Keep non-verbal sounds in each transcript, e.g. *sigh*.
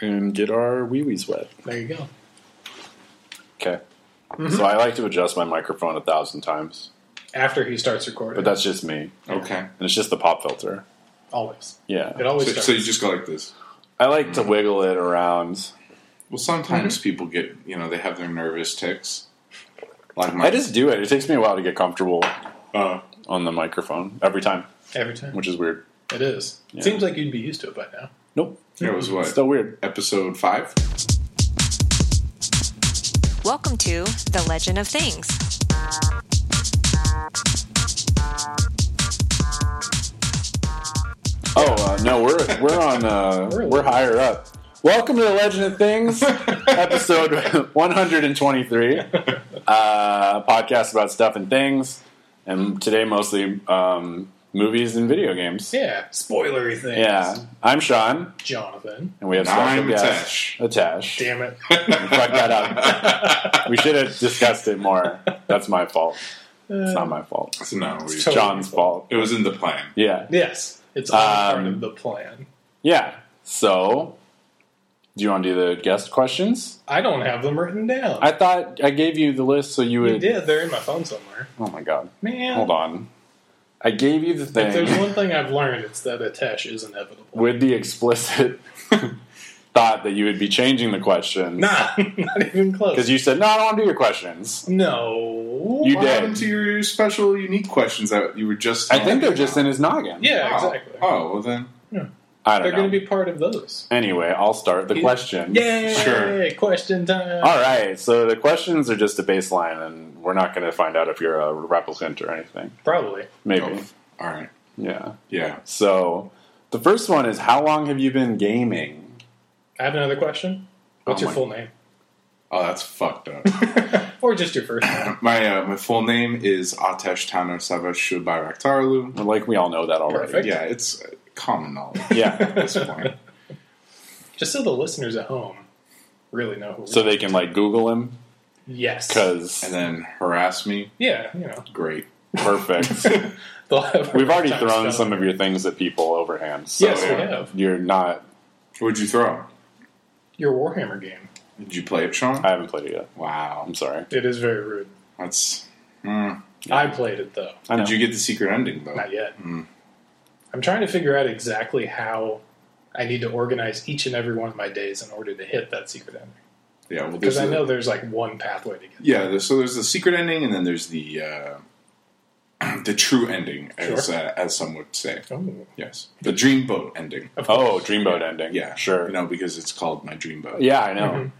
and get our wee wee's wet. There you go. Okay. Mm-hmm. So I like to adjust my microphone a thousand times, After he starts recording, but that's just me, and Okay. it's just the pop filter. always it Yeah, always So, starts. so you just go like this. I like to wiggle it around. Well, sometimes Mm-hmm. people get, you know, they have their nervous tics. Like my, I just do it. It takes me a while to get comfortable uh, on the microphone every time, Every time which is weird. it is. Yeah. Seems like you'd be used to it by now. Nope, it was what still weird. episode five. Welcome to The Legend of Things. Oh uh, no, we're we're on uh, We're a we're little- higher up. Welcome to the Legend of *laughs* Things, episode 123, uh, podcast about stuff and things, and today mostly um, movies and video games. Yeah, spoilery things. Yeah, I'm Sean, Jonathan. and we have And special I'm guest Atash. Atash. Damn it. *laughs* Fuck that up. *laughs* we should have discussed it more. That's my fault. It's not my fault. So no, we, So- John's fault. it was in the plan. Yeah, yes, it's all part Um, of the plan. yeah. So, do you want to do the guest questions? I don't have them written down. I thought I gave you the list so you would. you did. They're in my phone somewhere. Oh my god! Man, Hold on. I gave you the If there's thing one thing I've learned, it's that attach is inevitable. with the *laughs* explicit thought that you would be changing the questions. Nah, not *laughs* even close. Because you said, no, I don't want to do your questions. no. You What did. happened to your special, unique questions that you were just? I telling think me they're just about? in his noggin. Yeah, Oh. exactly. Oh well, then I don't They're going know. to be part of those. Anyway, I'll start the Yeah. question. Yay! Sure. Question time. All right, so the questions are just a baseline, and we're not going to find out if you're a replicant or anything. Probably. Maybe. Oh, all right. Yeah. Yeah. So the first one is how long have you been gaming? I have another question. What's Oh your my- full name? Oh, that's *laughs* fucked up. or just your first name? my uh, my full name is Atesh Taner Savash Bayraktarlu. Well, Like, we all know that already. Perfect. Yeah, it's uh, common knowledge *laughs* Yeah. at this point. Just so the listeners at home really know who So they can, like, Google him? Yes. Because, And then harass me. Yeah, you know. Great. *laughs* perfect. They'll have a We've hard already time thrown spelling some it. of your things at people overhand. So Yes, we have. You're not, What'd you throw? Your Warhammer game. Did you play it, Sean? I haven't played it yet. wow. I'm sorry. It is very rude. That's. Mm. I played it, though. I know. Did you get the secret ending, though? Not yet. Hmm. I'm trying to figure out exactly how I need to organize each and every one of my days in order to hit that secret ending. Yeah, well, Because I there's the- know there's like one pathway to get. Yeah, there's, so there's the secret ending, and then there's the uh, *clears throat* the true ending, as, Sure. uh, as some would say. Oh, Yes. The dream boat ending. of oh, course. Dreamboat ending. Yeah. Sure. You know, because it's called My Dream Boat. Yeah, I know.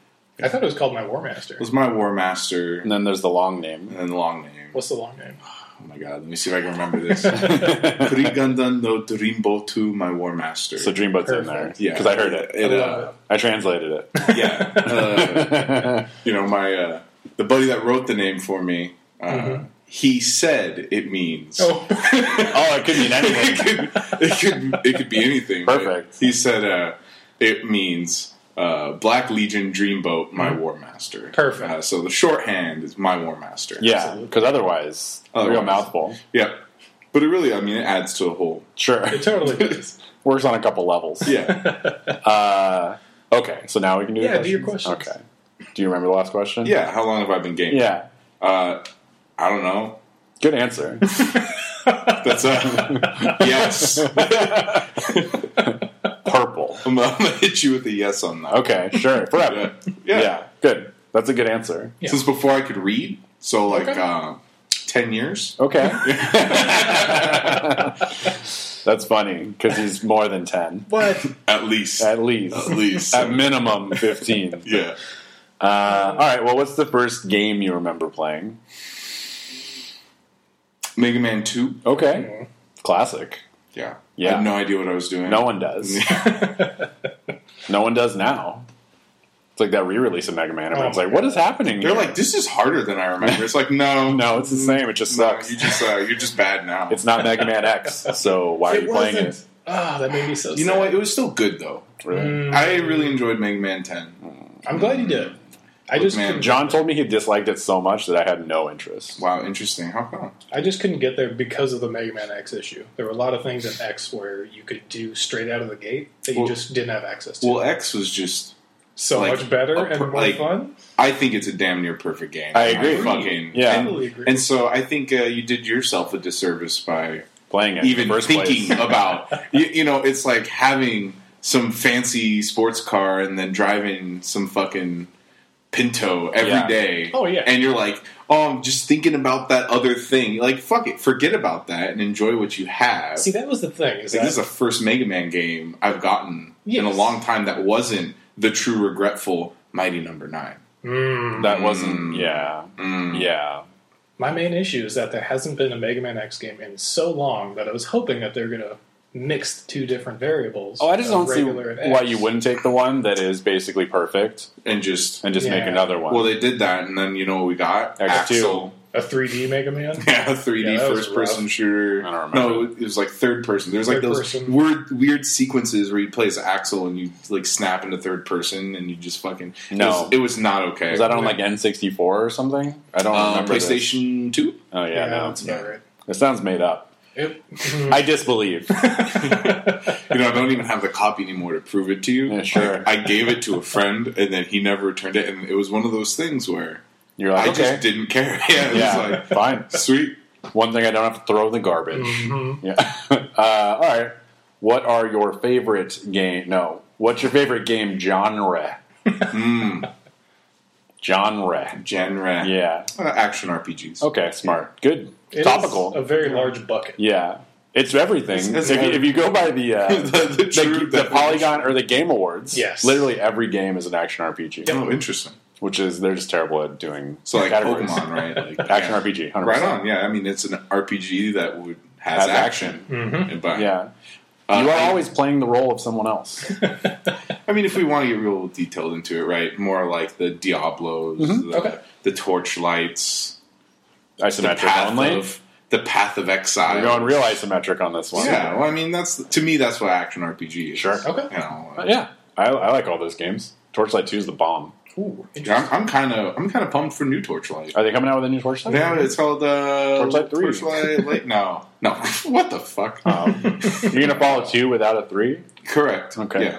I thought it was called My War Master. It was my War Master, And and then there's the long *laughs* name. then the long name. What's the long name? Oh my god, let me see if I can remember *laughs* this. Kurigandan no Dreamboat to my War Master. So Dreamboat's in there. Perfect. yeah, Because I heard it. It, I uh, love I translated *laughs* it. yeah. Uh, *laughs* you know, my uh, the buddy that wrote the name for me, uh, he said it means. Mm-hmm. *laughs* Oh, *laughs* Oh, it could mean it, *laughs* anything. could, it could it could be anything. but Perfect. He said uh, it means uh, Black Legion Dreamboat, my War Master. Mm-hmm. Perfect. Uh, so the shorthand is my War Master. yeah, because otherwise, real Otherwise. mouthful. Yep. But it really, I mean, it adds to the whole. Sure, *laughs* it totally does. works on a couple levels. *laughs* Yeah. Uh, okay, so now we can do Yeah, the do your questions. Okay. Do you remember the last question? yeah. How long have I been gaming? Yeah. Uh, I don't know. Good *laughs* answer. *laughs* That's a *laughs* yes. Purple. I'm gonna hit you with a yes on that. Okay, sure. Yeah. Forever. *laughs* Yeah. Good. That's a good answer. Yeah. Since before I could read, so like Okay. uh, ten years. *laughs* Okay. That's funny because he's more than ten, But At least. at least. At least. At minimum fifteen. *laughs* yeah. Uh, all right. Well, what's the first game you remember playing? Mega Man Two. Mm-hmm. Okay. Classic. Yeah. Yeah. I had no idea what I was doing. No one *laughs* does. no one does now. It's like that re-release of Mega Man. Everyone's my like, "What is happening?" Oh, They're here?" like, this is harder than I remember. It's like, no, *laughs* "No, it's the same. It just no, sucks. you just uh, you're just bad now. it's not Mega Man *laughs* X, so why are it you playing wasn't. Ah, that made me so. you know what? It was still good though. it?" Really? I really enjoyed Mega Man Ten. I'm glad you did. I just man, couldn't, John told me he disliked it so much that I had no interest. Wow, interesting. How come? I just couldn't get there because of the Mega Man X issue. There were a lot of things in X where you could do straight out of the gate that you Well- just didn't have access to. Well, X was just. so like, much better a and per- more like- fun. I think it's a damn near perfect game. I agree. fucking Yeah. And, Totally agree. and so I think uh, you did yourself a disservice by Playing it even in the first thinking place. about you, you know it's like having some fancy sports car and then driving some fucking pinto every day. Yeah. Oh, yeah. and you're like oh i'm just thinking about that other thing like fuck it forget about that and enjoy what you have See, that was the thing. Is Like, that, this is the first mega man game i've gotten in a Yes. long time that wasn't the true regretful mighty number nine *laughs* Mm. That wasn't. Yeah. Mm. Yeah. my main issue is that there hasn't been a Mega Man X game in so long that I was hoping that they're going to mix the two different variables. Oh, I just don't of see regular and X. why you wouldn't take the one that is basically perfect and just and just make Yeah. another one. well they did that and then you know what we got X2. Axel. a 3D Mega Man. Yeah, *laughs* 3D Yeah, that was first person rough. shooter. I don't No, remember. it was like third person. There's like Third those person. weird weird sequences where you play as Axel and you like snap into third person and you just fucking it No. was- It was, not okay. was that on like N64 or something? I don't um, remember. this. PlayStation Two? Oh yeah, no. that's about right. It sounds made up. It- I disbelieve. You know, I don't even have the copy anymore to prove it to you. Yeah, sure. I, I gave it to a friend and then he never returned it, and it was one of those things where *laughs* You're like, I okay, just didn't care. *laughs* Yeah, it yeah, was like fine. sweet. One thing I don't have to throw in the garbage. Mm-hmm. Yeah. *laughs* Uh, all right. What are your favorite game? No. What's your favorite game genre? Hmm. *laughs* Genre. Genre. Yeah. Uh, action RPGs. Okay. Smart. Good. it is Topical. a very large bucket. yeah. It's everything. It's- it's if, you, if you go by the uh, *laughs* The- *laughs* the the, true the definition. Polygon or the Game Awards, Yes. literally every game is an action RPG, Oh, interesting. which is they're just terrible at doing So like categories. Pokemon, right? Like *laughs* Action yeah. RPG, 100%. Right on. Yeah, I mean it's an RPG that would has Has action. But, Yeah. uh, you are I- always playing the role of someone *laughs* else. I mean, if we want to get real detailed into it, right? More like the Diablos, Mm-hmm. the, Okay. the Torchlights, the Isometric path only. of the Path of We're Exile. going real isometric on this one. yeah, well, I mean that's to me that's what action RPG is. Sure. Okay. You know, Uh, yeah. I, I like all those games. Torchlight 2 is the bomb. Ooh, yeah, interesting. I'm- I'm kind of I'm kind of pumped for new Torchlight. Are they coming out with a new Torchlight? Yeah, it's called uh, Torchlight 3. *laughs* Torchlight Late. No, no. *laughs* what the fuck? Um, *laughs* you're going to follow 2 without a 3? Correct. Okay. Yeah.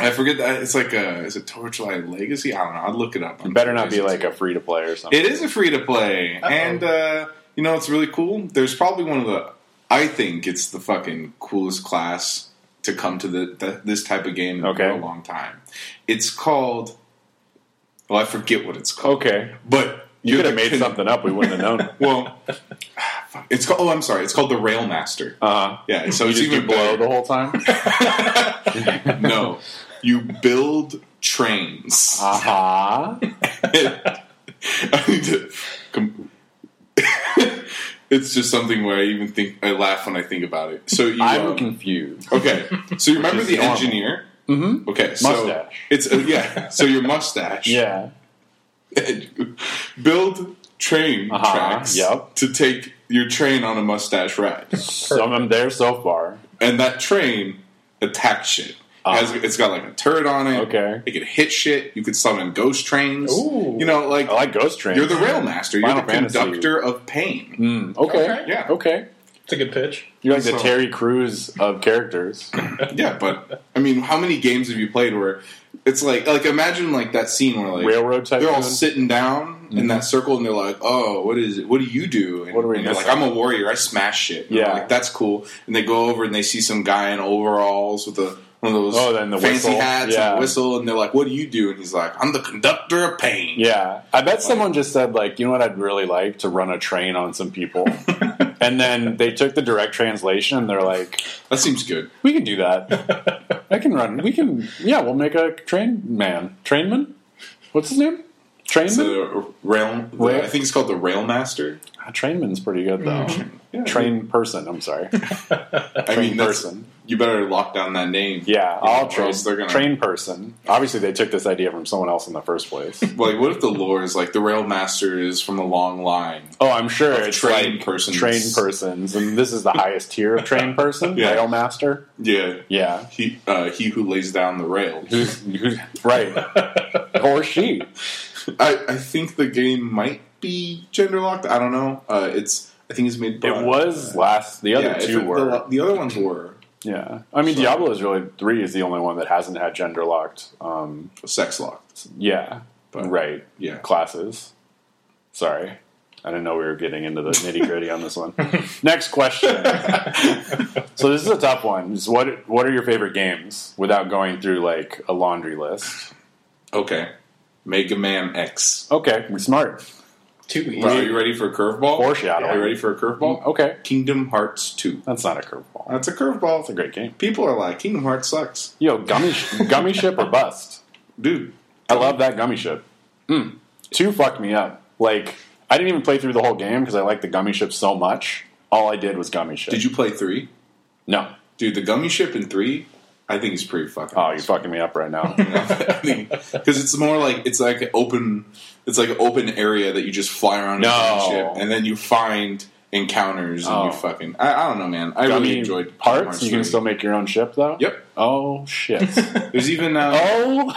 I forget that it's like a is it Torchlight Legacy? I don't know. I'd look it up. It better not be like a free to play or something. It is a free to play, Uh-oh. and uh, you know it's really cool. There's probably one of the I think it's the fucking coolest class to come to the, the this type of game in Okay. a long time. It's called. Well, I forget what it's called. Okay. but You you're could have the made con- something up. We wouldn't have *laughs* known. Well, fuck, *laughs* it's called. Oh, I'm sorry. It's called the Railmaster. Uh, Yeah, so you it's just even do blow better. the whole *laughs* time? *laughs* no, you build trains. Ah. Aha. I need to. Com- *laughs* it's just something where I even think I laugh when I think about it. So you, I'm um, confused. okay. So you remember is the normal. engineer? Mm-hmm. Okay, so Mustache. it's uh, yeah. So your mustache, Yeah. build train Uh-huh, tracks yep. to take your train on a mustache ride, So I'm there so far. and that train attacks shit. Ah. Has, it's got like a turret on it. Okay. it can hit shit. You could summon ghost trains. Ooh. You know, like I like Ghost Train. You're the rail master. You're Final the Fantasy. conductor of pain. Mm, okay. Okay. Yeah, Okay. It's a good pitch. You're like the So- Terry Crews of characters. yeah. But I mean, how many games have you played where it's like, like imagine like that scene where like Railroad type. they're all sitting down in that circle and they're like, "Oh, what is it? What do you do?" And, What are we and they're like, missing? "I'm a warrior. I smash shit." And they're Yeah. like that's cool. And they go over and they see some guy in overalls with a one of those Oh, then the fancy whistle. hats and Yeah. a whistle, and they're like, "What do you do?" And he's like, "I'm the conductor of pain." Yeah, I bet someone just said like, you know what, I'd really like to run a train on some *laughs* people, and then they took the direct translation and they're like, That seems good. we can do that. I can run. We can. Yeah, we'll make a train man. Trainman. What's his name? It's Trainman. a rail. Rail- I think it's called the rail master. Ah, Trainman's pretty good though. Mm. Yeah. Train person. I'm *laughs* sorry. I train mean, that's- person. You better lock down that name. Yeah, You know, I'll or train. else They're gonna. Train person. Obviously, they took this idea from someone else in the first place. Like, what if the lore is like the rail master is from a long line? Oh, I'm sure Of it's train like persons. train persons, and this is the highest tier of *laughs* train person, Yeah. rail master. Yeah, Yeah, he uh, he who lays down the rails. *laughs* who's, who's right, or she? I, I think the game might be gender locked. I don't know. Uh, it's I think it's made. by- It was last. The other Yeah, if two it- were. the, the other ones were yeah, I mean, So- Diablo is really three is the only one that hasn't had gender locked. Um, sex locked. yeah, But- right. Yeah. classes. Sorry, I didn't know we were getting *laughs* into the nitty gritty on this one. Next question. so this is a tough one. Is what What are your favorite games without going through like a laundry list? Okay. Mega Man X. Okay, we're smart. Too easy. Wow, are you ready for a curveball? Foreshadowing. Are you ready for a curveball? Oh, Okay, Kingdom Hearts 2. that's not a curveball. That's That's a curveball. It's a great game. People are like, Kingdom Hearts sucks. Yo, gummy sh- gummy ship or bust. Dude, I love that gummy ship. Mm. Two fucked me up. Like I didn't even play through the whole game because I liked the gummy ship so much. All I did was gummy ship. did you play 3? No. Dude, the gummy ship in 3, I think is pretty fucking *laughs* Oh, you're fucking me up right now. Because it's more like, it's like an open, it's like an open area that you just fly around in a No. gummy ship, and then you find encounters, and Oh. you fucking, I, I don't know, man. I gummy really enjoyed Kingdom parts. Hearts You can 3. still make your own ship though. Yep. Oh *laughs* shit. There's even, uh, oh.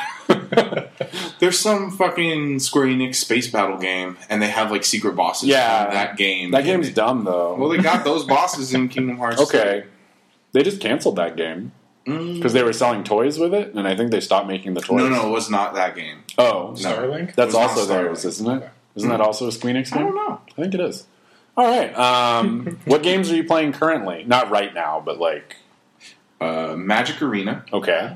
There's some fucking Square Enix space battle game, and they have like secret bosses. Yeah. from Um, that game. That game's dumb though. Well, they got those bosses in Kingdom Hearts. *laughs* okay. They just canceled that game Mm. because they were selling toys with it, and I think they stopped making the toys. No, no, it was not that game. Oh, no. Starlink? That's It was not also Starlink. theirs, isn't it? Isn't that also a Squeenix Hmm. I game? don't know. I think it is. All right. *laughs* Um, what games are you playing currently? Not right now, but like Uh, Magic Arena, okay,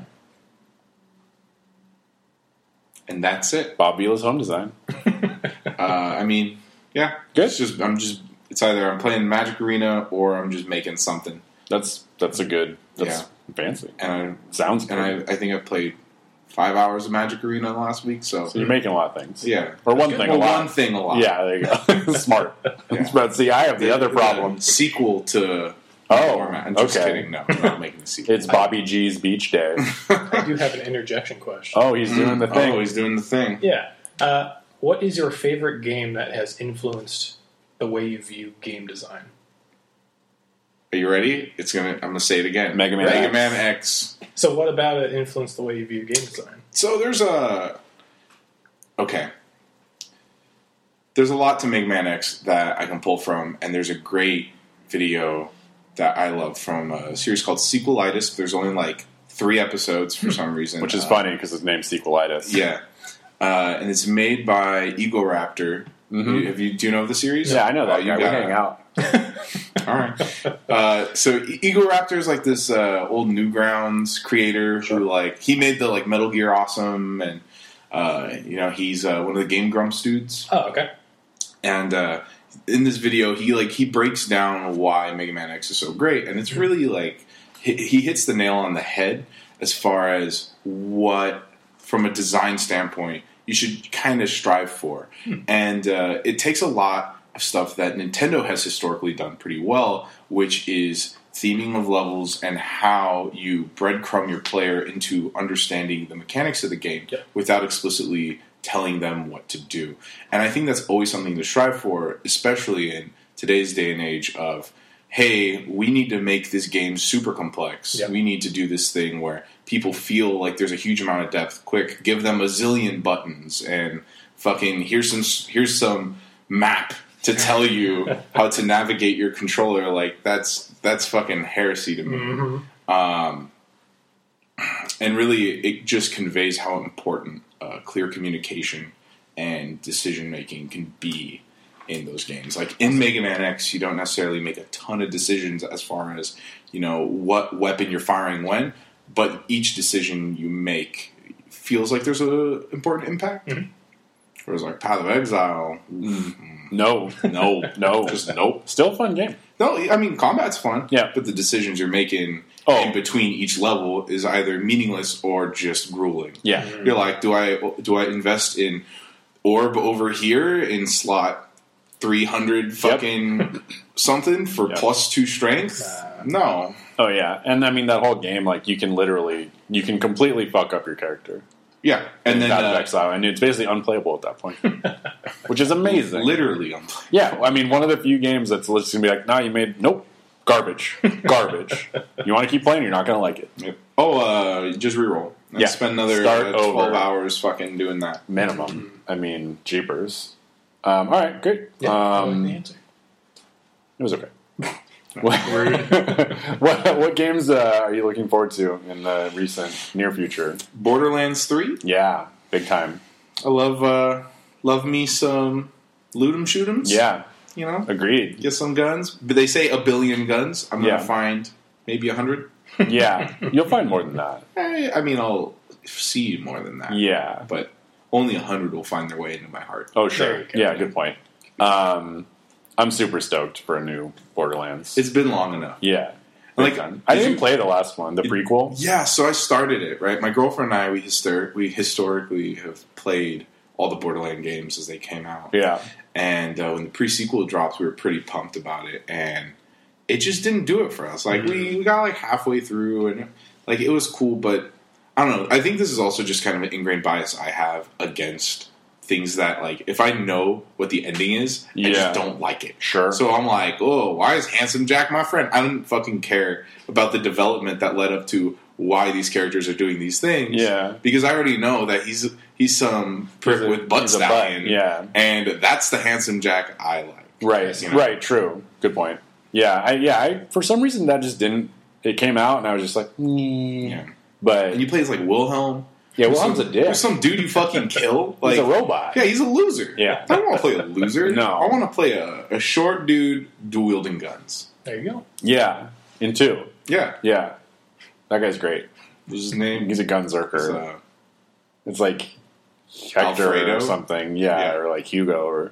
and that's it. Bob Vila's home design. Uh, I mean, yeah, Good. It's just I'm just it's either I'm playing Magic Arena or I'm just making something, That's that's a good. That's fancy. and Sounds I good. and I, I think I played five hours of Magic Arena last week. So, so you're making a lot of things. yeah, Or one thing well, a lot. one thing a lot. Yeah, there you go. *laughs* Smart. Yeah. But see, I have the, other problem. sequel to. Oh, I'm just okay. kidding. No, I'm not making the sequel. It's Bobby G's beach day. I do have an interjection question. Oh, he's doing the thing. *laughs* Oh, he's doing the thing. Yeah. Uh, what is your favorite game that has influenced the way you view game design? Are you ready? It's gonna. I'm gonna say it again. Mega Man Mega X. Man X. So, what about it influenced the way you view game design? So there's a. Okay. There's a lot to Mega Man X that I can pull from, and there's a great video that I love from a series called Sequelitis. There's only like three episodes for some reason, Hmm. Which is Uh, funny because his name's Sequelitis. Yeah, uh, and it's made by Eagle Raptor. You- have you do you know the series? Mm-hmm. Yeah, I know Oh, that you guy. We gotta- hang out. *laughs* All right. Uh, so E- Eagle Raptor is like this uh, old Newgrounds creator who like he made the like Metal Gear awesome, and uh, you know he's uh, one of the Game Grumps dudes. Oh, okay. And uh, in this video, he like he breaks down why Mega Man X is so great, and it's really like he, he hits the nail on the head as far as what from a design standpoint you should kind of strive for, and uh, it takes a lot of stuff that Nintendo has historically done pretty well, which is theming of levels and how you breadcrumb your player into understanding the mechanics of the game Yeah. without explicitly telling them what to do. And I think that's always something to strive for, especially in today's day and age of hey, we need to make this game super complex. Yeah. We need to do this thing where people feel like there's a huge amount of depth. Quick, give them a zillion buttons and fucking here's some here's some map to tell you how to navigate your controller. Like that's that's fucking heresy to me and really it just conveys how important uh, clear communication and decision making can be in those games like in mega man x you don't necessarily make a ton of decisions as far as you know what weapon you're firing when but each decision you make feels like there's a important impact Mm-hmm. whereas like path of exile No, no, *laughs* no, just nope. Still a fun game. no i mean combat's fun Yeah. but the decisions you're making Oh. in between each level is either meaningless or just grueling Yeah, You're like, do I do I invest in orb over here in slot three hundred fucking something for Yep. plus two strength? no, Oh yeah, and I mean that whole game, like you can literally, you can completely fuck up your character. yeah, and then Out of uh, exile, and it's basically unplayable at that *laughs* point, which is amazing. literally, I'm like, Yeah, I mean one of the few games that's just gonna be like, nah, you made nope, *laughs* garbage, garbage. you want to keep playing, you're not gonna like it. oh, uh, just reroll. and Yeah. spend another Start uh, over. twelve hours fucking doing that. minimum. I mean, jeepers. Um, all right, great. Yeah, I like um, the it answer. was *laughs* okay. what, *laughs* what what games uh, are you looking forward to in the recent near future? Borderlands Three. Yeah, big time. I love uh, love me some loot 'em shoot 'ems. Yeah, you know, agreed. get some guns. But they say a billion guns. I'm gonna Yeah. find maybe a hundred. *laughs* Yeah, you'll find more than that. Eh, I, I mean, I'll see more than that. Yeah. but only a hundred will find their way into my heart. Oh, There sure. we go. Yeah, good point. Um, I'm super stoked for a new Borderlands. It's been long enough. yeah. Like, Like, I did didn't you- play the last one, the Did- prequel. Yeah, so I started it, right? My girlfriend and I, we, histor- we historically have played all the Borderland games as they came out. Yeah. And uh, when the pre-sequel dropped, we were pretty pumped about it. And it just didn't do it for us. Like, Mm-hmm. we, we got like halfway through and like it was cool, but I don't know. I think this is also just kind of an ingrained bias I have against things that like if I know what the ending is, I Yeah. just don't like it. Sure. So I'm like, oh, why is Handsome Jack my friend? I don't fucking care about the development that led up to why these characters are doing these things. Yeah. Because I already know that he's he's some prick He's a- with butt he's a butt, stallion. yeah. And that's the Handsome Jack I like. Right. You know? Right. True. Good point. Yeah. I, yeah. I, for some reason that just didn't. It came out and I was just like, "Mm." Yeah. but And you play as like Wilhelm. yeah, Wilhelm's a Some- dick. There's some dude *laughs* you fucking kill. Like He's a robot. Yeah, he's a loser. Yeah. I don't want to play a loser. *laughs* No. I want to play a, a short dude dual wielding guns. There you go. Yeah. In two. Yeah. Yeah. That guy's great. What's his name? He's a gun zerker. Uh, it's like Hector Alfredo? or something. Yeah, Yeah. Or like Hugo or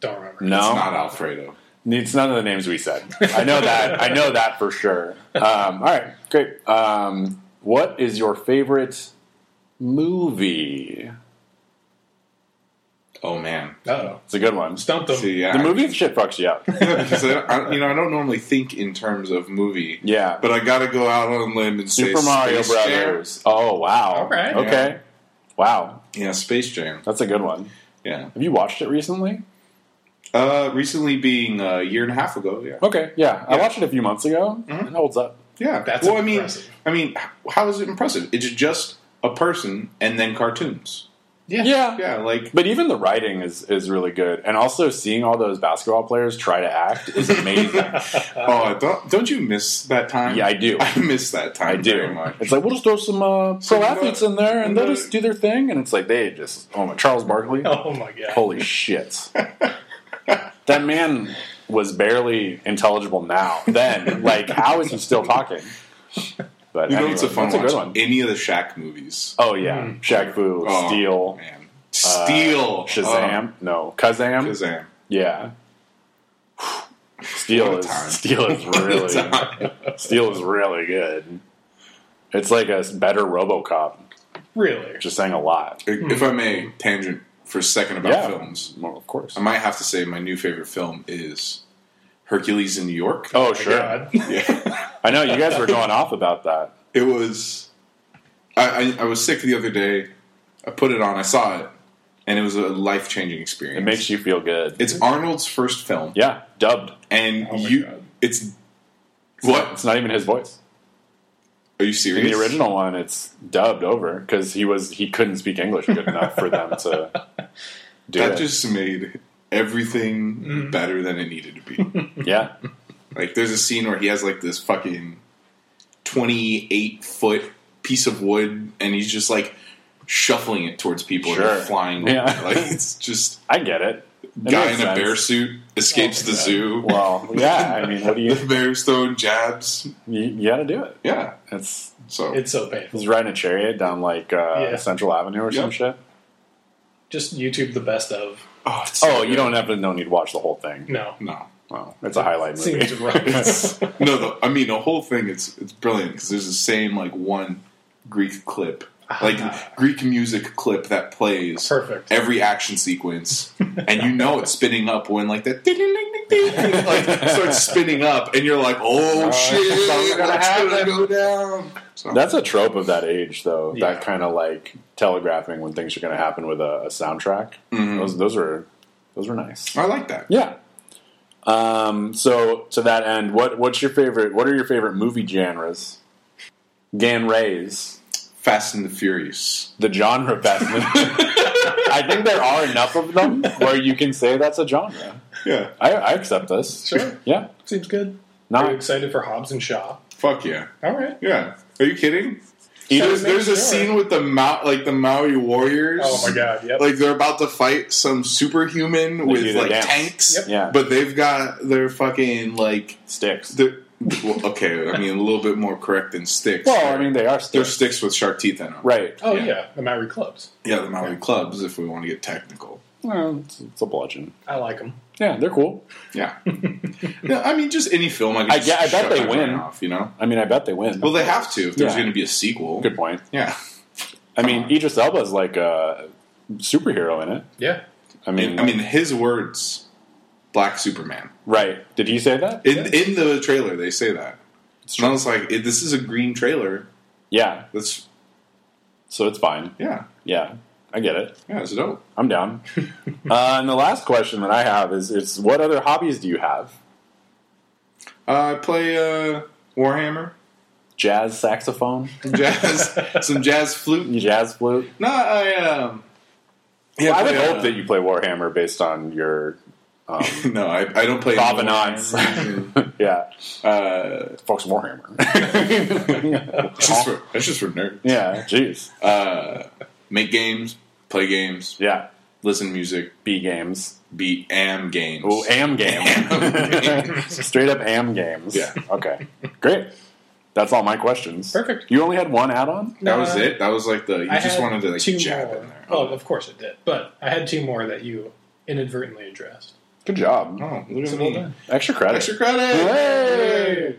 Don't remember. no. It's not Alfredo. It's none of the names we said. I know that. I know that for sure. Um, all right, great. Um, what is your favorite movie? Oh man. Uh-oh. It's a good one. Stumped them. See, yeah, The I- *laughs* movie shit fucks you *laughs* up. because I, I- you know I don't normally think in terms of movie. Yeah. but I got to go out on a limb and say Super Mario Space Brothers. Oh wow. All right. Okay. Wow. Jam. Yeah, Space Jam. That's a good one. Yeah, Have you watched it recently? uh, recently being a year and a half ago. Yeah, Okay. Yeah. Mm-hmm. I Yeah. watched it a few months ago. It holds up. yeah. That's well, impressive. I mean, I mean, h- how is it impressive? It's just a person and then cartoons. Yeah. Yeah, like But even the writing is, is really good. And also seeing all those basketball players try to act is *laughs* amazing. oh, I don't don't you miss that time? Uh, Yeah, I do. *laughs* I miss that time. I do. very much. It's like we'll just throw some uh, pro Some, uh, athletes in there, and they'll uh, just do their thing. And it's like they just oh my Charles Barkley, *laughs* Oh my god. holy *laughs* shit! that man was barely intelligible now. Then, like, how is he still talking? But You know, anyway, it's a fun that's watch. good one. Any of the Shaq movies. Oh yeah, Shaq Fu, Oh, Steel, Uh, man. Oh. Steel, Shazam, no Kazam, *laughs* oh, Shazam. yeah. Steel *laughs* What a is time. Steel is really Steel is really good. It's like a better RoboCop. Really? Just saying a lot. If I may tangent for a second about Yeah. films, Well, of course. I might have to say my new favorite film is Hercules in New York. oh, sure. God. Yeah. I know you guys were going off about that. it was. I, I I was sick the other day. I put it on. I saw it, and it was a life changing experience. It makes you feel good. it's Arnold's first film, yeah, dubbed. and Oh my you. God. It's what? It's not even his voice. Are you In serious? the original one, it's dubbed over because he was he couldn't speak English good enough for them to do that it. just made everything Mm. better than it needed to *laughs* be. yeah, like, there's a scene where he has like this fucking 28 foot piece of wood, and he's just like shuffling it towards people and Sure. they're flying. Yeah. *laughs* like it's just I get it. *laughs* It guy in makes a bear sense. suit escapes Oh my the God. zoo. Well, yeah. I mean, what do you? the bear's throwing jabs. You, you got to do it. Yeah, It's so It's so painful. he's riding a chariot down like uh, Yeah. Central Avenue or some Yep. shit. Just YouTube the best of. oh, it's so Oh, you good. don't have to. No need to watch the whole thing. No. no. *laughs* Well, it's a highlight movie. Seems rough. No, the, I mean the whole thing. It's it's brilliant because there's the same like one Greek clip, Ah. like Greek music clip that plays Perfect. every action sequence, and you know it's spinning up when like that ding, ding, ding, ding, ding, like starts spinning up, and you're like, oh shit, something's gonna what's happen." go down. So, That's a trope of that age, though. Yeah. That kind of like telegraphing when things are going to happen with a, a soundtrack. Mm-hmm. Those those are those were nice. I like that. Yeah. Um, so to that end, what what's your favorite? What are your favorite movie genres? Gan rays. Fast and the Furious. the genre Fast and the *laughs* I think there are enough of them where you can say that's a genre. Yeah. I, I accept this. Sure. Yeah. Seems good. Are you Not excited for Hobbs and Shaw? Fuck yeah. All right. Yeah. Are you kidding? There's, there's a scene with the Mau- like the Maui warriors. Oh my god! Yep. Like they're about to fight some superhuman do with the like dance. tanks. Yep. Yeah. But they've got their fucking like sticks. they're, well, okay, I mean a little bit more correct than sticks. Well, I mean they are they're sticks. sticks with shark teeth in them. Right. oh yeah. yeah. the Maori clubs. Yeah, the Maui clubs if we want to get technical. Well, it's, it's a bludgeon. I like them. Yeah, they're cool. *laughs* Yeah. yeah, I mean just any film I can I just get- I bet shut they my brain win. off, you know? I mean, I bet they win. Well they have to if there's Yeah. gonna be a sequel. Good point. Yeah. I mean, Idris Elba is like a superhero in it. Yeah. I mean, I mean his words Black Superman. right? Did he say that? In in the trailer, they say that. And I was like, it, this is a green trailer. yeah. That's So it's fine. yeah, Yeah, I get it. yeah, it's dope. I'm *laughs* down. uh, and the last question that I have is: It's what other hobbies do you have? Uh, I play uh, Warhammer, Jazz saxophone, *laughs* jazz, some jazz flute. jazz flute. No, I um, *laughs* yeah, I would play, hope uh, that you play Warhammer based on your um, *laughs* No, I, I don't play provenance. *laughs* yeah, Uh, folks, *laughs* Warhammer. it's just for, that's just for nerds. *laughs* yeah, jeez. Uh, make games, play games, Yeah, listen to music, B games. be am games. Oh, am Am game. *laughs* Straight up am games. Yeah. Okay. Great. That's all my questions. Perfect. You only had one add on? that was Uh, it. That was like the you I just had wanted to like two jab more. in there. Oh, of course it did. But I had two more that you inadvertently addressed. Good job. Oh, look So at well me. done. Extra credit. Extra credit. Hey!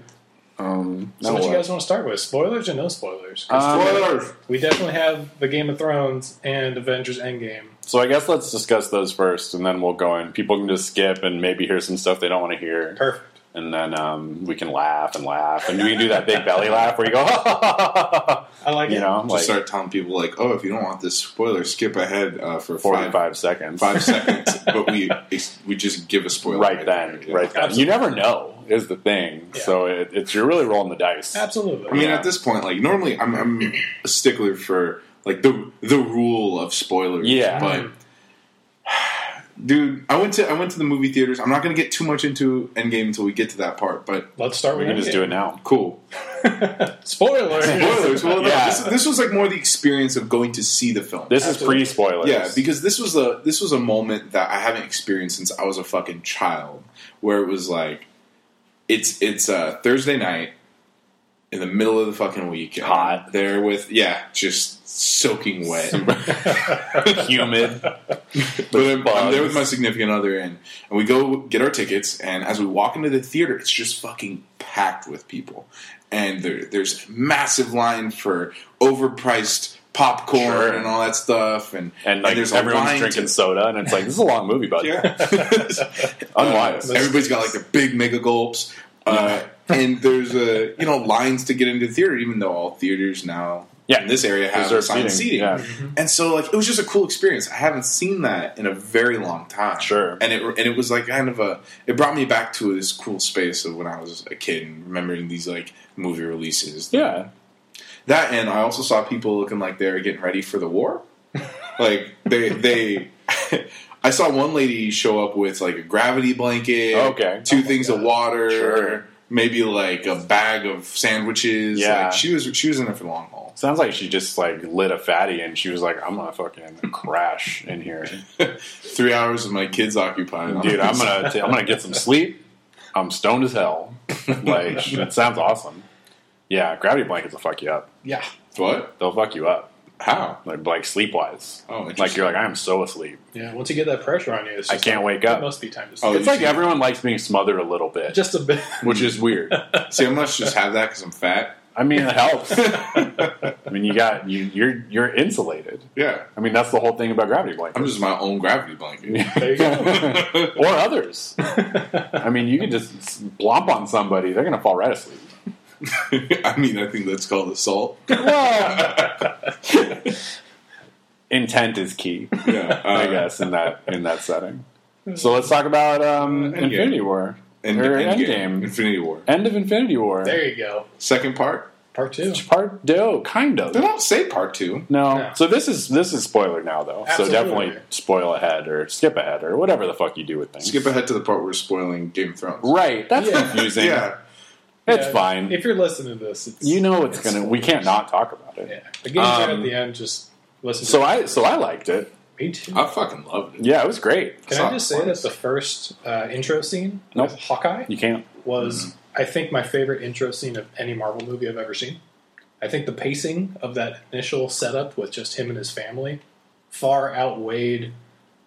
Um, So now what do you what? guys want to start with? Spoilers or no spoilers? Um, Spoilers. we definitely have the Game of Thrones and Avengers Endgame. so I guess let's discuss those first, and then we'll go in. People can just skip and maybe hear some stuff they don't want to hear, Perfect. and then um, we can laugh and laugh, and we can do that big belly laugh where you go, I like *laughs* you it. know, like just start telling people like, oh, if you don't want this spoiler, skip ahead uh, for forty-five five seconds, *laughs* five seconds. But we ex- we just give a spoiler right then, there. right then. You never know is the thing. Yeah. So it, it's you're really rolling the dice. Absolutely. I mean, at this point, like normally, I'm, I'm a stickler for like the the rule of spoilers. Yeah. but. *sighs* Dude, I went to I went to the movie theaters. I'm not going to get too much into Endgame until we get to that part, but Let's start We with can just do it Endgame. now. *laughs* cool. Spoilers. Spoilers. Well, no, Yeah. this, this was like more the experience of going to see the film. This Absolutely. is pre-spoilers. Yeah, because this was a this was a moment that I haven't experienced since I was a fucking child, where it was like, it's it's uh, Thursday night in the middle of the fucking week, and Hot. there with yeah, just soaking *laughs* wet. *laughs* humid. but I'm, I'm there bugs. with my significant other, and and we go get our tickets, and as we walk into the theater, it's just fucking packed with people, and there, there's massive line for overpriced. Popcorn Sure. and all that stuff, and And like there's a line everyone's to- drinking soda, and it's like this is a long movie, bud. *laughs* Unwise. Uh, everybody's got like the big mega gulps. Uh, *laughs* and there's uh, you know lines to get into the theater, even though all theaters now Yeah. in this area have Reserved assigned seating, seating. yeah. And so like it was just a cool experience. I haven't seen that in a very long time. Sure. And it and it was like kind of a it brought me back to this cool space of when I was a kid and remembering these like movie releases. Yeah, That and I also saw people looking like they were getting ready for the war. like they they *laughs* I saw one lady show up with like a gravity blanket, Okay. two Oh my things of water, Sure. maybe like a bag of sandwiches. Yeah. Like she was she was in it for the long haul. sounds like she just like lit a fatty, and she was like, "I'm gonna fucking crash in here, Three hours of my kids occupied. dude. I'm gonna t- I'm gonna get some sleep. I'm stoned as hell. Like it sounds awesome. Yeah, gravity blankets will fuck you up. yeah. what? They'll fuck you up, How? like like sleep wise. Oh, Like interesting. you're like, I am so asleep. Yeah. Once you get that pressure on you, it's I just can't like, wake up. It must be time to Oh, sleep. It's like you- everyone likes being smothered a little bit, just a bit. *laughs* which is weird. *laughs* See, I must just have that because I'm fat. I mean, it *laughs* helps. I mean, you got you you're you're insulated. Yeah, I mean, that's the whole thing about gravity blankets. I'm just my own gravity blanket. There you go. or others. I mean, you can just s- blomp on somebody; they're going to fall right asleep. *laughs* I mean, I think that's called assault. Intent is key, Yeah, *laughs* I uh, guess, in that in that setting. So let's talk about um, Endgame. Infinity War And or Endgame, Endgame, Infinity War, end of Infinity War. There you go. second part. Part two. Part do kind They of. don't say part two. No. No. So this is this is spoiler now though. Absolutely. So definitely spoil ahead or skip ahead or whatever the fuck you do with things. Skip ahead to the part where we're spoiling Game of Thrones. Right. That's Yeah. confusing. Yeah, It's Yeah, fine. If you're listening to this, it's, you know it's gonna we can't not talk about it. Yeah. The game's right Um, at the end. Just listen. So to I Oh, so I liked it. it. Me too. I fucking loved it. Yeah, it was great. Can saw I it just say once. that the first uh, intro scene Nope. with Hawkeye You Mm-hmm. can't. was, I think, my favorite intro scene of any Marvel movie I've ever seen. I think the pacing of that initial setup with just him and his family far outweighed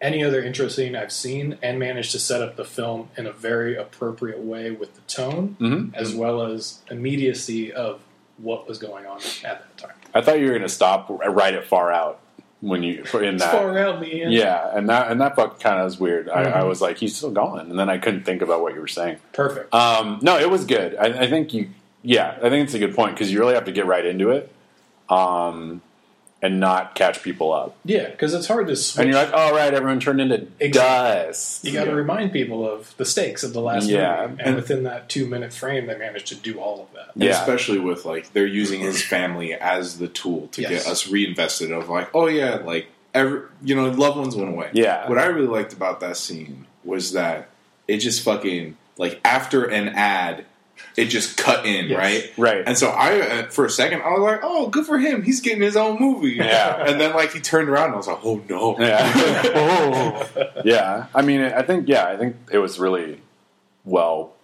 any other intro scene I've seen and managed to set up the film in a very appropriate way with the tone Mhm. as well as immediacy of what was going on at that time. I thought you were gonna stop right at far out when you in It's that. far out, man. Yeah, and that and that fuck kind of was weird. I, I was like, he's still going, and then I couldn't think about what you were saying. Perfect. Um, no, it was good. I, I think you, yeah, I think it's a good point because you really have to get right into it, um, and not catch people up. yeah, because it's hard to switch. And you're like, all right, everyone turned into Exactly. dust. you got to remind people of the stakes of the last Yeah. movie, and within that two-minute frame, they managed to do all of that. Yeah. And especially with like they're using his family as the tool to Yes. get us reinvested of like, oh yeah, like every you know, loved ones went away. Yeah. What I really liked about that scene was that it just fucking like after an ad, it just cut in, Yes. right? Right. And so I, uh, for a second, I was like, "Oh, good for him! He's getting his own movie." *laughs* Yeah. And then, like, he turned around, and I was like, "Oh *laughs* no!" *laughs* Yeah. Oh. yeah. I mean, I think yeah, I think it was really well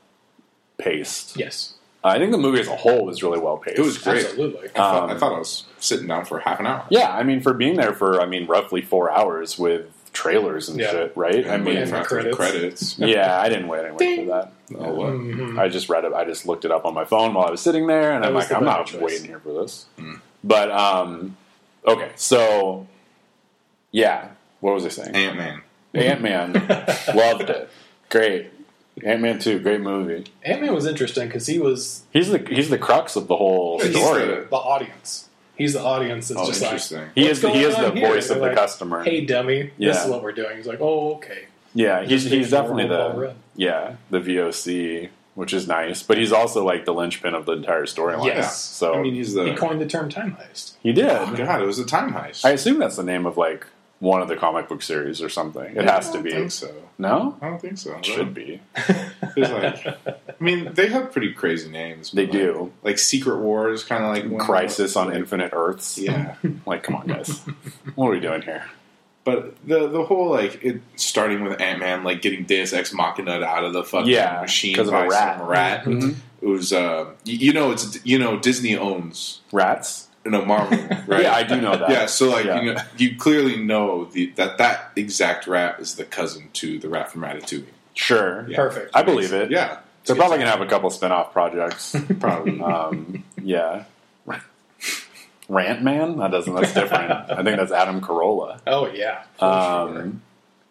paced. *laughs* Yes, I think the movie as a whole was really well paced. It was Great. absolutely. I, thought, I Um, thought I was sitting down for half an hour. Yeah, I mean, for being there for I mean, roughly four hours with trailers and Yeah. shit, right? I And waiting mean, for the after the credits. credits. yeah, I didn't wait. I didn't wait for that. Oh, what? Mhm. I just read it. I just looked it up on my phone while I was sitting there, and That I'm was like, the I'm better not choice. waiting here for this. Hmm. But um, okay, so yeah, what was I saying? Ant Man. Ant Man *laughs* loved it. Great, Ant Man two, great movie. Ant-Man was interesting because he was He's the he's the crux of the whole he's story. the, the audience. He's the audience that's Oh, just interesting. like. He "What's is the, he going is the on here?" voice of They're the like, customer. Hey, dummy! This Yeah. is what we're doing. He's like, "Oh, okay." Yeah, he's Just big he's definitely normal the Paul Rudd. yeah the VOC, which is nice. But he's also like the linchpin of the entire storyline. Yes. So I mean, he's the. He coined the term time heist. he did. Oh, God, it was a time heist. I assume that's the name of like one of the comic book series or something. It has I to don't be. think so. No, I don't think so. it should be. There's like, I mean, they have pretty crazy names. but They like- do. Like Secret War is kind of like one- Crisis on Infinite Earths. Yeah, *laughs* Like, come on, guys. what are we doing here? but the the whole like it starting with Ant Man like getting Deus Ex Machina out of the fucking Yeah, machine 'cause of a by rat. Mm-hmm. some rat. It was uh, y- you know it's you know Disney owns Rats. you *laughs* know Marvel right. Yeah, I do know that. Yeah, so like Yeah. you know, you clearly know the, that that exact rat is the cousin to the rat from Ratatouille. Sure. Yeah. Perfect. I believe it. Yeah, They're probably gonna have a couple spin-off projects. *laughs* probably. Um, yeah. Rant Man? That doesn't. That's different. I think that's Adam Carolla. Oh yeah. For sure. Um,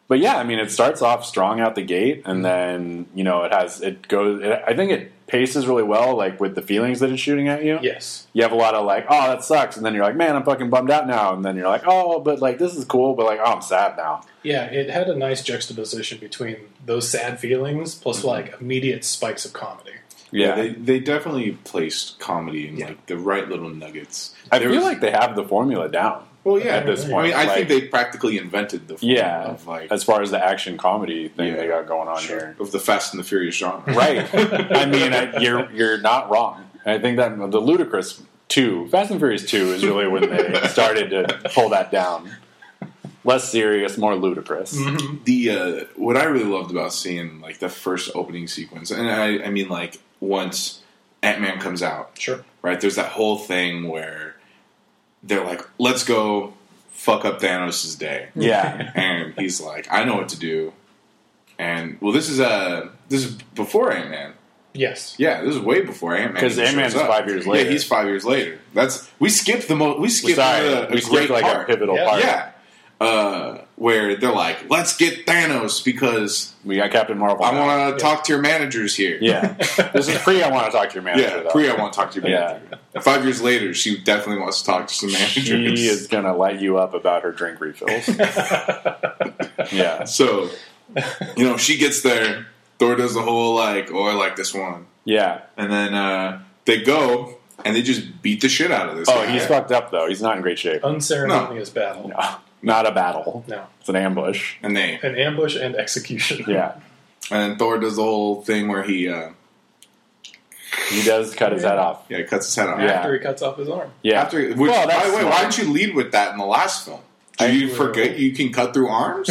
but yeah, I mean, it starts off strong out the gate, Mm-hmm. and then you know it has it goes. It, I think it paces really well, like with the feelings that it's shooting at you. Yes. You have a lot of like, oh, that sucks, and then you're like, man, I'm fucking bummed out now, and then you're like, oh, but like this is cool, but like, oh, I'm sad now. Yeah, it had a nice juxtaposition between those sad feelings plus Mm-hmm. like immediate spikes of comedy. Yeah, they, they definitely placed comedy in Yeah. like the right little nuggets. I There feel was- like they have the formula down well, yeah. at this I point. I mean, I like, think they practically invented the form yeah, of like as far as the action comedy thing Yeah. they got going on Sure. here. of the Fast and the Furious genre. Right. I mean, I, you're you're not wrong. I think that the ludicrous two, Fast and Furious two, is really when they started to pull that down. Less serious, more ludicrous. The uh, what I really loved about seeing like the first opening sequence, and I, I mean like once Ant Man comes out, Sure. right? There's that whole thing where they're like, "Let's go fuck up Thanos' day," *laughs* Yeah, and he's like, "I know what to do." And well, this is uh this is before Ant Man. Yes. Yeah, this is way before Ant Man. 'Cause Ant-Man is five years later. Yeah, he's five years later. That's we skipped the most. We skipped sorry, the, we a skipped great like our part. pivotal Yeah. part. Yeah, uh, where they're like, "Let's get Thanos because We got Captain Marvel. I now. want to talk to your managers here." yeah, this is pre. I want to talk to your manager. yeah. though. Priya won't talk to your Yeah. manager. Five years later, she definitely wants to talk to some managers. She is gonna light you up about her drink refills. *laughs* yeah, *laughs* *laughs* So, you know, she gets there. Thor does the whole like, "Oh, I like this one," yeah, and then uh, they go. and they just beat the shit out of this. Oh, guy. he's fucked up though. He's not in great shape. Unceremonious battle. Uh. No, not a battle. No. It's an ambush. and they An ambush and execution. *laughs* Yeah, and then Thor does the whole thing where he uh, he does cut his head off. yeah cuts his head off. Yeah. After he cuts off his arm. Yeah, After, which, Well, by that's the way, why smart. didn't you lead with that in the last film? Do I- you forget you can cut through *laughs* arms?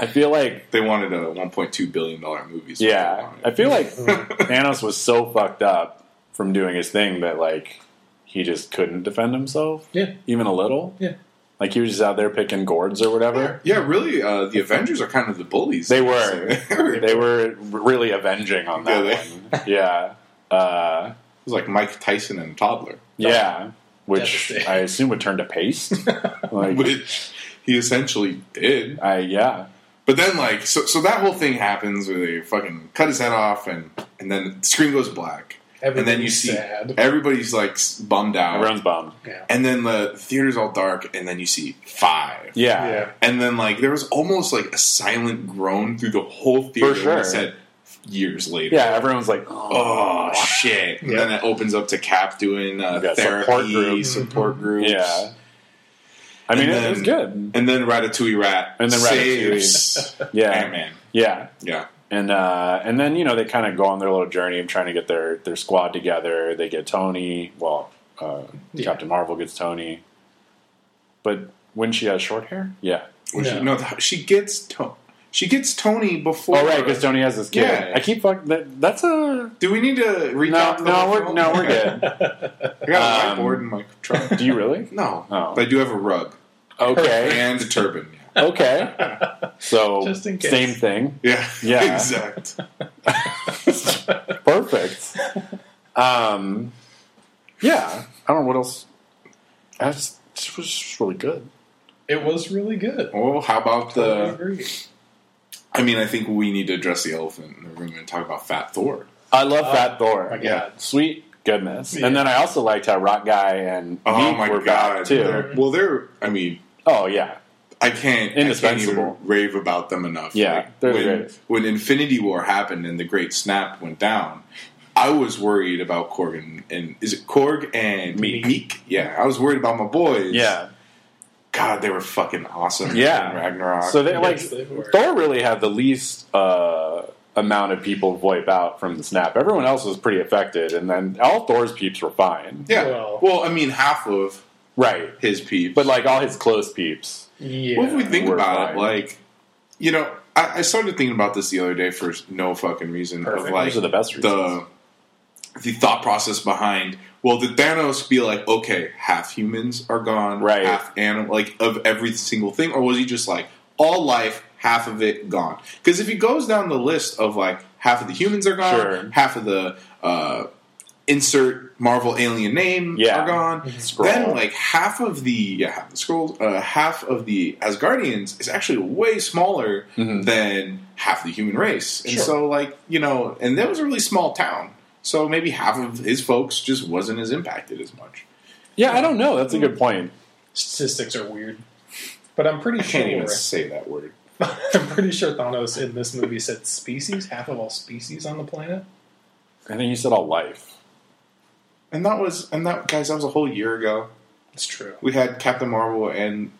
I feel like they wanted a 1.2 billion dollar movie. so they Yeah, wanted- I feel like Thanos was so fucked up from doing his thing that like he just couldn't defend himself, Yeah. even a little. Yeah. like he was just out there picking gourds or whatever. Yeah, really. Uh, the Avengers are kind of the bullies. They *laughs* were. it They were really avenging on that Yeah, one. Yeah, uh, was like Mike Tyson and a toddler, yeah, which Devastating. I assume would turn to paste. Like, which he essentially did. I yeah, But then, like, so, so that whole thing happens where they fucking cut his head off, and and then the screen goes black, and then you Everybody's see sad. everybody's like s- bummed out, everyone's bummed. Yeah. and then the theater's all dark, and then you see five. Yeah, Yeah. And then, like, there was almost like a silent groan through the whole theater. For when they sure. said years later. Yeah, Everyone's like, oh shit! And Yeah. then it opens up to Cap doing uh, Yeah, therapy, support support groups. groups. Mm-hmm. support groups. yeah. I mean, And it, it was then- good. And then Ratatouille Rat And then Ratatouille. saves *laughs* Yeah, Ant Man. yeah. Yeah, and uh, and then you know they kind of go on their little journey of trying to get their their squad together. They get Tony. Well, uh, Yeah. Captain Marvel gets Tony, but when she has short hair, yeah. Well, she- Yeah. no, th- she gets to- she gets Tony before. Oh right, because Tony has this kid. Yeah. I keep fuck. That, that's a Do we need to no, recap? the no, whole we're film? no, we're Okay. good. *laughs* *laughs* I Um, got a whiteboard in my truck. Do you really? No, Oh. but I do have a rug *laughs* Okay, and a turban. okay. So Just in case. same thing. Yeah, Yeah. *laughs* exact. Perfect. *laughs* Um, yeah. I don't know what else. I just, it was just really good. It was really good. Well, how about I the? agree. I mean, I think we need to address the elephant in the room and talk about Fat Thor. I love Fat Thor. My God. yeah. Sweet goodness. Yeah. And then I also liked how Rock Guy and Oh Meek my were god! back too. They're- well, they're. I mean, Oh yeah. I can't. I can't even Indispensable. rave about them enough. Yeah, Like, they're the when, greatest. when Infinity War happened and the Great Snap went down, I was worried about Korg and, and is it Korg and Meek. Yeah, I was worried about my boys. Yeah. God, they were fucking awesome. Yeah. in Ragnarok. So they like Yes, they were. Thor really had the least uh, amount of people VoIP out from the snap. Everyone else was pretty affected and then all Thor's peeps were fine. yeah. Well- Well, I mean, half of Right. his peeps, But like all his close peeps. Yeah. Well, if we think we're about fine. it, like, you know, I, I started thinking about this the other day for no fucking reason. Perfect. Of like Those are the best reasons. the the thought process behind. Well, did Thanos be like, okay, half humans are gone, Right. Half animal, like of every single thing, or was he just like all life, half of it gone? Because if he goes down the list of like half of the humans are gone, Sure. half of the uh, insert Marvel alien name Yeah. Mhm. are gone, Skrull. then like half of the yeah, half the scrolls, uh, half of the Asgardians is actually way smaller Mhm. than half the human race, and Sure. so like you know, and that was a really small town, so maybe half of his folks just wasn't as impacted as much. Yeah, I don't know. That's a good point. Statistics are weird. But I'm pretty I sure. can't *laughs* even say that word. I'm pretty sure Thanos in this movie said species, half of all species on the planet. I think you said all life. And that was and that guys, that was a whole year ago. It's true. We had Captain Marvel and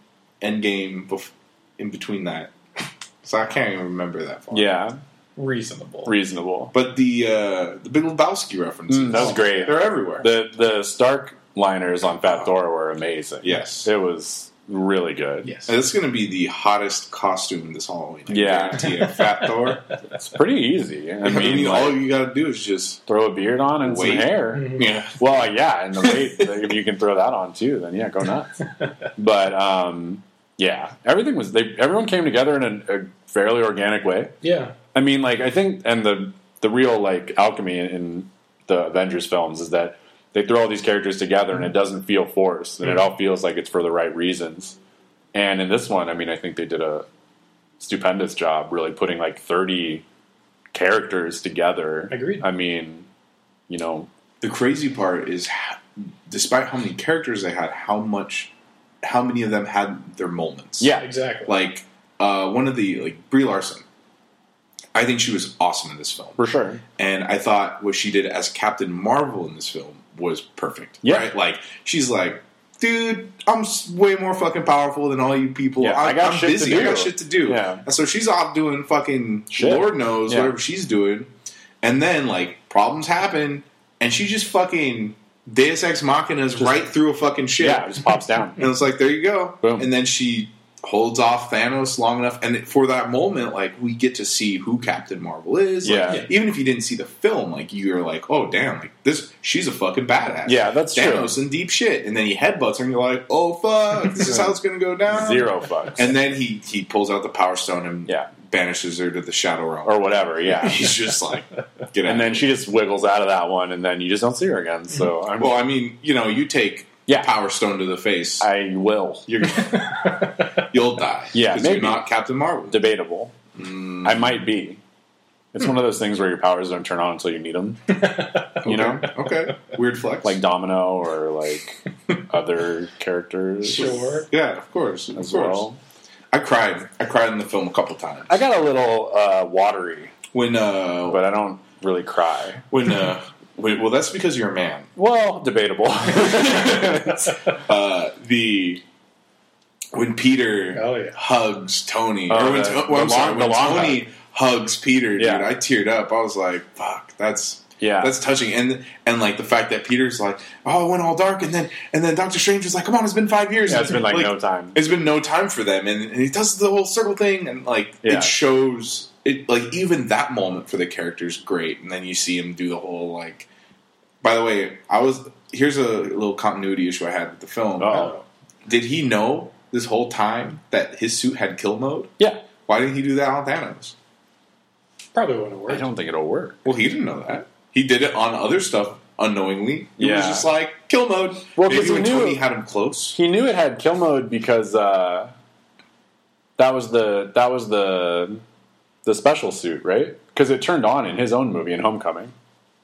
Endgame bef- in between that, *laughs* so I can't even remember that far. Yeah. Reasonable. Reasonable. But the uh, the Big Lebowski references, Mm, that was great. They're everywhere. The the Stark liners on Fat Thor were amazing. Yes. It was really good. yes. Now, this is going to be the hottest costume this Halloween. I Yeah. guarantee it. *laughs* Fat Thor. It's pretty easy. I I mean, mean, all like, you got to do is just throw a beard on and Wait. Mm-hmm. some hair. Mhm. yeah. Well, yeah, and the weight, if you can throw that on too, then yeah, go *laughs* nuts. But um, yeah, everything was, they, everyone came together in a, a fairly organic way. Yeah. I mean, like I think, and the the real like alchemy in the Avengers films is that they throw all these characters together and it doesn't feel forced, and it all feels like it's for the right reasons. And in this one, I mean, I think they did a stupendous job, really putting like thirty characters together. Agreed. I mean, you know, The crazy part is, h- despite how many characters they had, how much, how many of them had their moments. yeah, Exactly. Like uh, one of the like Brie Larson. I think she was awesome in this film. for sure. And I thought what she did as Captain Marvel in this film was perfect. Yeah. Right? Like, she's like, dude, I'm s- way more fucking powerful than all you people. Yeah, I, I got am shit to busy. I do." got shit to do. Yeah. And so she's off doing fucking Shit. Lord knows Yeah. whatever she's doing. And then, like, problems happen, and she just fucking Deus Ex Machina's right through a fucking ship. Yeah, it just pops down. And it's like, there you go. Boom. And then she holds off Thanos long enough. And for that moment, like, we get to see who Captain Marvel is. Like, Yeah. even if you didn't see the film, like, you're like, oh, damn, like, this, she's a fucking badass. Yeah, that's true. Thanos in deep shit. And then he headbutts her and you're like, oh, fuck, this *laughs* is how it's going to go down. Zero fucks. And then he, he pulls out the Power Stone and Yeah. banishes her to the Shadow Realm. or whatever, yeah. *laughs* He's just *laughs* like, get out. And then she just wiggles out of that one, and then you just don't see her again. So I'm, well, I mean, you know, you take Yeah. Power Stone to the face, I will. you're, *laughs* you'll die. Yeah, Because you're maybe. not Captain Marvel. Debatable. I might be. It's one of those things where your powers don't turn on until you need them. You know, Okay. Weird flex. like Domino or like other characters. Sure. yeah, of course, of As course. well, I cried. I cried in the film a couple times I got a little uh, watery, when uh but I don't really cry. when uh when, well that's because you're a man. Well, debatable. *laughs* Uh the when Peter Oh, yeah. hugs Tony Oh, or when, the- To- well, I'm the sorry, long- when the long Tony hugs Peter, Yeah. dude, I teared up. I was like, fuck, that's Yeah. That's touching, and and like the fact that Peter's like, oh, it went all dark, and then and then Doctor Strange was like, come on, it's been five years. Yeah, it's been, like, no time. It's been no time for them, and, and he does the whole circle thing, and like Yeah. it shows it. Like even that moment for the character's great, and then you see him do the whole like. By the way, I was here's a little continuity issue I had with the film. Uh-oh. Did he know this whole time that his suit had kill mode? yeah, Why didn't he do that on Thanos? Probably wouldn't have I worked. don't think it'll work. Well, he didn't know that. He did it on other stuff unknowingly. He was Yeah. just like kill mode. Well, Maybe 'cause he when knew- Tony had him close. He knew it had kill mode because uh, that was the that was the the special suit, right? Because it turned on in his own movie in Homecoming.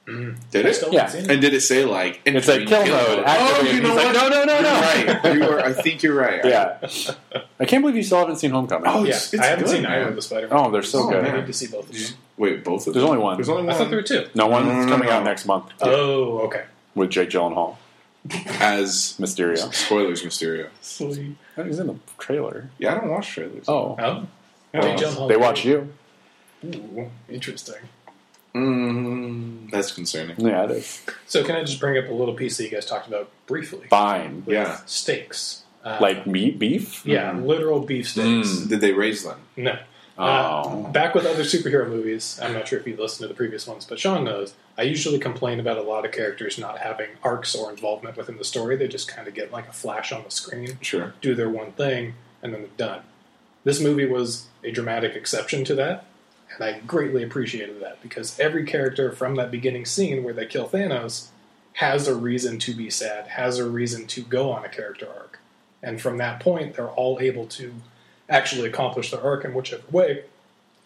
Did I it? still Yeah. haven't seen it. And did it say like and It said kill mode. Oh, activate. you know He's what? Like, no, no, no, *laughs* no. You're right. You are. I think you're right. Yeah. I can't believe you still haven't seen Homecoming. Oh, Yeah, it's- it's I haven't good, seen either man. of the Spider Man. Oh, they're so Oh, good. I man. need to see both of them. Wait, both of them. There's only one. There's only I one. thought there were two. No one's No, no, no, coming no. out next month Oh, okay. with Jake Gyllenhaal, As *laughs* Mysterio. spoilers, Mysterio. Sweet. Oh, He's in the trailer. Yeah, I don't watch trailers. Oh, Oh, Yeah. Jake Gyllenhaal. they watch you. Ooh, interesting. Mm, that's concerning. Yeah, it is. So, can I just bring up a little piece that you guys talked about briefly? Fine. With Yeah. Steaks. Uh, Like meat, beef. Yeah, literal beef Mm. steaks. Did they raise them? No. Oh. Uh, back with other superhero movies, I'm not sure if you've listened to the previous ones, but Sean knows. I usually complain about a lot of characters not having arcs or involvement within the story. They just kind of get like a flash on the screen, Sure. do their one thing, and then they're done. This movie was a dramatic exception to that, and I greatly appreciated that because every character from that beginning scene where they kill Thanos has a reason to be sad, has a reason to go on a character arc. And from that point, they're all able to actually accomplish their arc in whichever way,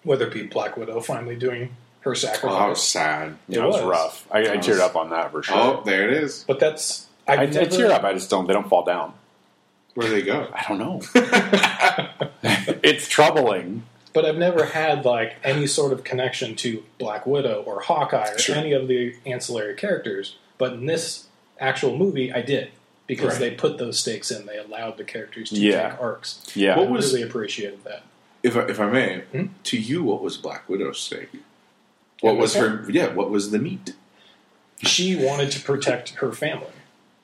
whether it be Black Widow finally doing her Oh, that was sacrifice. sad. That was, was. rough. I, I was- teared up on that for sure. Oh, there it is. But that's. I, I I've never- tear up. I just don't. They don't fall down. Where they go? I don't *laughs* know. it's troubling. but I've never had like any sort of connection to Black Widow or Hawkeye or Sure. any of the ancillary characters. But in this actual movie, I did because they Right. put those stakes in. They allowed the characters to Yeah. take arcs. Yeah. I What was- really appreciated that. If I, if I may, Hmm? to you, what was Black Widow's stake? What Yeah, was okay. her? Yeah, what was the meat? She wanted to protect her family,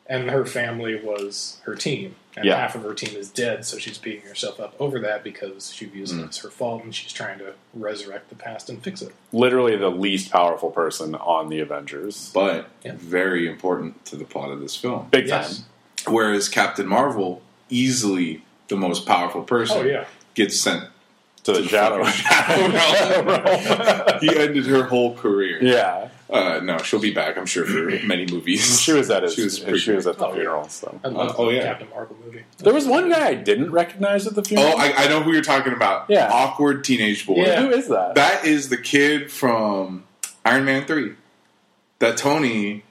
and her family was her team. And Yeah. half of her team is dead, so she's beating herself up over that because she views Hmm. it as her fault, and she's trying to resurrect the past and fix it. Literally the least powerful person on the Avengers. but Yeah. very important to the plot of this film. Big Yes. time. Whereas Captain Marvel, easily the most powerful person, Oh yeah, gets sent To to the the shadow. fucking *laughs* shadow realm. he ended her whole career. yeah. Uh, no, she'll be back, I'm sure, for many movies. She was at his, She she was was, pretty at the Oh, yeah. funeral. So I love oh, the yeah. Captain Marvel movie. Uh, there was one guy I didn't recognize at the funeral. oh, I, I know who you're talking about. Yeah. Awkward teenage boy. Yeah. who is that? That is the kid from Iron Man 3 that Tony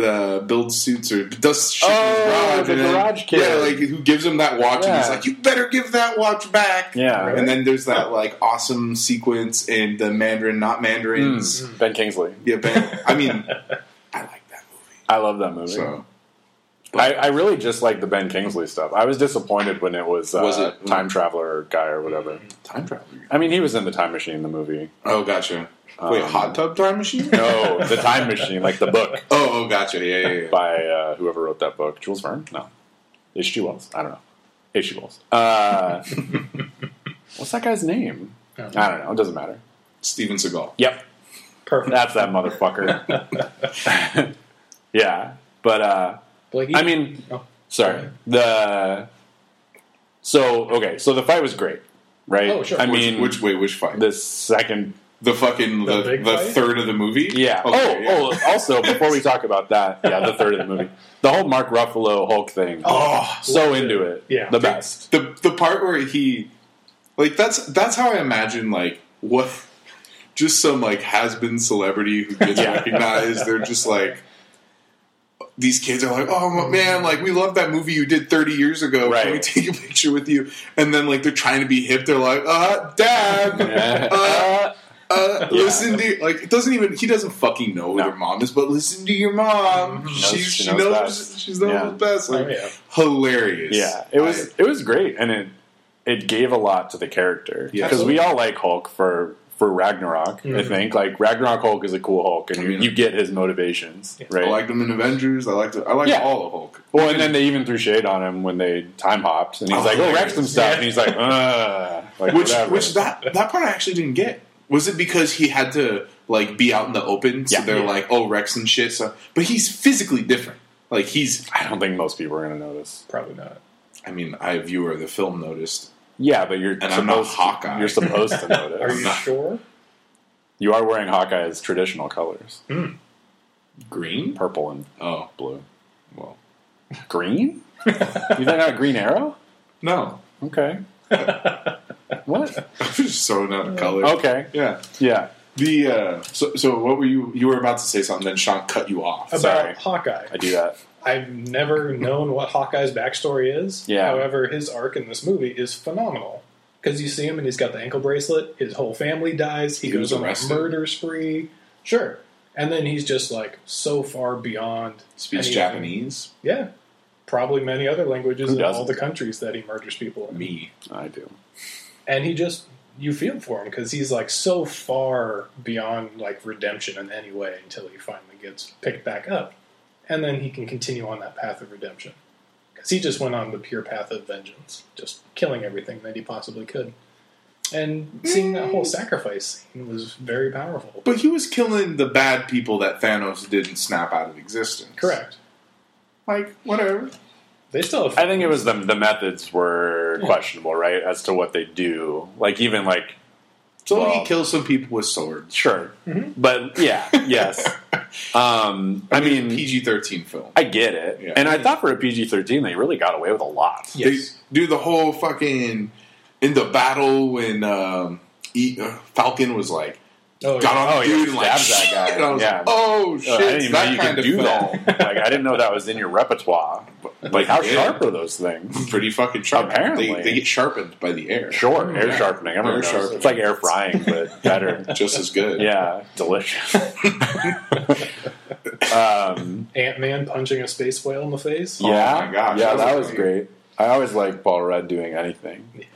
uh, builds suits or does shit Oh, in his garage. the and then- garage kid. Yeah, like who gives him that watch and he's Yeah. like, you better give that watch back. Yeah. And then there's that like awesome sequence in the Mandarin, not Mandarins. Ben Kingsley. Yeah, Ben. I mean, *laughs* I like that movie. I love that movie. So I, I really just like the Ben Kingsley stuff. I was disappointed when it was, uh, Was it- time traveler guy or whatever. time traveler. I mean, he was in the time machine, the movie. Oh, gotcha. Wait, Um, hot tub time *laughs* machine? No, *laughs* the time machine, like the book Oh, oh, gotcha. Yeah, yeah, yeah. by uh, whoever wrote that book, Jules Verne. No, H.G. Wells. I don't know. H.G. Wells. *laughs* Uh, what's that guy's name? I don't don't know. know. It doesn't matter. Steven Seagal. Yep, Perfect. that's that motherfucker. *laughs* yeah, but uh, Blakey? I mean, Oh. sorry. The so okay, so the fight was great, right? Oh, sure. I Which, mean, which way? Which fight? The, the second, fucking The the, big the fight? third of the movie. yeah. Okay, yeah. oh, oh, also before we talk about that, yeah, the third of the movie, the whole Mark Ruffalo Hulk thing. Oh, so into it. Yeah. the best. the the part where he like that's that's how I imagine like what just some like has been celebrity who gets Yeah. recognized. They're just like these kids are like, oh man, like we love that movie you did 30 years ago. Can we Right. take a picture with you? And then like they're trying to be hip. They're like, uh, *laughs* dad, *laughs* Uh, uh, Yeah. listen to like it doesn't even he doesn't fucking know who No. their mom is, but listen to your mom. She, knows- she, she knows knows, best. she's the Yeah. best. Like, Oh, yeah. hilarious. yeah, it I- was it was great, and it it gave a lot to the character Yeah. because we all like Hulk for for Ragnarok. I Mhm. think like Ragnarok Hulk is a cool Hulk, and you, Yeah. you get his motivations, Yeah. right? I liked him in Avengers. I liked I liked Yeah. all of Hulk. well, and then they even threw shade on him when they time hopped, and he's Oh, like, "Oh, there it wreck is. some stuff," Yeah. and he's like, "Ugh," like which whatever. which that that part I actually didn't get. Was it because he had to like be out in the open? So Yeah. they're Yeah. like, oh, Rex and shit. So, but he's physically different. Like he's. I don't think most people are going to notice. Probably not. I mean, I a viewer of the film noticed. Yeah, but you're I'm supposed not Hawkeye. you're supposed to *laughs* Are notice. you sure? you are wearing Hawkeye's traditional colors: Green. purple and Oh blue. well, Green? you think not Green Arrow? no. *laughs* Okay. *laughs* what? I'm just throwing out a color. Okay. Yeah. Yeah. The uh, so so what were you you were about to say something? Then Sean cut you off. About Sorry. Hawkeye. I do that. I've never known what Hawkeye's backstory is. Yeah. However, his arc in this movie is phenomenal because you see him and he's got the ankle bracelet. His whole family dies. He, He goes was on a arrested. murder spree. Sure. And then he's just like so far beyond. Speaks anything. Japanese. Yeah. Probably many other languages Who in all doesn't? the countries that he murders people in. Me. I do. And he just, you feel for him because he's like so far beyond like redemption in any way until he finally gets picked back up. And then he can continue on that path of redemption. Because he just went on the pure path of vengeance, just killing everything that he possibly could. And seeing that whole sacrifice scene was very powerful. But he was killing the bad people that Thanos didn't snap out of existence. Correct. Like whatever. They still have. I think it was the the methods were questionable, right, as to what they do. Like even like So Well- he kills some people with swords. sure, Mm-hmm. but yeah, *laughs* yes. Um, I mean, PG thirteen film. I get it, Yeah. and I thought for a PG thirteen they really got away with a lot. Yes. They do the whole fucking in the battle when um, e, uh, Falcon was like Oh, yeah. got on Oh, the yeah, dude and like stabs that "Shit," guy. and I was Yeah. like, oh Uh, I shit, didn't even know that you kind could of do film. that. *laughs* like I didn't know that was in your repertoire. Like how Yeah. sharp are those things? *laughs* Pretty fucking sharp. Apparently. they, they get sharpened by the air. Sure, air Yeah. sharpening. Everyone Mm, knows. Air sharpening. It's like air frying, *laughs* but better. just as good. Yeah, *laughs* delicious. Oh um, Ant Man punching a space whale in the face. yeah, my gosh, yeah, that that was was great. I always like Paul Rudd doing anything. E-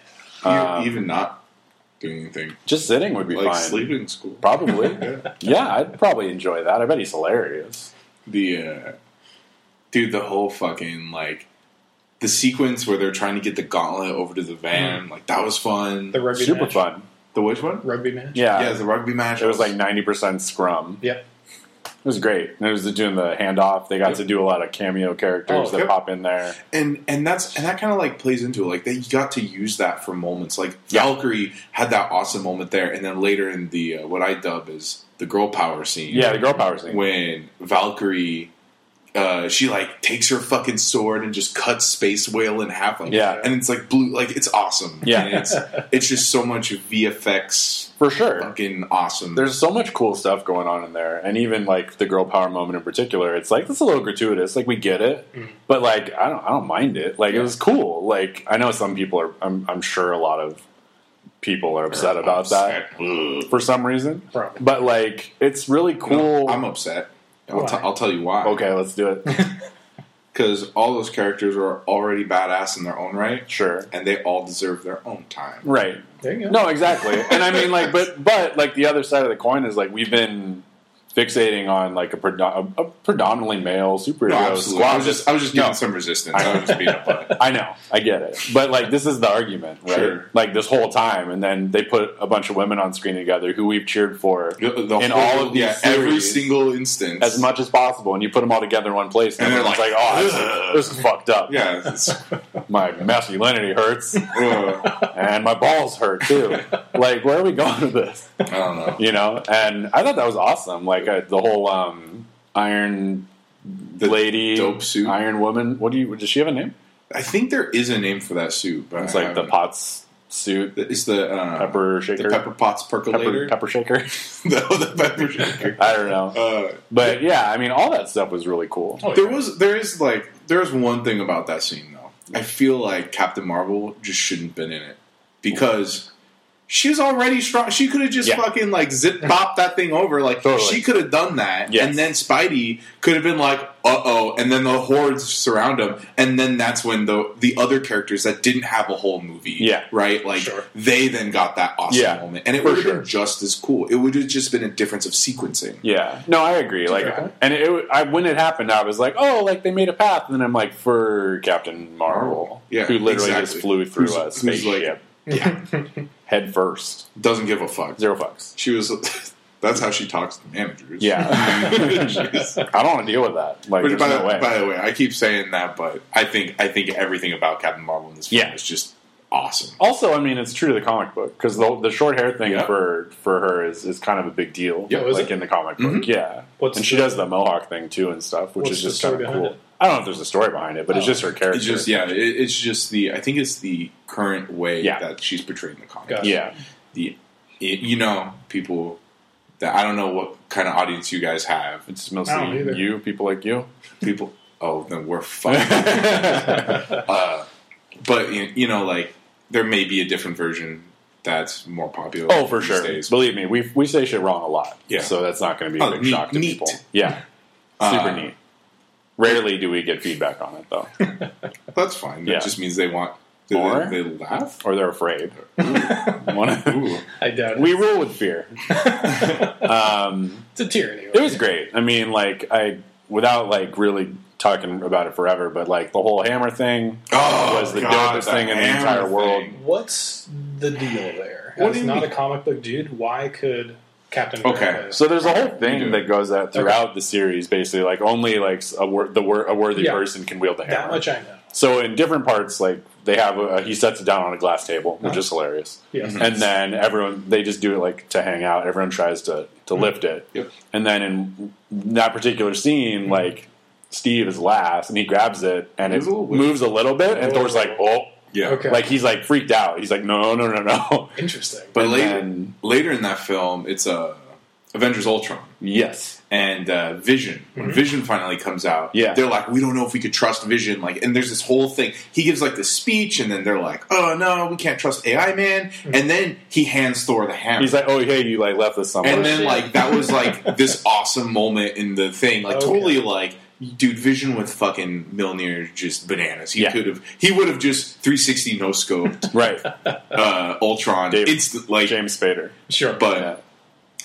Um, even not doing anything Just sitting would be like fine. sleeping school. Probably. *laughs* Yeah. yeah, I'd probably enjoy that. I bet he's hilarious. the uh, dude the whole fucking like the sequence where they're trying to get the gauntlet over to the Hmm. van like that was fun The rugby Super match. fun. the which one Rugby match. Yeah, yeah the rugby match it was like ninety percent scrum. Yeah. It was great. And it was doing the handoff. They got to do a lot of cameo characters Oh, that yep. pop in there. and and that's and that kind of like plays into it like they got to use that for moments like Yeah. Valkyrie had that awesome moment there and then later in the uh, what I dub is the girl power scene Yeah, the girl power scene. when Valkyrie uh, she like takes her fucking sword and just cuts Space Whale in half. Like, Yeah. and it's like blue. Like it's awesome. Yeah. *laughs* And it's it's just so much VFX. for sure. Fucking awesome. There's so much cool stuff going on in there, and even like the girl power moment in particular, it's like that's a little gratuitous. Like we get it, Mm-hmm. but like I don't, I don't mind it. Like it was cool. Like I know some people are, I'm, I'm sure a lot of people are upset about that Ugh. for some reason. Probably. But like, it's really cool. I'm upset. I'll, Why? t- I'll tell you why. okay, let's do it. Because all those characters are already badass in their own right, *laughs* Sure. and they all deserve their own time. Right. There you go. No, exactly. And I mean, like, but but like the other side of the coin is like we've been fixating on like a, predo- a, a predominantly male superhero No, absolutely. I squad. was just I was just giving No. some resistance. I was just being *laughs* up on it. I know, I get it, but like this is the argument, right? Sure. Like this whole time, and then they put a bunch of women on screen together who we've cheered for The- the in whole- all of these yeah, every series single instance. as much as possible, and you put them all together in one place, and, And they're everyone's like, like, "Oh, "Ugh." this, this is fucked up. Yeah, it's, My masculinity *laughs* hurts, uh, and my balls hurt too. like, where are we going with this?" I don't know. you know and i thought that was awesome like uh, the whole um iron The lady dope suit. iron woman what do you does she have a name I think there is a name for that soup. But it's I like the haven't- pots suit Uh, The- It's the uh, pepper the shaker pepper pots percolator. pepper, pepper shaker *laughs* *laughs* the, the pepper shaker. i don't know Uh, but yeah i mean all that stuff was really cool Oh, there yeah. was there is like there is one thing about that scene though. I feel like Captain Marvel just shouldn't have been in it because she was already strong. She could have just Yeah. fucking *laughs* like zip pop that thing over. Like Totally. she could have done that, Yes. and then Spidey could have been like, "Uh oh," and then the hordes surround him, and then that's when the the other characters that didn't have a whole movie, Yeah. right, like Sure. they then got that awesome Yeah, moment, and it for would have sure. been just as cool. It would have just been a difference of sequencing. yeah no i agree like Okay. and it, i when it happened i was like oh like they made a path and then i'm like for captain marvel Yeah, who literally just exactly. flew through Who's- a who's like- spaceship *laughs* head first Doesn't give a fuck. zero fucks She was. *laughs* That's how she talks to managers. *laughs* yeah *laughs* She's- i don't want to deal with that like But there's by, no way the, by the way, I keep saying that, but I think I think everything about Captain Marvel in this film Yeah. is just awesome. Also, I mean, it's true to the comic book because the, the short hair thing Yeah. for for her is, is kind of a big deal. Yeah, is like it? Mm-hmm. in the comic book, yeah. What's and she the- does the mohawk thing too and stuff, which What's is the just kind story of behind cool. it? I don't know if there's a story behind it, but it's Oh. just her character. It's just yeah, it, it's just the I think it's the current way Yeah. that she's portrayed in the comic. Got it. yeah, The it, you know people that I don't know what kind of audience you guys have. it's I don't either. mostly you, people like *laughs* you. People, *laughs* oh, then we're *laughs* fucked. uh, but you, you know, like there may be a different version that's more popular. oh, for these sure. days. Believe me, we we say shit wrong a lot. Yeah. so that's not going to be a Oh, big neat- shock to neat. people. Yeah, super Uh, neat. Rarely do we get feedback on it *laughs* though, That's fine. That Yeah. just means they want they, Or- they, they laugh. or they're *laughs* afraid. One of- Ooh. I doubt it. *laughs* we rule with fear. um, it's a tyranny. It was great. I mean, like I without like really talking about it forever, but like the whole hammer thing Oh, was the God, dopest that thing in the hammer entire thing. world. What's the deal there? What As do you not mean? a comic book dude, why could Captain Okay, America? So there's a whole You do. thing that goes out throughout the series, basically like only like a wor- the wor- a worthy Yeah. person can wield the that hammer. much I know. so in different parts, like they have a, he sets it down on a glass table, which is hilarious. Yes. And then everyone they just do it like to hang out. Everyone tries to to Mm-hmm. lift it. Yep. And then in that particular scene, Mm-hmm. like Steve is last and he grabs it and It it was a little weird. moves a little bit and Thor's like, oh. Yeah. Okay. Like he's like freaked out. He's like, no, no, no, no. *laughs* Interesting. But And later, then- later in that film, it's uh, Avengers Ultron yes, and uh, Vision. When Mm-hmm. Vision finally comes out, Yeah. they're like, we don't know if we could trust Vision. Like, and there's this whole thing. He gives like this speech, and then they're like, oh no, we can't trust AI man. Mm-hmm. And then he hands Thor the hammer. he's like, oh hey, you like left this somewhere. and then shit. like that *laughs* was like this awesome moment in the thing like Okay. totally like dude vision with fucking Milner just bananas he Yeah. could have he would have just 360 no scoped right, uh ultron Dave- instant like James Spader. sure. but Yeah.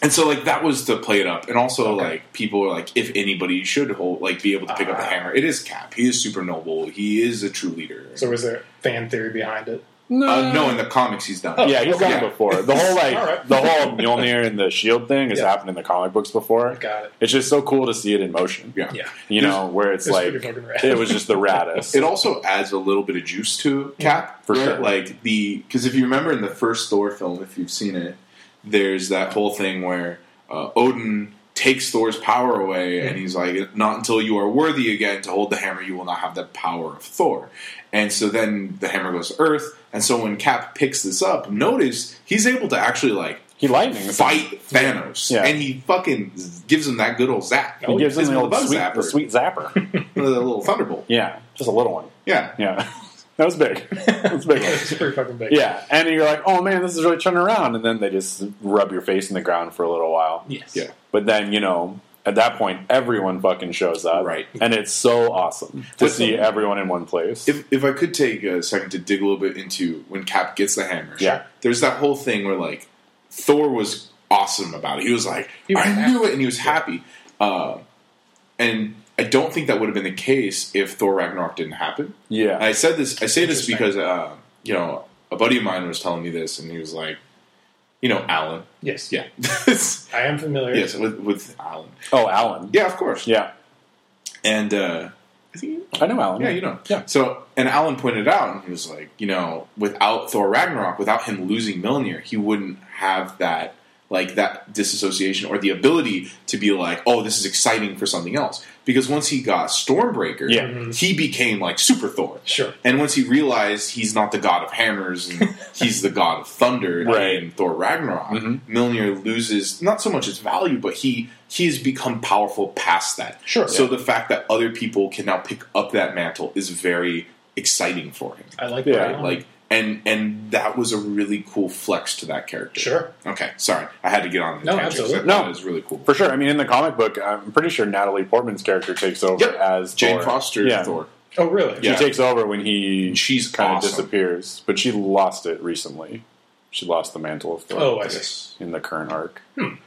and so like that was to play it up and also Okay. like people are like if anybody should hold like be able to pick up the Ah. hammer it is cap he is super noble he is a true leader so was there fan theory behind it? No, uh, no in the comics he's done Oh, Yeah, he's done Yeah. it before. The whole like All right. the whole Mjolnir and the shield E thing has Yeah. happened in the comic books before. Got it. It's just so cool to see it in motion. yeah Yeah. You know, where it's It's like pretty fucking rad. it was just the raddest. It also adds a little bit of juice to Cap For right? sure. Like the because if you remember in the first Thor film, if you've seen it, there's that whole thing where uh, Odin takes Thor's power away, and he's like, "Not until you are worthy again to hold the hammer, you will not have the power of Thor." And so then the hammer goes to Earth, and so when Cap picks this up, notice he's able to actually like He lightnings. fight Thanos, Yeah. and he fucking gives him that good old zap. Oh, He gives him His the old bug sweet, zapper. the sweet *laughs* zapper. the little thunderbolt. yeah, just a little one. Yeah, Yeah, *laughs* that was big. That was a *laughs* big. one. *laughs* It's pretty fucking big. Yeah, and you're like, oh man, this is really turning around, and then they just rub your face in the ground for a little while. Yes. yeah. But then you know, at that point, everyone fucking shows up, Right. And it's so awesome to With see the- everyone in one place. If, if I could take a second to dig a little bit into when Cap gets the hammer, Yeah. there's that whole thing where like Thor was awesome about it. He was like, He was I happy. knew it, and he was happy. Uh, and I don't think that would have been the case if Thor Ragnarok didn't happen. yeah, I said this. I say this Interesting. because uh, you know a buddy of mine was telling me this, and he was like, you know, Alan, Yes. yeah, *laughs* I am familiar. yes, with, with Alan, oh Alan, yeah, of course, yeah, and uh, I think I know Alan. Yeah, you know. Yeah. So, and Alan pointed out, and he was like, you know, without Thor Ragnarok, without him losing Mjolnir, he wouldn't have that, like, that disassociation or the ability to be like, oh, this is exciting for something else. Because once he got Stormbreaker, Yeah. he became, like, Super Thor. Sure. And once he realized he's not the god of *laughs* hammers and he's the god of thunder Right. Mm-hmm. in Thor Ragnarok, Mjolnir loses not so much its value, but he he has become powerful past that. Sure. So the fact that other people can now pick up that mantle is very exciting for him. I like Yeah, that. Like and and that was a really cool flex to that character. Sure. Okay. Sorry, I had to get on. The No, tangent 'cause I absolutely. thought No. it was really cool. For sure. I mean, in the comic book, I'm pretty sure Natalie Portman's character takes over Yep. as Jane Thor. Foster Yeah. Thor. Oh, really? Yeah. She takes over when he She's kind awesome. of disappears, but she lost it recently. She lost the mantle of Thor. Oh, I see. Yes. in the current arc. Did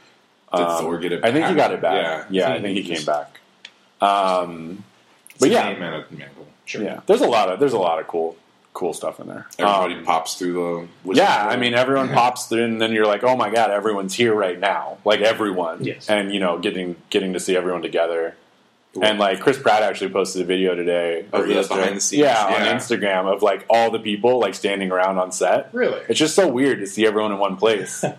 Um, Thor get it? I think he got it Yeah. back. Yeah, I think he came back. Um, but It's a yeah, name and a mantle. Sure. yeah, there's a lot of there's a lot of cool cool stuff in there. Everybody Um, pops through the. wizard yeah, hole. I mean everyone pops through, and then you're like, oh my god, everyone's here right now, like everyone. Yes. and you know, getting getting to see everyone together. And like Chris Pratt actually posted a video today Of or the yesterday. Oh, behind the scenes, yeah, yeah. on Instagram of like all the people like standing around on set. Really? It's just so weird to see everyone in one *laughs* place. and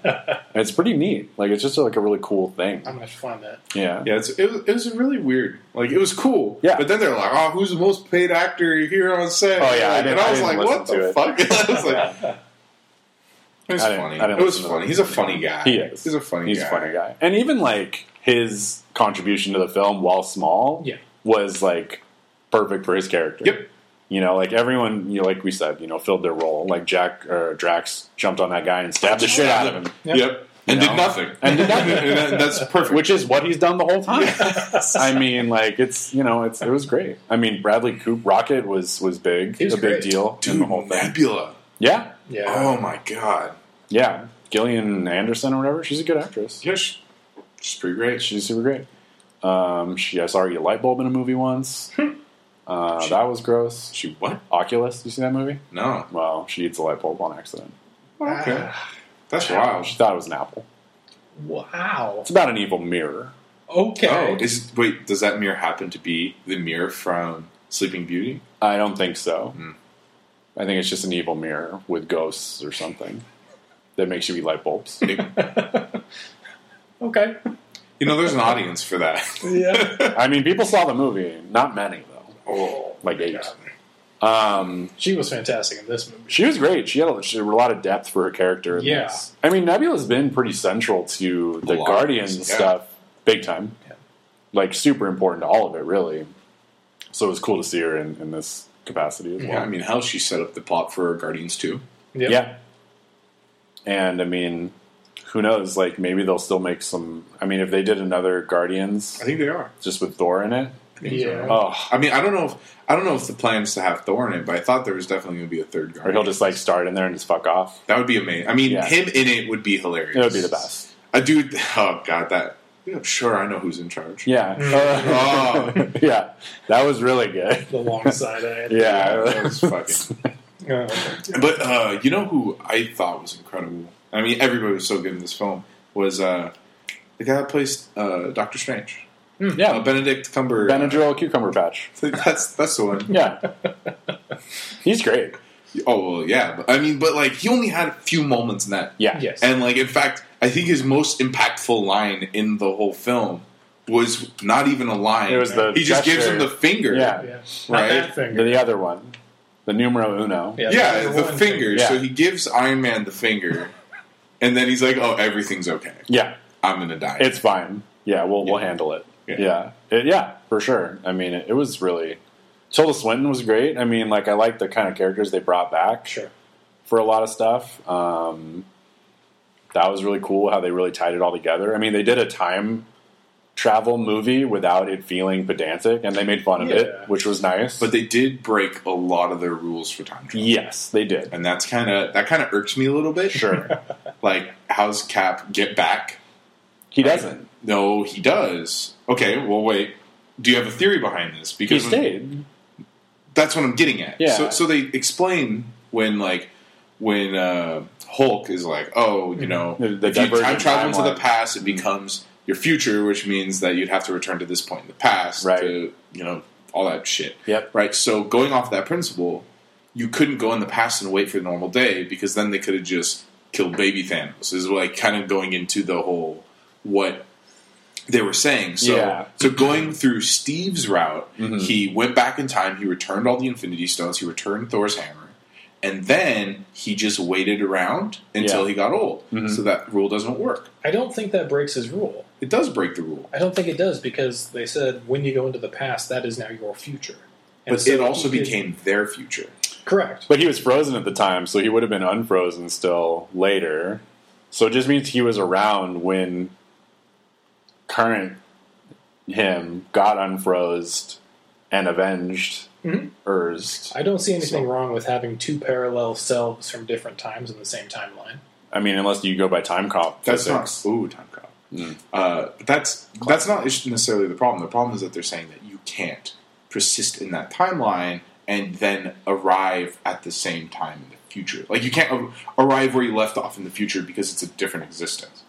it's pretty neat. Like it's just like a really cool thing. I'm gonna have to find that. Yeah. Yeah, it's, it, was, it was really weird. Like, it was cool. Yeah. But then they're like, oh, who's the most paid actor here on set? Oh, yeah, I Like, didn't- and I I was didn't like, what listen the fuck? *laughs* I was like, it was I didn't- funny. I didn't It was listen to funny. that. He's a funny guy. He is. He's a funny He's guy. a funny guy. And even like his contribution to the film, while small, Yeah. was like perfect for his character. Yep. You know, like everyone, you know, like we said, you know, filled their role. Like Jack or Drax jumped on that guy and stabbed the shit out of him, Yep. And You did know? nothing. And *laughs* did nothing. that's perfect. which is what he's done the whole time. *laughs* I mean, like it's you know, it's it was great. I mean, Bradley Coop Rocket was was big, He was a big great. deal in Dude, the whole thing. Nebula. Yeah, Yeah. Oh, my God. yeah. Gillian Anderson or whatever, she's a good actress. Yeah, she- she's pretty great. She, She's super great. Um, she I saw her eat a light bulb in a movie once. Hmm. Uh, that was gross. she what? Oculus, you see that movie? No. Well, she eats a light bulb on accident. Oh, Okay. Ah, That's wild. She thought it was an apple. wow. It's about an evil mirror. Okay. Oh, is wait? Does that mirror happen to be the mirror from Sleeping Beauty? I don't think so. Hmm. I think it's just an evil mirror with ghosts or something that makes you eat light bulbs. okay. You know, there's an audience for that. *laughs* Yeah. *laughs* I mean, people saw the movie. Not many though. Oh, Like eight. God. Um, She was fantastic in this movie. she was great. She had a, she had a lot of depth for her character. In Yeah. this. I mean, Nebula's been pretty central to A the lot. Guardians Yeah. stuff, big time. Yeah. Like super important to all of it, really. So it was cool to see her in, in this capacity as well. yeah, I mean, hell, she set up the plot for Guardians too. Yep. Yeah. And I mean, who knows? Like maybe they'll still make some. I mean, if they did another Guardians I think they are. just with Thor in it, Yeah. oh, I mean, I don't know if I don't know if the plan is to have Thor in it, but I thought there was definitely going to be a third or Guardian. he'll just like start in there and just fuck off. that would be amazing. I mean, Yeah. him in it would be hilarious. It would be the best. A dude. Oh god, that. Yeah, sure, I know who's in charge. Yeah. Oh. *laughs* yeah. That was really good. *laughs* The *laughs* long side eye. Yeah. that *laughs* was fucking. Oh, But uh, you know who I thought was incredible? I mean, everybody was so good in this film. Was uh, the guy that plays uh, Doctor Strange? Uh, Hmm. yeah. Benedict Cumber. Benadryl cucumber patch. That's that's the one. *laughs* Yeah. He's great. Oh well, yeah. But, I mean, but like he only had a few moments in that. Yeah. Yes. And like, in fact, I think his most impactful line in the whole film was not even a line. It was the he just gives gesture. him the finger. Yeah. Yeah. Not Right. that The, finger. the other one, the numero uno. Yeah, number the one finger. Yeah. So he gives Iron Man the finger, and then he's like, "Oh, everything's okay. Yeah, I'm gonna die." it's fine. Yeah, we'll we'll Yeah. handle it. Yeah. Yeah, It- yeah, for sure. I mean, it, it was really. Tilda Swinton was great. I mean, like I like the kind of characters they brought back Sure. for a lot of stuff. Um, that was really cool how they really tied it all together. I mean, they did a time travel movie without it feeling pedantic, and they made fun of Yeah. it, which was nice. but they did break a lot of their rules for time travel, yes, they *laughs* did. and that's kind of that kind of irks me a little bit. Sure, Like, how's Cap get back? he doesn't. No, he does. Okay, well, wait. Do you have a theory behind this? He Because when- stayed. that's what I'm getting at. Yeah. So, so they explain when like when uh, Hulk is like, oh, you know, Mm-hmm. The- the if you time divergent travel into timeline. Mm-hmm. the past, it becomes your future, which means that you'd have to return to this point in the past Right. to you know all that shit. Yep. Right. So going off that principle, you couldn't go in the past and wait for the normal day because then they could have just killed baby Thanos. This is like kind of going into the whole what they were saying. So Yeah. Mm-hmm. so going through Steve's route, he went back in time, he returned all the Infinity Stones, he returned Thor's hammer, and then he just waited around until Yeah. Mm-hmm. he got old. So that rule doesn't work. I don't think that breaks his rule. It does break the rule. I don't think it does because they said when you go into the past, that is now your future. And But so it also he did- became their future. correct. But he was frozen at the time, so he would have been unfrozen still later. So it just means he was around when current him got unfroze and avenged Mhm. Urzed. I don't see anything wrong with having two parallel selves from different times in the same timeline. I mean, unless you go by time cop. That's physics. not ooh time cop. Uh, but that's that's not necessarily the problem. The problem is that they're saying that you can't persist in that timeline and then arrive at the same time in the future. Like you can't a- arrive where you left off in the future because it's a different existence.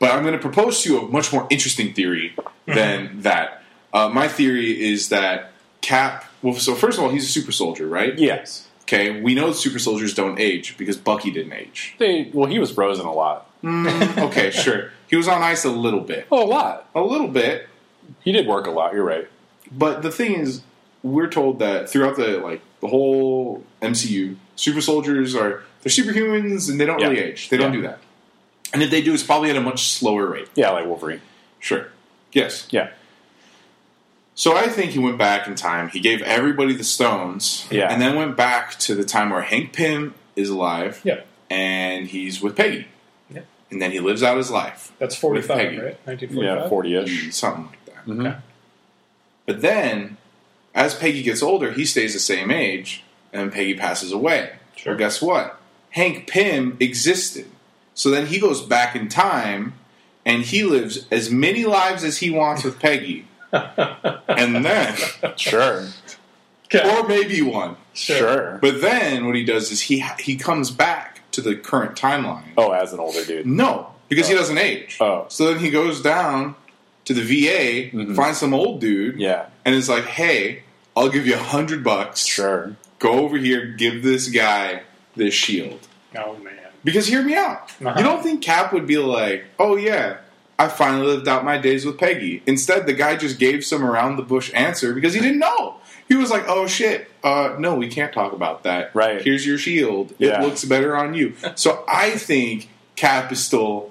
But I'm going to propose to you a much more interesting theory than that. Uh, my theory is that Cap. Well, so first of all, he's a super soldier, right? Yes. Okay, we know super soldiers don't age because Bucky didn't age. They, well, he was frozen a lot. *laughs* Okay, sure. He was on ice a little bit. Oh, a lot. A little bit. He did work a lot. You're right. But the thing is, we're told that throughout the like the whole MCU, super soldiers are they're superhumans and they don't Yeah. really age. They don't Yeah. do that. And if they do, it's probably at a much slower rate. Yeah, like Wolverine. Sure. Yes. Yeah. So I think he went back in time. He gave everybody the stones. Yeah. And then went back to the time where Hank Pym is alive. Yeah. And he's with Peggy. Yeah. And then he lives out his life. That's 45, Peggy. right? 1945? Yeah, 40 ish. Something like that. Mm-hmm. Okay. But then, as Peggy gets older, he stays the same age, and Peggy passes away. Well, guess what? Hank Pym existed. So then he goes back in time, and he lives as many lives as he wants *laughs* with Peggy. and then, Sure. Okay. or maybe one. Sure. Sure. But then what he does is he he comes back to the current timeline. Oh, as an older Mm. dude. No, because he doesn't age. Oh. Mm-hmm. So then he goes down to the VA, finds some old dude, Yeah. and it's like, hey, I'll give you a hundred bucks. Sure. Go over here, give this guy this shield. Oh, man. Because hear me out. Uh-huh. You don't think Cap would be like, oh yeah, I finally lived out my days with Peggy. Instead, the guy just gave some around the bush answer because he didn't know. He was like, oh shit, uh, no, we can't talk about that. Right. Here's your shield. Yeah. It looks better on you. So I think Cap is still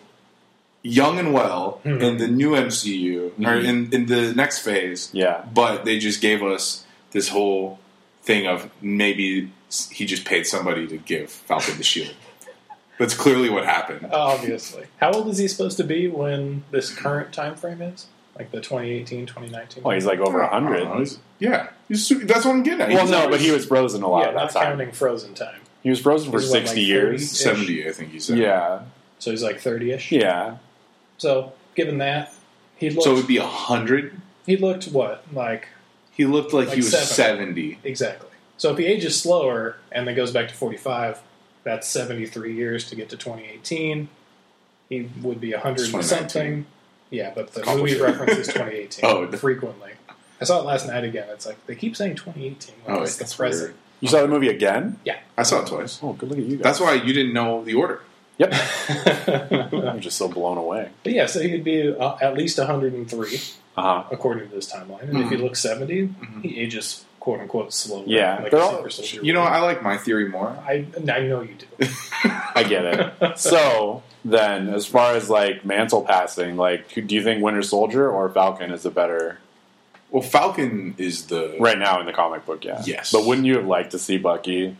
young and well Hmm. in the new MCU or Mhm. in, in the next phase. Yeah. But they just gave us this whole thing of maybe s- he just paid somebody to give Falcon the shield. That's clearly what happened. Obviously. How old is he supposed to be when this current time frame is? Like the 2018, Oh, 2019? Well, he's like over I don't know, 100. Oh, he's- Yeah, He's su- that's what I'm getting at. Well, He's no, but always he was frozen a lot yeah, at that not time. counting frozen time. He was frozen for He's what, 60 like, years. 70, I think he said. Yeah. So he's like 30 ish. Yeah. So, given that, he looked, So it would be 100. he looked what? Like, He looked like, Like he was 70. 70. exactly. So if he ages slower and then goes back to 45, that's 73 years to get to 2018. He would be 100 and 2019. something. Yeah, but the movie references 2018 Oh. frequently. I saw it last night again. It's like they keep saying 2018 when Oh, it's the that's present. weird. *laughs* You saw the movie again? I saw it twice. Oh, good look at you guys. That's why you didn't know the order. Yep. *laughs* but I'm just so blown away. yeah, so he could be uh, at least 103 Uh huh. according to this timeline, and if Mm-hmm. he looks 70, he ages quote unquote slowly. Yeah, like they're a all- super soldier. You know, I like my theory more. I I know you *laughs* do. I get *laughs* it. so then, as far as like mantle passing, like, who- do you think Winter Soldier or Falcon is the better Well, Falcon is the right now in the comic book? Yeah. Yes. But wouldn't you have liked to see Bucky?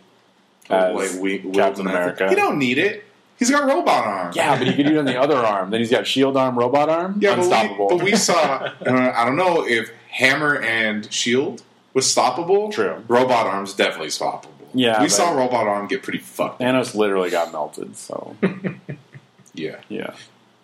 Oh, as like, we- we- Captain we- America. You don't need it. He's got robot arm. Yeah, but he could do it *laughs* on the other arm. Then he's got shield arm, robot arm, yeah. But we, unstoppable. but *laughs* we saw. uh, I don't know if Hammer and Shield E was stoppable. True. Robot arm's definitely stoppable. Yeah, we but- saw robot arm get pretty fucked. Thanos literally got melted. So Yeah. yeah,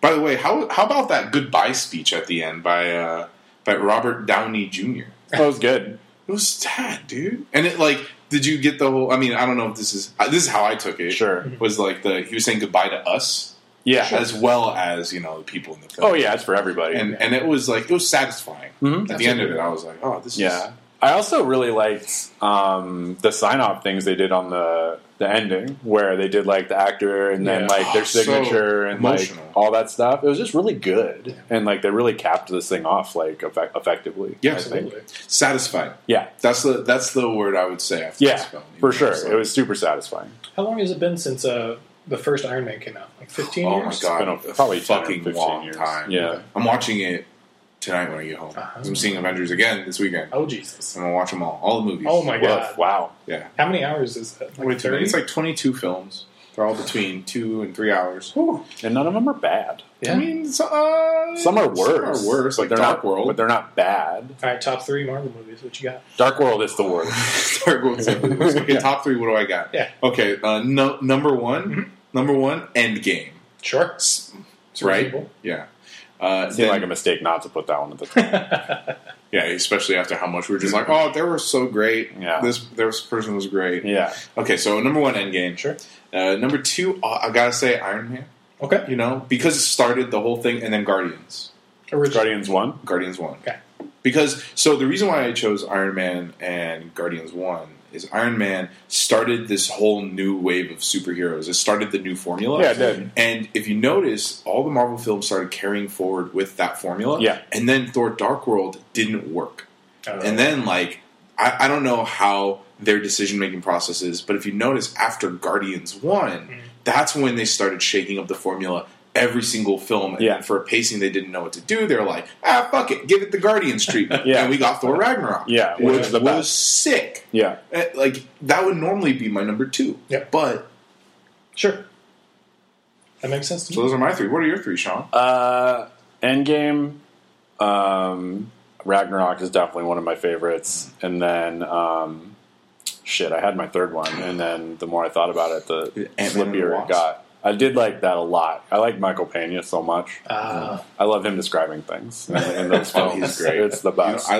By the way, how how about that goodbye speech at the end by uh, by Robert Downey Jr. that was good. It was sad, dude. And it like, did you get the whole? I mean, I don't know if this is uh, this is how I took it. Sure. was like the he was saying goodbye to us Yeah. as well as you know the people in the film. Oh yeah, it's for everybody. and and it was like it was satisfying. Mhm. At the end of it, I was like, oh, this Yeah. I also really liked um, the sign off things they did on the the ending where they did like the actor and then Yeah. like Oh, their so signature and like emotional. all that stuff. It was just really good. And like they really capped this thing off like effect- effectively. Yeah. I think. Absolutely. satisfied. Yeah. That's the that's the word I would say after Yeah. this film. For sure. It's like, It was super satisfying. How long has it been since uh, the first Iron Man came out? Like 15 Oh my years? god, been a- a probably 10 or fucking 15 long years. time. Yeah. I'm watching it tonight when I get home. Uh-huh. I'm seeing Avengers again this weekend. Oh, Jesus. I'm gonna watch them all, all the movies. Oh my Woof. god. Wow. Yeah. How many hours is that? Like Wait, 30? it's like 22 films. They're all between two and three hours. And none of them are bad. yeah. I mean, so- uh, Some are worse. Some are worse, but like they're Dark not, World. But they're not bad. All right, top three Marvel movies. What you got? Dark World is the worst. *laughs* Dark World's like, *laughs* okay, top three. What do I got? Yeah. Okay. Uh, no, number one. Mm-hmm. Number one. Endgame. Sure. S- Right. Reasonable. Yeah. Uh, It seemed then- like a mistake not to put that one at the top. *laughs* yeah, especially after how much we were just like, oh, they were so great. Mm-hmm. Yeah. This this person was great. yeah. Okay, so number one, Endgame. Sure. Uh, number two, uh, I gotta say Iron Man. Okay. You know, because it started the whole thing, and then Guardians. Original. Guardians 1. Guardians One. Okay. Because so the reason why I chose Iron Man and Guardians One is Iron Man started this whole new wave of superheroes. It started the new formula. Yeah, it did. And if you notice, all the Marvel films started carrying forward with that formula. Yeah. And then Thor: Dark World didn't work. Uh, And then like I, I don't know how their decision making process is, but if you notice after Guardians One, that's when they started shaking up the formula every single film. And Yeah. then for a pacing they didn't know what to do, they're like, ah fuck it, give it the Guardians *laughs* treatment. Yeah. And we got Thor Ragnarok. Yeah, which Which is the was best. sick. Yeah. Eh, Like that would normally be my number two. Yeah. But Sure. That makes sense to so me. those are my three. What are your *laughs* three, Sean? Uh, Endgame, um, Ragnarok is definitely one of my favorites, and then um, shit, I had my third one, and then the more I thought about it, the Ant-Man and the slippier it Wasp. got. I did like that a lot. I like Michael Pena so much. Uh, I love him describing things in, in those Oh, films. he's great. It's the You know, best. I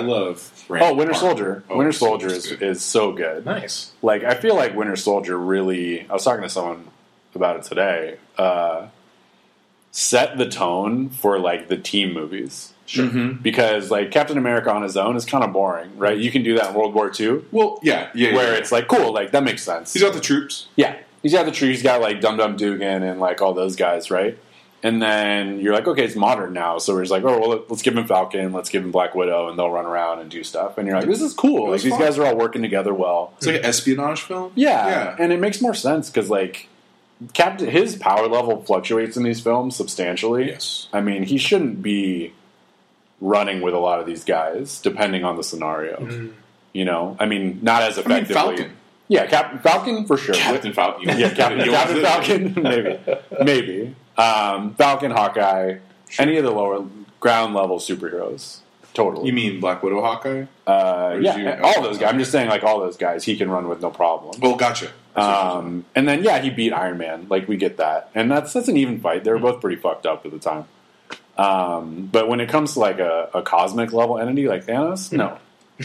*laughs* love oh, Rand Winter Park. Soldier. Oh, Winter Soldier is, Soldier's good. is so good nice. like I feel like Winter Soldier really. I was talking to someone about it today. Uh, set the tone for like the team movies, sure. Because like Captain America on his own is kind of boring, right? You can do that in World War II, Well, yeah, yeah. yeah, where yeah. it's like cool, like that makes sense. he's got the troops. yeah, he's got the tree. He's got like Dum Dum Dugan and like all those guys, right? And then you're like, okay, it's modern now, so we're just like, oh well, let's give him Falcon, let's give him Black Widow, and they'll run around and do stuff. And you're like, this is cool. Like was these fun. guys are all working together well. It's like an espionage film. Yeah, yeah. and it makes more sense because like Captain, his power level fluctuates in these films substantially. Yes. I mean he shouldn't be running with a lot of these guys, depending on the scenario. You know, I mean, not as Mm-hmm. mean, effectively. Falcon. Yeah, Cap- Falcon for sure. Captain Falcon. *laughs* yeah, Captain, You uh, want Captain to- Falcon, maybe, maybe um, Falcon, Hawkeye, any of the lower ground level superheroes. Totally. You mean Black Widow Hawkeye? uh, did yeah, you- all those guys. I'm just saying, like all those guys, he can run with no problem. Oh, gotcha. Um, and then yeah, he beat Iron Man. Like we get that, and that's that's an even fight. They were both pretty fucked up at the time. Um, but when it comes to like a, a cosmic level entity like Thanos, no,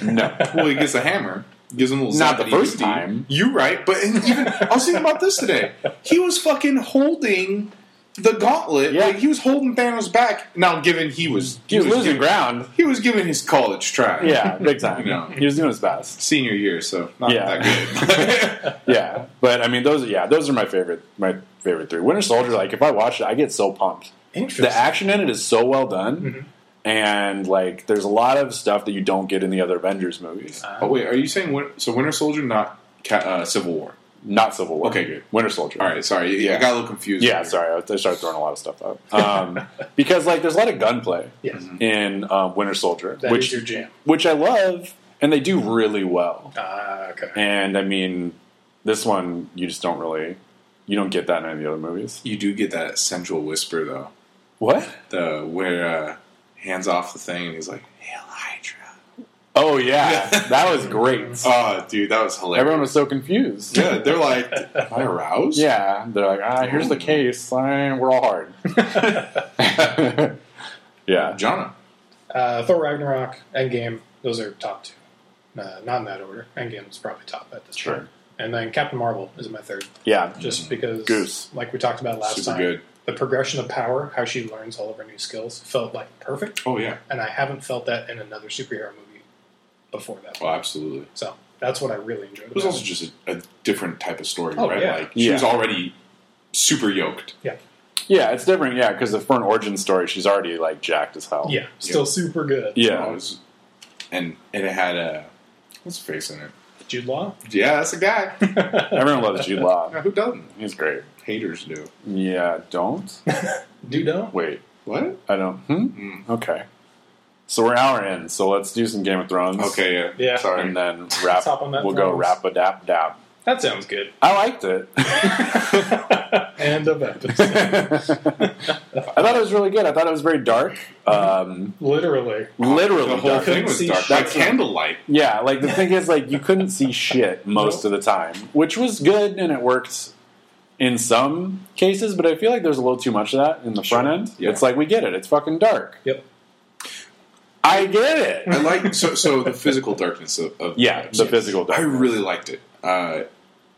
no, *laughs* well, he gets a hammer. Gives him a little Not the zappity first doopty. time. You right, but and even I was thinking about this today. He was fucking holding the gauntlet. Yeah. Like he was holding Thanos back. Now, given he was He was losing giving, ground. he was giving his college try. Yeah, big time. You know. He was doing his best. senior year, so not Yeah. that good. *laughs* Yeah, but I mean, those. Yeah, those are my favorite. My favorite three. Winter Soldier. Like, if I watch it, I get so pumped. Interesting. The action in it is so well done, Mm-hmm. and like, there's a lot of stuff that you don't get in the other Avengers movies. oh wait, are you saying Win- so? Winter Soldier, not Ca- uh, Civil War. Not Civil War. Okay, good. Winter Soldier. All right, sorry, yeah, I got a little confused. Yeah, sorry, I- I started throwing a lot of stuff up *laughs* um, because like, there's a lot of gunplay yes, in um, Winter Soldier, That is which your jam. which I love, and they do really well. Ah, okay. And I mean, this one you just don't really you don't get that in any of the other movies. You do get that central whisper though, What? the where uh, hands off the thing, and he's like, "Hail Hydra." Oh yeah, that was great. Uh, Oh, dude, that was hilarious. Everyone was so confused. yeah, they're like, "Am I aroused?" Yeah, they're like, ah, here's the case. Ah, we're all hard. *laughs* yeah, Jonna. Uh, Thor Ragnarok, Endgame, those are top two. Uh, not in that order. Endgame is probably top at this Sure. point. And then Captain Marvel is my third, yeah, just because, Goose. like we talked about last Super time, good. the progression of power, how she learns all of her new skills, felt like perfect. Oh yeah. And I haven't felt that in another superhero movie before that. Oh, absolutely. So that's what I really enjoyed. It was about also just a, a different type of story, Oh, right? yeah. Like she Yeah. was already super yoked. yeah, yeah. It's different. Yeah, because for an origin story, she's already like jacked as hell. yeah, still super good. Oh, it yeah. was- and and it had a what's his face in it. Jude Law, Yeah, that's a guy. Everyone loves Jude Law. Yeah, *laughs* Who doesn't? He's great. Haters do. Yeah, don't do don't. wait. What? I don't. Hmm? Okay. So we're an hour in, so let's do some Game of Thrones. Okay, yeah. Yeah. Sorry. And then wrap. hop on that We'll go Thrones. wrap a dap dap. That sounds good. I liked it. And about *laughs* I thought it was really good. I thought it was very dark. Um, literally, literally the whole dark. thing was see dark. shit. That candlelight. Yeah, like the thing is, like you couldn't see shit most of the time, which was good and it worked in some cases. But I feel like there's a little too much of that in the front end. Yeah. It's like we get it. It's fucking dark. yep. I get it. *laughs* I like so so the physical darkness of, of Yeah, the physical I darkness. really liked it uh,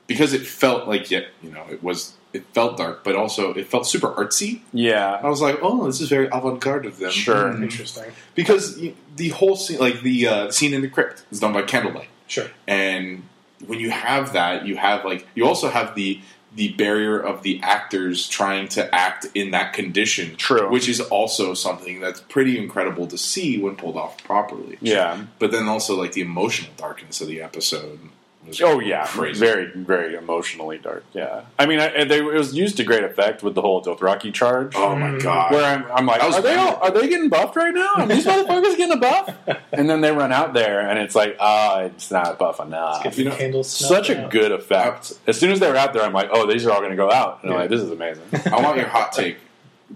because it felt like yeah, you know, it was it felt dark, but also it felt super artsy. Yeah. I was like, oh, this is very avant garde of them. Sure. Interesting. because y- the whole scene, like the uh, scene in the crypt, is done by candlelight. Sure. and when you have that you have like you also have the the barrier of the actors trying to act in that condition True. which is also something that's pretty incredible to see when pulled off properly Yeah. but then also like the emotional darkness of the episode was Oh yeah, crazy very very emotionally dark. Yeah, I mean, I, they, it was used to great effect with the whole Dothraki charge. oh my god where I'm, I'm like, That was are they all, wonderful. are they getting buffed right now? Are *laughs* these motherfuckers getting a buff? And then they run out there, and it's like, ah, it's not buff enough. Get you the know, candles. Such snuffed a out. good effect. As soon as they were out there, I'm like, oh, these are all going to go out. And I'm like, this is amazing. i want your hot take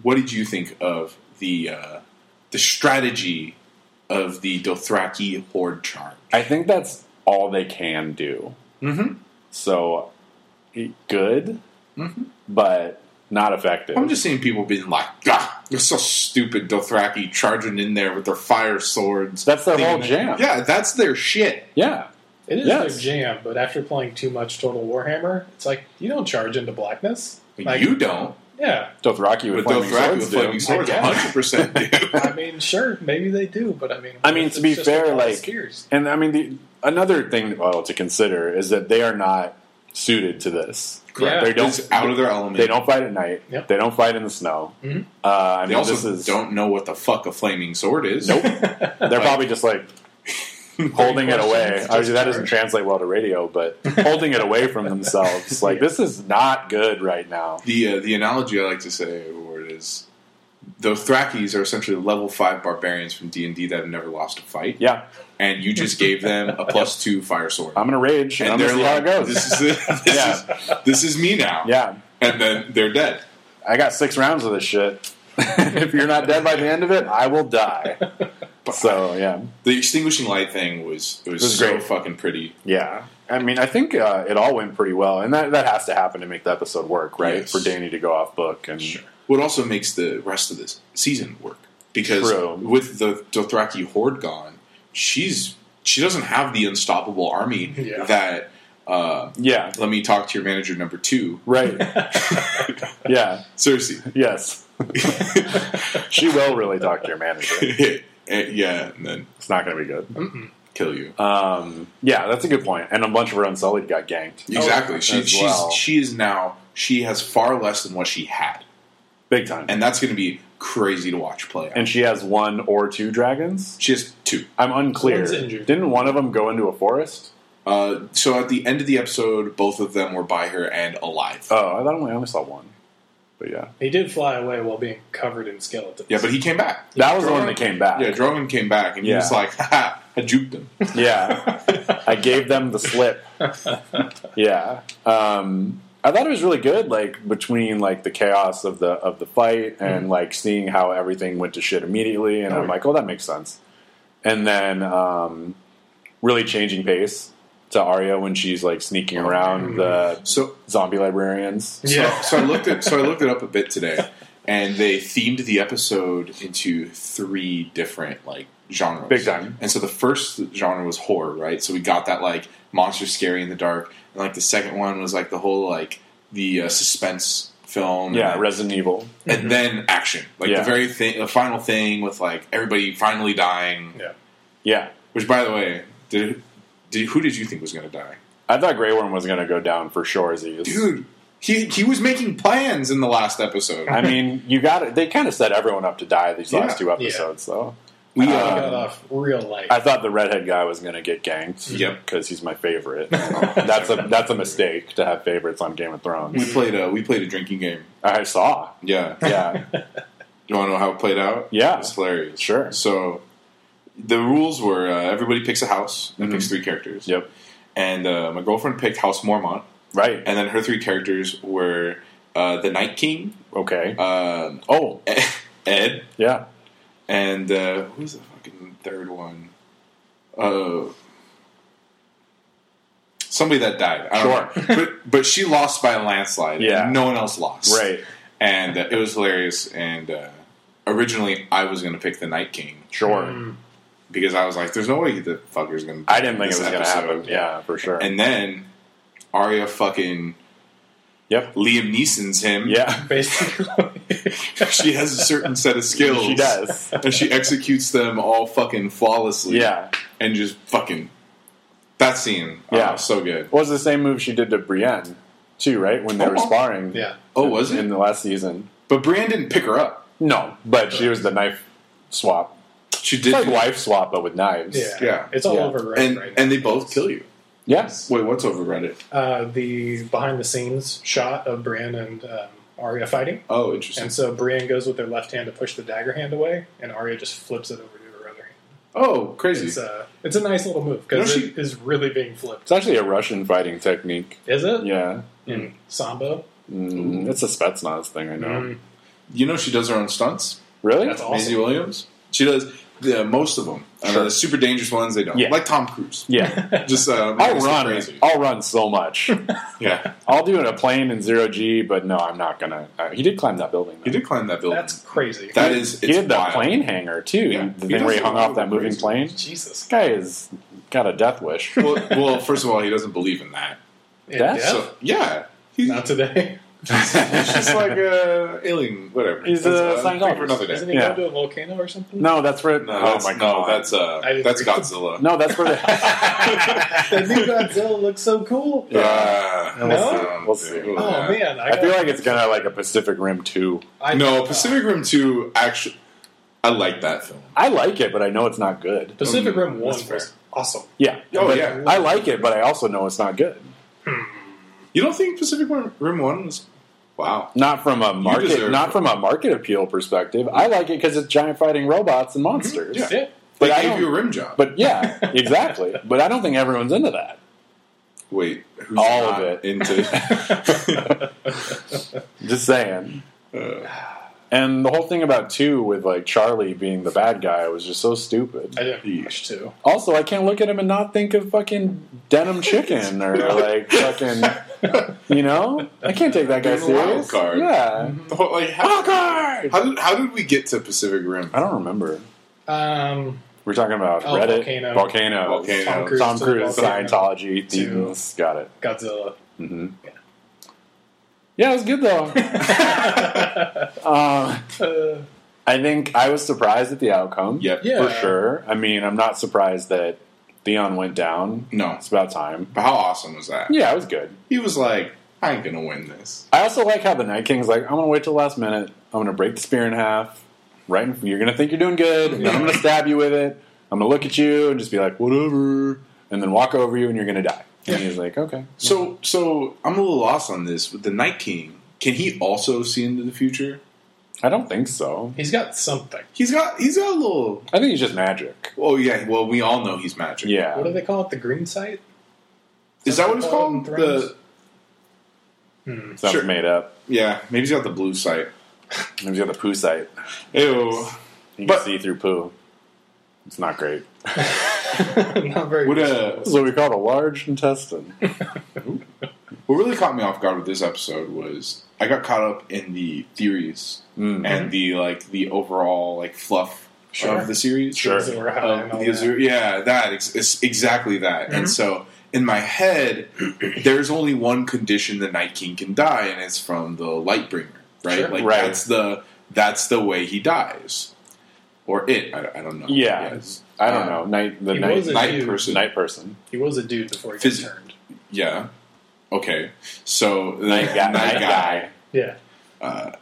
what did you think of the uh, the strategy of the dothraki horde charge I think that's all they can do. mm-hmm. So e- good, but not effective. Mm-hmm. I'm just seeing people being like, ah, they're so stupid, Dothraki, charging in there with their fire swords. that's their whole Thinking jam. that- Yeah, that's their shit. yeah. It is Yes. their jam, but after playing too much Total Warhammer, it's like you don't charge into blackness. But Like, you don't. yeah. Dothraki with But flaming Dothraki swords with do. Oh, flaming swords, I guess. 100% do. I mean, sure, maybe they do, but I mean, I mean, it's to be just a fair, couple like- spears. And I mean, the, another thing well, to consider is that they are not suited to this. *laughs* Correct. They don't It's out of their element. They don't fight at night. Yep. They don't fight in the snow. Mhm. Uh, I They mean, also this is don't know what the fuck a flaming sword is. *laughs* *laughs* Nope. They're probably just like holding it away. questions, Obviously, that just doesn't translate well to radio, *laughs* but holding it away from themselves. Like this is not good right now. The uh, the analogy I like to say or it is Dothrakis are essentially level five barbarians from D and D that have never lost a fight, Yeah, and you just gave them *laughs* a plus two fire sword. I'm gonna rage and, and I'm they're gonna see like, how it goes. *laughs* "This is this, Yeah. is this is me now." yeah, and then they're dead. I got six rounds of this shit. *laughs* if you're not dead by the end of it, I will die. So yeah. The extinguishing light thing was it was, was so great. fucking pretty. Yeah, I mean, I think uh, it all went pretty well, and that, that has to happen to make the episode work, right? Yes. For Danny to go off book, and What also makes the rest of this season work because True. with the Dothraki horde gone, she's she doesn't have the unstoppable army Yeah. that. Uh, yeah, let me talk to your manager number two. right, Yeah. Cersei. Yes. *laughs* She will really talk to your manager. yeah, *laughs* and then It's not going to be good. kill you. Um, yeah, that's a good point. And a bunch of her Unsullied got ganked. exactly. as She, she's well. she is now she has far less than what she had, Big time. and that's going to be crazy to watch play. out. And she has one or two dragons. she has two. I'm unclear. One's injured. Didn't one of them go into a forest? Uh, so at the end of the episode, both of them were by her and alive. Oh, I thought only, I only saw one. But yeah. He did fly away while being covered in skeletons. yeah, but he came back. That was the one that came back. Yeah, Drogon came back, and he Yeah. was like, "Ha ha, I *laughs* juked him." Yeah. I gave them the slip. yeah. Um, I thought it was really good, like between like the chaos of the of the fight and like seeing how everything went to shit immediately, and Oh, I'm yeah. like, oh, that makes sense. And then um, really changing pace to Arya when she's like sneaking around the So zombie librarians. Yeah. so I looked at so I looked it up a bit today, and they themed the episode into three different like genres, Big time. And so the first genre was horror, right? So we got that like monster, scary in the dark, and like the second one was like the whole like the uh, suspense film, Yeah, and, Resident Evil. and then action, like Yeah. the very thing, the final thing with like everybody finally dying. Yeah. Yeah. Which, by the way, did, did who did you think was going to die, I thought Grey Worm was going to go down for sure as he is. dude? He, he was making plans in the last episode. I mean, you got it. They kind of set everyone up to die these last Yeah. two episodes, though. we He uh, got off real light. I thought the redhead guy was going to get ganked. Yep. because he's my favorite. *laughs* that's a that's a mistake to have favorites on Game of we Thrones. played a we played a drinking game. I *laughs* saw. Yeah. Mm-hmm. Yeah, You want to know how it played out? Yeah. It's hilarious. Sure. So the rules were uh, everybody picks a house and Mhm. picks three characters. yep, And uh, my girlfriend picked House Mormont, right. and then her three characters were uh, the Night King, Okay. uh, Oh, *laughs* Ed, yeah. and uh, who's the fucking third one? Uh, somebody that died. I don't Sure. know. but but she lost by a landslide. Yeah. And no one else lost. Right. And uh, it was hilarious. And uh, originally, I was going to pick the Night King. Sure. Mm. because I was like, "There's no way the fucker's gonna." I didn't think this it was going to episode. happen. Yeah, for sure. And then Arya fucking yep. Liam Neeson's him. Yeah. Basically. *laughs* *laughs* she has a certain set of skills. She does. and she executes them all fucking flawlessly. Yeah. and just fucking that scene. oh, Yeah. so good. It was the same move she did to Brienne too, right? When they were Oh. sparring. yeah. Oh, was in it? the last season? But Brienne didn't pick her up. No, but she was the knife swap. She did. It's like wife swap, but with knives. Yeah. Yeah. It's all Yeah. over Reddit and right now. and they both kill you. Yes. Wait, what's over Reddit? uh, the behind the scenes shot of Brienne and um, Arya fighting. Oh, interesting. And so Brienne goes with her left hand to push the dagger hand away, and Arya just flips it over to her other hand. oh, uh, It's crazy. a, it's a nice little move No, because she- it is really being It's flipped. actually a Russian fighting technique. Is it? Yeah. In Sambo? Mm, it's a Spetsnaz thing, I know. Mm. You know she does her own stunts. Mm-hmm. Really? That's awesome. Maisie Williams. She does the, most of them. I mean, Sure. the super dangerous ones they don't. Yeah. Like Tom Cruise. Yeah. *laughs* *laughs* Just uh, I'll it's run. Crazy. I'll run so much. *laughs* Yeah, I'll do it in a plane in zero G, but no, I'm not gonna. Uh, he did climb that building. Though. he did climb that building. That's crazy. that is. It's He did that wild. plane hanger too. Yeah. The He thing where he does hung a lot off of that moving crazy plane. This Jesus. guy has got a death *laughs* wish. *laughs* Well, well, first of all, he doesn't believe in that. In That's- death? So yeah, he's, Not today. *laughs* he's just like a alien, whatever. He's That's, a uh, thing for Scientologist, another day. Isn't he Yeah. going to a volcano or something? No, that's where. No, oh that's, my no, god, that's uh, I didn't that's read- Godzilla. no, that's where. *laughs* The, I think Godzilla looks so cool. yeah, No? no? We'll see. Oh, man. I, I got feel like it's gonna like a Pacific Rim two. I, uh, No, Pacific Rim Two. Actually, I like that film. I like it, but I know it's not good. Pacific Mm, Rim 1 that's fair. was awesome. Yeah. Oh, but yeah. I like it, but I also know it's not good. You don't think Pacific Rim- Rim One was? Wow. Not from a market, deserve not it. from a market appeal perspective. I like it because it's giant fighting robots and monsters. That's it. But Mm-hmm. they I gave don't- you a rim job. But *laughs* yeah, exactly. but I don't think everyone's into that. Wait, who's All of not it. *laughs* into? *laughs* Just saying. Uh, And the whole thing about two with like Charlie being the bad guy was just so stupid. I didn't watch two. Also, I can't look at him and not think of fucking denim chicken *laughs* or like fucking, you know, I can't take that guy Being a wild serious. card. Mm-hmm. Yeah, the whole- like, how, how did how did we get to Pacific Rim? Oh, I don't remember. Um, We're talking about Oh, Reddit, volcano. volcano, Volcano. Tom Cruise, Tom to Cruise, volcano, Scientology, to Thetans. Got it. Godzilla. Mm-hmm. Yeah. Yeah. Yeah, it was good *laughs* though. um, Uh, I think I was surprised at the outcome. Yep. Yeah. for sure. I mean, I'm not surprised that Theon went down. No. It's about time. But how awesome was that? Yeah, it was good. He was like, I ain't gonna win this. I also like how the Night King's like, I'm gonna wait till the last minute. I'm gonna break the spear in half. Right, in- you're gonna think you're doing good. And then I'm gonna stab you with it. I'm gonna look at you and just be like, whatever, and then walk over you and you're gonna die. And he's like, okay. So, so I'm a little lost on this with the Night King. Can he also see into the future? I don't think so. he's got something. He's got he's got a little. I think he's just magic. Oh yeah, well we all know he's magic. Yeah. What do they call it? The green sight? is that what it's called? Something called The Sounds Sure. made up. yeah, maybe he's got the blue sight. And he's got the poo sight. Ew. You can But- see through poo. It's not great. *laughs* Not very What good. uh, This is what we call a large intestine. what really caught me off guard with this episode was I got caught up in the theories Mm. and the like the overall like fluff Sure. of the series. Sure. Azor High Of and all Um, the that. Azor- yeah, that ex- it's exactly that. Mm-hmm. And so in my head, there's only one condition the Night King can die, and it's from the Lightbringer, right? Sure. Like Right. that's the that's the way he dies, or it. I, I don't know. Yeah. Yes. I don't Uh, know. Night the He night was a night dude. person. night person. He was a dude before he got Physi- turned. Yeah. Okay. So the Night guy. night guy. Yeah, and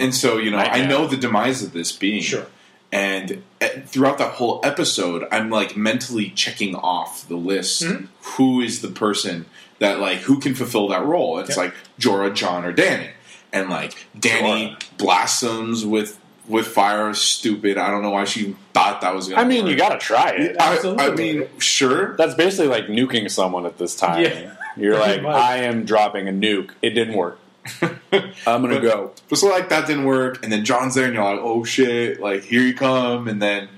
and so you know, Night I guy. know the demise of this being sure. and uh, throughout that whole episode i'm like mentally checking off the list Mhm. who is the person that like who can fulfill that role it's Yep. like jorah john or danny and like danny blossoms with with fire stupid i don't know why she thought that was gonna I mean, work. you gotta try it. I, I Absolutely. mean sure That's basically like nuking someone at this time. Yeah. You're Pretty like, much. I am dropping a nuke. It didn't *laughs* work. I'm gonna But- go. but so like that didn't work and then john's there and you're like oh shit like here you come and then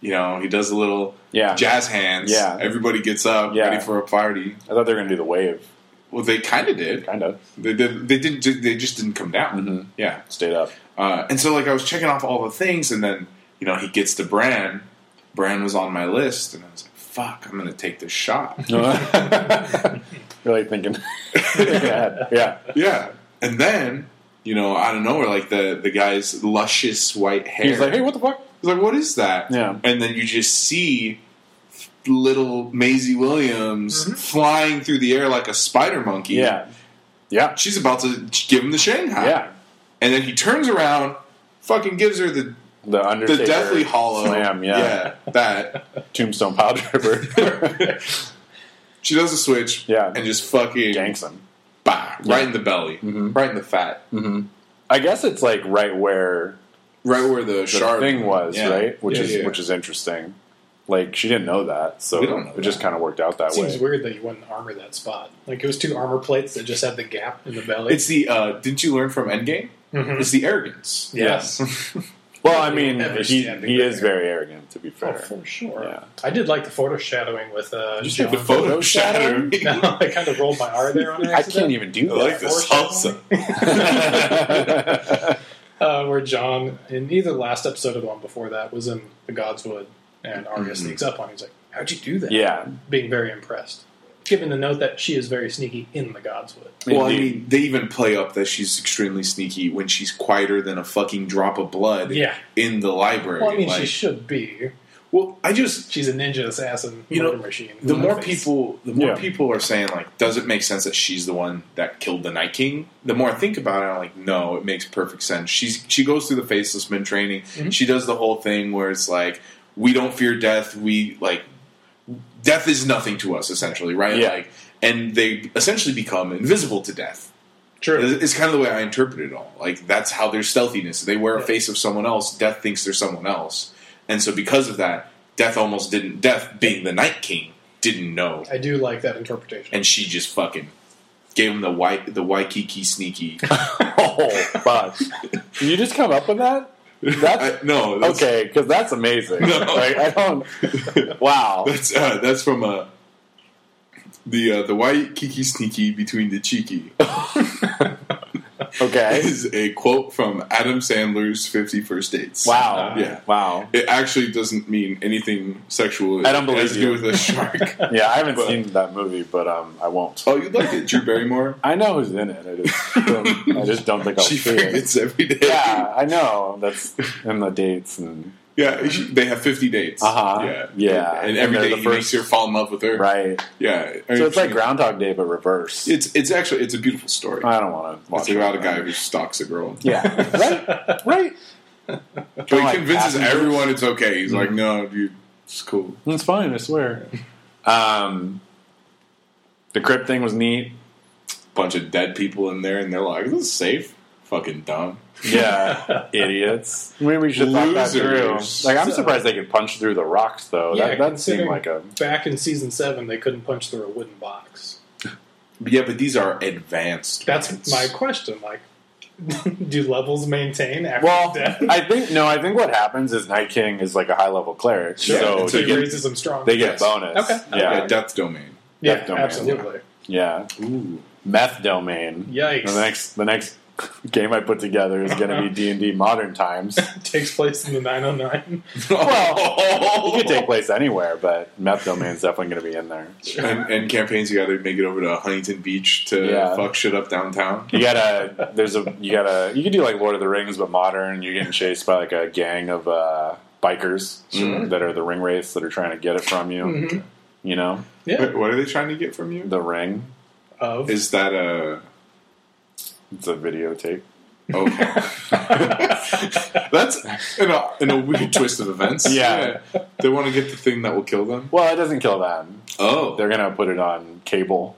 you know he does a little Yeah. jazz hands Yeah. everybody gets up Yeah. ready for a party I thought they were gonna do the wave. well they kind of did Kind of They did. They didn't. ju- They just didn't come down. Mm-hmm. Yeah. stayed *laughs* up. Uh, and so, like, I was checking off all the things, and then you know he gets to Bran. Bran was on my list, and I was like, "Fuck, I'm gonna take *laughs* this shot." really thinking. *laughs* thinking ahead. Yeah. yeah. And then you know out of nowhere, like the the guy's luscious white hair. He's like, hey, what the fuck? He's like, what is that? Yeah. And then you just see little Maisie Williams flying through the air like a spider monkey. Yeah. Yeah. She's about to give him the Shanghai. Yeah. And then he turns around, fucking gives her the The the Undertaker. Deathly Hollow. Slam, yeah. that. Tombstone pile *laughs* *laughs* driver. She does a switch, Yeah. and just fucking Ganks him. bah, right in the belly, Mm-hmm. right in the fat, I guess it's like right where right where the, the shard thing was, Yeah. right? Which Yeah, is yeah. which is interesting. Like she didn't know that, so We don't know it just that. kind of worked out that Seems way. weird that you wouldn't armor that spot. Like it was two armor plates that just had the gap in the belly. It's the. Uh, didn't you learn from Endgame? Mhm. It's the arrogance. yes, Well, I mean, Never he, stand he is together. very arrogant, to be *laughs* Oh, fair. for sure. Yeah. I did like the foreshadowing with uh, You said the Jon. photo Photo shadow. *laughs* No, I kind of rolled my R there on *laughs* I accident. can't even do *laughs* I like that. this salsa. uh, where John, in either last episode or the one before that, was in the Godswood, and Arya sneaks up on him. He's like, "How'd you do *laughs* that?" yeah, being very impressed. Given the note that she is very sneaky in the Godswood. Well, I Indeed. mean, they even play up that she's extremely sneaky when she's quieter than a fucking drop of blood Yeah. in the library. Well, I mean, Like, she should be. well, I just She's a ninja assassin You know, murder machine. the Who more knows? people the more Yeah. people are saying like does it make sense that she's the one that killed the night king the more i think about it i'm like no it makes perfect sense she's she goes through the faceless men training she does the whole thing where it's like we don't fear death we like death is nothing to us essentially right Yeah. like and they essentially become invisible to death True. it's kind of the way I interpret it all. Like that's how their stealthiness. They wear a Yeah. face of someone else. Death thinks they're someone else, and so because of that, Death almost didn't. Death, being the Night King, didn't know, I do like that interpretation. and she just fucking gave him the white, the Waikiki *laughs* sneaky. oh, fuck. Did you just come up with that? *laughs* I- That's no, that's, okay, because that's amazing. Like, I *laughs* don't. Wow. That's uh, that's from uh, the uh, the Waikiki sneaky between the cheeky. Okay. *laughs* is a quote from Adam Sandler's Fifty First *laughs* Dates. Wow. Yeah. Wow. It actually doesn't mean anything sexual. I don't believe it has to do you. with *laughs* a shark. Yeah, I haven't seen that movie, but um, I won't. oh, you'd like it, Drew Barrymore. I know who's in it. I just, *laughs* I just don't think I'll she see it. forgets every day. Yeah, I know. That's in the dates and Yeah, she- they have fifty dates. Uh-huh. Yeah, Yeah. and And every they're day the he first- makes her fall in love with her. right. Yeah, I mean, So it's like she- Groundhog Day but reverse. It's it's actually it's a beautiful story. I don't want to watch It's about it. a guy who stalks a girl. Yeah, right, right. But he Kinda like convinces Passengers. Mm-hmm. everyone it's okay. He's like, no, dude, it's cool. It's fine, I swear. Um, the crypt thing was neat. Bunch of dead people in there, and they're like, this is safe. Fucking dumb. *laughs* Yeah, idiots. Maybe we should thought that through. Losers. Like, I'm surprised they could punch through the rocks though. Yeah, that that considering seemed like a Back in season seven, they couldn't punch through a wooden box. But yeah, but these are advanced. That's ones. my question. Like, *laughs* do levels maintain after well. *laughs* death? *laughs* I think no. I think what happens is Night King is like a high level cleric, Sure. so Until they he get, raises them strong. they get Yes. bonus. Okay. Yeah, Yeah, death domain. yeah, Death Domain, absolutely. *laughs* yeah. Ooh, *laughs* Meth domain. Yikes! The next, the next *laughs* game I put together is going to *laughs* be D and D Modern Times. Takes place in the *laughs* 909. Well, *laughs* it could take place anywhere, but meth domain's definitely going to be in there. and, and campaigns you got to make it over to Huntington Beach to Yeah. fuck shit up downtown. You gotta, there's a, you gotta, you could do like Lord of the Rings, but modern. You're getting chased by like a gang of uh, bikers Mm-hmm. that are the ring race that are trying to get it from you. You know, Yeah, Wait, What are they trying to get from you? the ring. of Is that a It's a videotape. *laughs* okay? That's in a, in a weird twist of events. Yeah. Yeah. they want to get the thing that will kill them. Well, it doesn't kill them. Oh, They're gonna put it on cable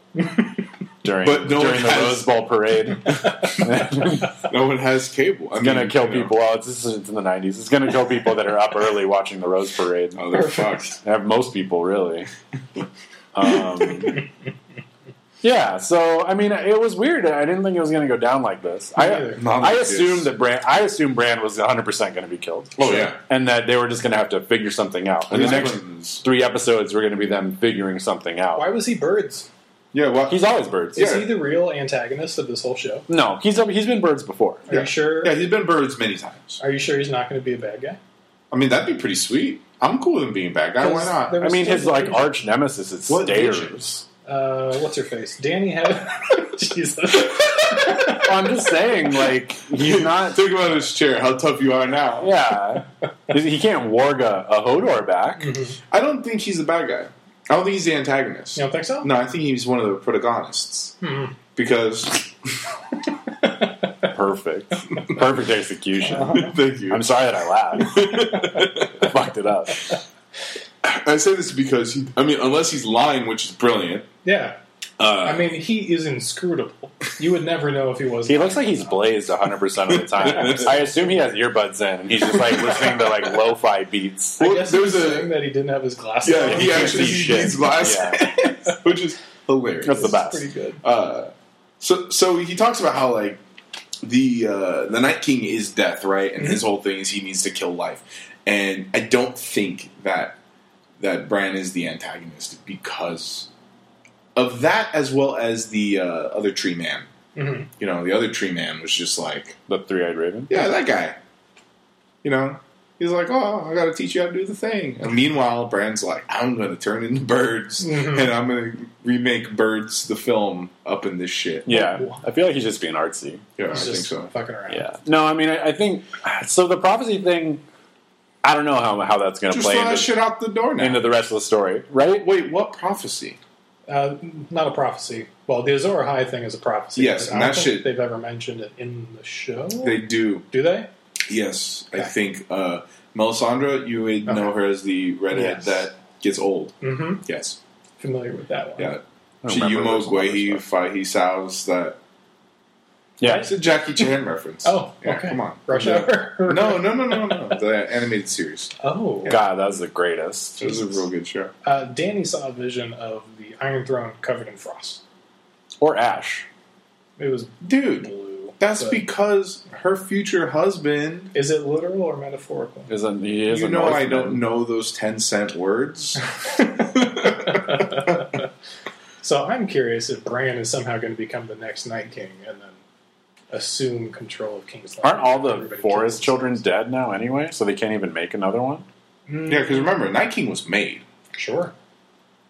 during But no during one the has- Rose Bowl parade. *laughs* *laughs* no one has cable. I'm It's gonna kill people. Well, it's, this is it's in the '90s. It's gonna kill people that are up early watching the Rose Parade. Oh, they're fucked. Have Uh, most people *laughs* really. Um, yeah, so I mean, it was weird. I didn't think it was going to go down like this. Me I neither. Not I like assumed this. that Brand. I assumed Brand was 100 percent going to be killed. Oh, yeah. and that they were just going to have to figure something out. And the These next buttons. three episodes were going to be them figuring something out. *laughs* why was he birds? Yeah, well, He's always birds. Is Yeah. he the real antagonist of this whole show? No, he's he's been birds before. Are you sure? yeah, he's been birds many times. Are you sure he's not going to be a bad guy? I mean, that'd be pretty sweet. I'm cool with him being bad guy. Why not? There I was mean, still his like one- arch nemesis is What Stairs. visions? Uh, what's her face? Danny had *laughs* Jesus. I'm just saying, like he's not. *laughs* Think about his chair. How tough you are now. *laughs* Yeah, he can't warg a, a Hodor back. I don't think he's the bad guy. I don't think he's the antagonist. You don't think so? No, I think he's one of the protagonists. Hmm. Because *laughs* Perfect. Perfect execution. thank you. I'm sorry that I laughed. I fucked it up. I say this because he, I mean, unless he's lying, which is brilliant. Yeah. Uh, I mean, he is inscrutable. You would never know if he was. He looks like he's blazed 100% of the time. I assume he has earbuds in and he's just like listening to like lo fi beats. I well, guess there's he's a- saying that he didn't have his glasses. yeah, on. he can't actually see he shit. needs glasses, Yeah. *laughs* which is hilarious. That's the It's best. Pretty good. Uh, so so he talks about how like the uh, the Night King is death, right? And Mm-hmm. his whole thing is he needs to kill life. And I don't think that that Bran is the antagonist because of that, as well as the uh, other Tree Man. Mhm. You know, the other Tree Man was just like, The three eyed raven. yeah, that guy. You know, he's like, oh, I got to teach you how to do the thing. And meanwhile, Bran's like, I'm going to turn into birds, Mm-hmm. Mhm. and I'm going to remake Birds the film up in this shit. Yeah. I feel like he's just being artsy. Yeah, He's I think just so. fucking around. Yeah. No, I mean, I, I think so. The prophecy thing, I don't know how, how that's going to Just play throw that into, shit out the door now. into the rest of the story, right? Wait, what prophecy? Uh, not a prophecy. Well, the Azor High thing is a prophecy. Yes, but and I don't that think shit- they've ever mentioned it in the show. They do. Do they? Yes, I Okay. think uh, Melisandre. You would know Okay. her as the redhead Yes. that gets old. Mm-hmm. Yes, Familiar with that one. yeah. I She don't remember Yumo some other Gwehi stuff. Fahi Sows that. Yeah. It's a Jackie Chan reference. Oh, Yeah, okay. Come on, Rush Yeah. Hour. No, no, no, no, no. The animated series. *laughs* Oh. God, that was the greatest. It was a real good show. Uh, Danny saw a vision of the Iron Throne covered in frost. Or Ash. It was Dude, blue. that's but because her future husband. Is it literal or metaphorical? Isn't he? Is You a know, I Northman. don't know those ten *laughs* cent words. so I'm curious if Bran is somehow going to become the next Night King, and then assume control of King's Landing. Aren't all the Everybody Forest kills children dead now anyway? So they can't even make another one. themselves. Yeah, because remember, Night King was made. Mm, sure.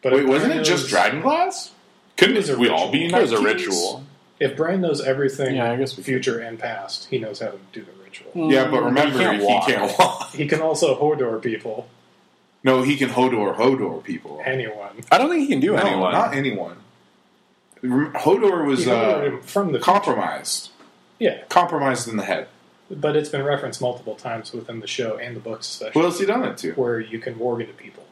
But Wait, if wasn't Bran it just knows- Dragonglass? Couldn't It was a we all ritual. be It Night was a Kings? ritual. If Bran knows everything, Yeah, I guess we- Hmm. future and past, he knows how to do the ritual. Yeah, but remember, he can't walk. *laughs* He can't walk. *laughs* He can also Hodor people, No, he can Hodor Hodor people. anyone. I don't think he can do no, anyone. not anyone. Rem- Hodor He was Hodor uh, him from the compromised, yeah, compromised in the head. but it's been referenced multiple times within the show and the books, especially Who else he done it to? where you can warg into people.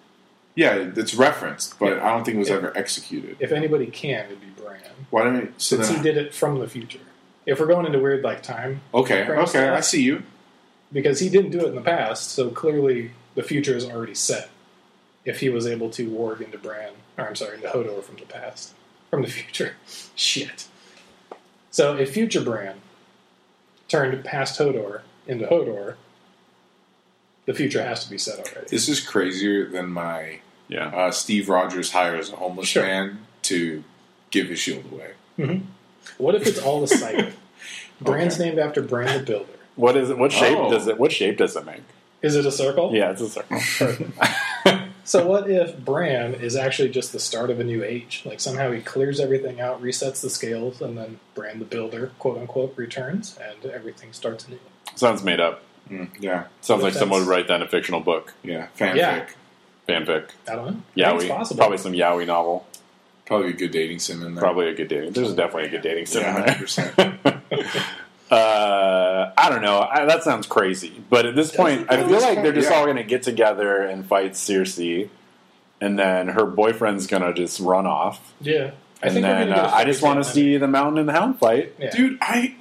Yeah, it's referenced, but I don't think it was Yeah. ever executed. If anybody can, it'd be Bran, Why don't we? So since he then, did it from the future. If we're going into weird like time, okay, Bran okay, I stuff. see you. because he didn't do it in the past, so clearly the future is already set. If he was able to warg into Bran, or I'm sorry, into Hodor from the past, from the *laughs* future, shit. So if future Bran turned past Hodor into Hodor, the future has to be set already. This is crazier than my Yeah. uh, Steve Rogers hires a homeless Sure. man to give his shield away. What if it's all a cycle? Bran's named after Bran the Builder. What is it? What shape Oh. does it? What shape does it make? Is it a circle? Yeah, it's a circle. *laughs* So what if Bran is actually just the start of a new age? Like somehow he clears everything out, resets the scales, and then Bran the Builder, quote unquote, returns, and everything starts anew. Sounds made up. Mm, yeah, Sounds But like someone that's- would write that in a fictional book, yeah, fanfic. Yeah. fanfic, I don't know. I think yaoi, it's possible. probably some yaoi novel, Probably a good dating sim in there. probably a good dating. There's definitely a good dating sim yeah, in hundred there. percent. Uh, I don't know. I, that sounds crazy, but at this point, I At feel this like they're point, just yeah. all going to get together and fight Cersei, and then her boyfriend's going to just run off, Yeah. I and think we're then gonna get uh, a I just fairy want to tale see the Mountain and the Hound fight. ending. Yeah. Dude, I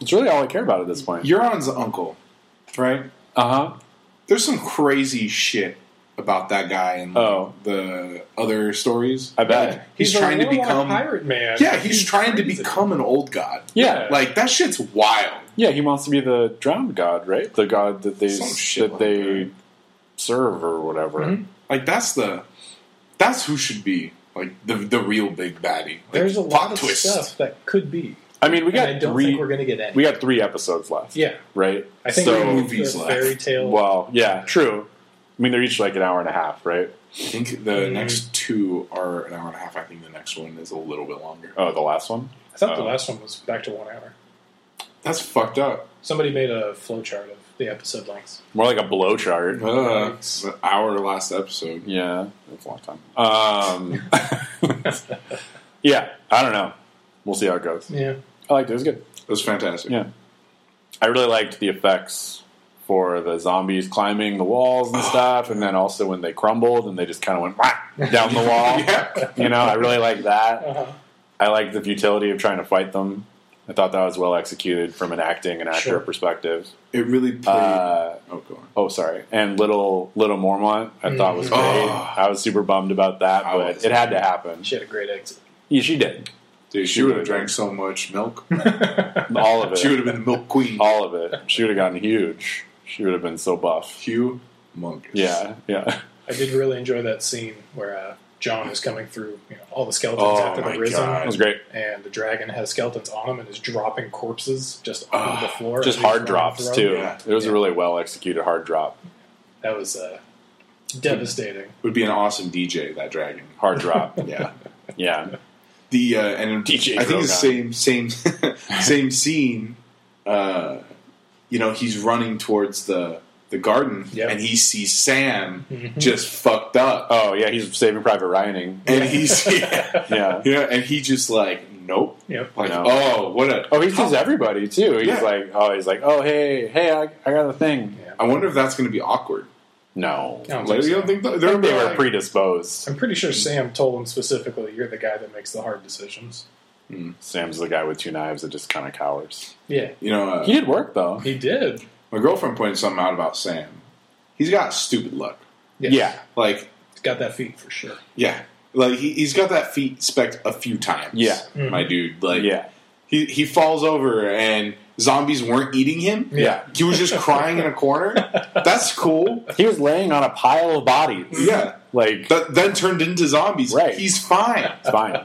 It's really all I care about at this point. Euron's uncle, right? Uh huh. There's some crazy shit about that guy in like, Oh. the other stories. I bet. Like, he's, a trying to warlock become. pirate man. Yeah, he's, trying crazy. to become an old god. Yeah. Like that shit's wild. Yeah, he wants to be the drowned god, right? The god that they Some shit that like they that. serve or whatever. Mhm. Like that's the that's who should be like the the real big baddie. Like, There's a plot lot of twist. stuff that could be. I mean, we and got I don't three. think we're going to get any. we got three episodes left. yeah. Right. I think so. we're gonna movies get a left. fairy tale. well, yeah, true. I mean, they're each like an hour and a half, right? I think the next two are an hour and a half. I think the next one is a little bit longer. Oh, the last one. I thought the Oh. last one was back to one hour. That's fucked up. Somebody made a flowchart of the episode lengths. More like a blow chart. Uh, it's an hour last episode. Yeah, that's a long time. Um, *laughs* yeah, I don't know. We'll see how it goes. Yeah. I liked it. It was good. It was fantastic. Yeah. I really liked the effects for the zombies climbing the walls *gasps* and stuff, and then also when they crumbled and they just kind of went whack down the *laughs* wall. *laughs* Yeah. You know, I really like that. Uh-huh. I like the futility of trying to fight them. I thought that was well executed from an acting and actor Sure. perspective. It really played. Uh, oh, go on. oh, sorry, and little little Mormont, I thought was Mhm. great. Oh. I was super bummed about that, I but was. it had to happen. She had a great exit. Yeah, she did Dude, she she would have would've been- drank so much *laughs* milk. all *laughs* of it. She would have been the milk queen. all of it. She would have gotten huge. She would have been so buff. Hugh Mongus. Yeah, yeah. I did really enjoy that scene where uh, John is coming through you know, all the skeletons Oh after my the risen, God. That was great. and the dragon has skeletons on him and is dropping corpses just on Ah, the floor. just as he's hard running drops through. too. Yeah. It was a Yeah. really well executed hard drop. That was uh, devastating. Would be an awesome DJ, that dragon. Hard drop. *laughs* Yeah. yeah. The uh, and DJ I think it's the Drogon. same same *laughs* *laughs* same scene. Uh, you know, he's running towards the the garden Yep. and he sees Sam Mhm. just fucked up. Oh yeah, he's saving private Ryaning. and *laughs* he's yeah, Yeah. yeah, and he just like nope. Yep. Like, No. oh, what a Oh, he sees everybody too. He's Yeah. like, oh, he's like, oh, hey, hey, I, I got a thing. Yeah. I wonder if that's going to be awkward. No, I don't think Like, you so. don't think th- I think they they're were like- predisposed. I'm pretty sure Sam told him specifically, "You're the guy that makes the hard decisions." Sam's the guy with two knives that just kind of cowers. Yeah, you know uh, He did work though. he did. My girlfriend pointed something out about Sam. He's got stupid luck. Yeah, Like, he's got that feat for sure. yeah, like he, he's got that feet spec a few times. Yeah. my dude. Like, yeah, he he falls over and zombies weren't eating him. yeah. He was just crying in a corner. That's cool. He was laying on a pile of bodies. Yeah, like that then turned into zombies. Right. He's fine. it's *laughs* fine.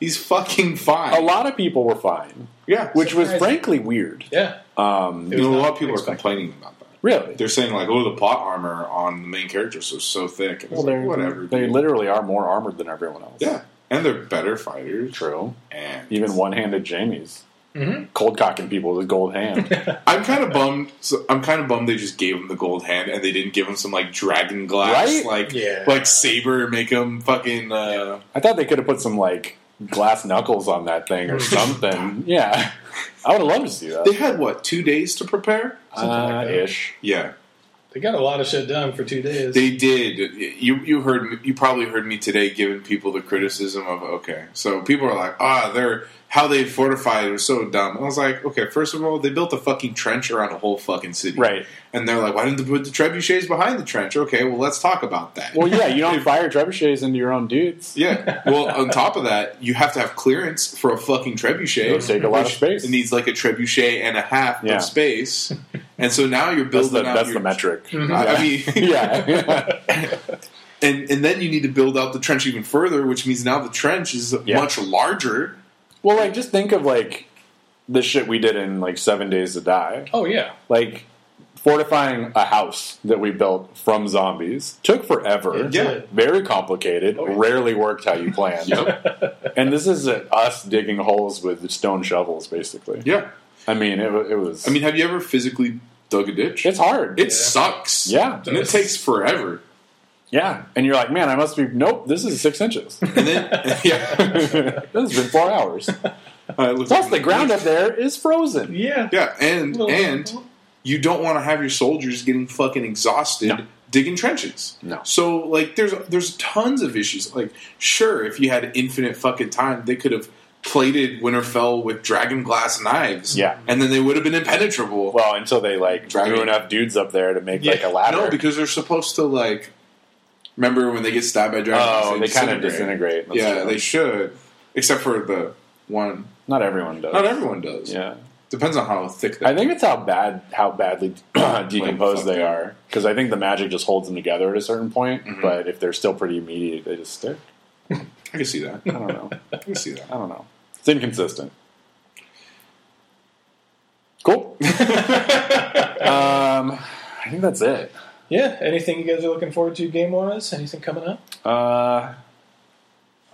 He's fucking fine. A lot of people were fine, yeah. which was Surprising. frankly weird. Yeah. Um, It you was know, a not lot of people are expected. complaining about that. really, They're saying like, "Oh, the plot armor on the main characters is so thick." And it's Well, like, they're- whatever. They dude. literally are more armored than everyone else. yeah, and they're better fighters. true. And Even one-handed Jamie's Mhm. cold cocking people with a gold hand. *laughs* I'm kind of bummed. So I'm kind of bummed they just gave him the gold hand and they didn't give him some like dragon glass, Right? like Yeah. like saber, make him fucking. Uh, I thought they could have put some like glass knuckles on that thing or something. yeah, I would have loved to see that. They had what two days to prepare? Uh, like that. ish. Yeah, They got a lot of shit done for two days. they did. You you heard you probably heard me today giving people the criticism of okay, so people are like ah they're how they fortified was so dumb. I was like okay, first of all they built a fucking trench around a whole fucking city, Right. And they're like why didn't they put the trebuchets behind the trench? Okay, well let's talk about that. Well, yeah, you don't fire trebuchets into your own dudes. *laughs* yeah. Well, on top of that, you have to have clearance for a fucking trebuchet. It'll take a lot of which space. needs like a trebuchet and a half Yeah. of space. And so now you're That's the, building out that's your Mm-hmm. the metric. I, I *laughs* mean, yeah. and and then you need to build out the trench even further, which means now the trench is Yeah. much larger. well, like just think of like the shit we did in like Seven Days to Die. oh yeah. Like fortifying a house that we built from zombies took forever. Yeah. Did. Very complicated. Oh, yeah. Rarely worked how you planned. *laughs* And this is uh, us digging holes with stone shovels, basically. Yeah. I mean, it, wa- it was. I mean, have you ever physically dug a ditch? it's hard. it Yeah. sucks. yeah, And it takes forever. yeah. And you're like, man, I must be. Nope, this is six inches. *laughs* And then *laughs* yeah, this has been four *laughs* hours. I looked Plus, at- the ground up there is frozen. Yeah. Yeah, and Little- and you don't want to have your soldiers getting fucking exhausted No. digging trenches. No. So like there's there's tons of issues. Like sure, if you had infinite fucking time, they could have plated Winterfell with dragon glass knives. Yeah. And then they would have been impenetrable. Well, until they like Dragon. drew enough dudes up there to make Yeah. like a ladder. no, because they're supposed to like remember when they get stabbed by dragons. oh, they kind of disintegrate. That's Yeah, true. they should. Except for the one not everyone does. not everyone does. yeah, Depends on how thick they I think it's how bad how badly *clears throat* decomposed Like, fuck they are because I think the magic just holds them together at a certain point. Mm-hmm. But if they're still pretty immediate, they just stick. I can see that. I don't know. I can see that. I don't know. It's inconsistent. Cool. *laughs* um, I think that's it. Yeah. Anything you guys are looking forward to game wise? Anything coming up? Uh,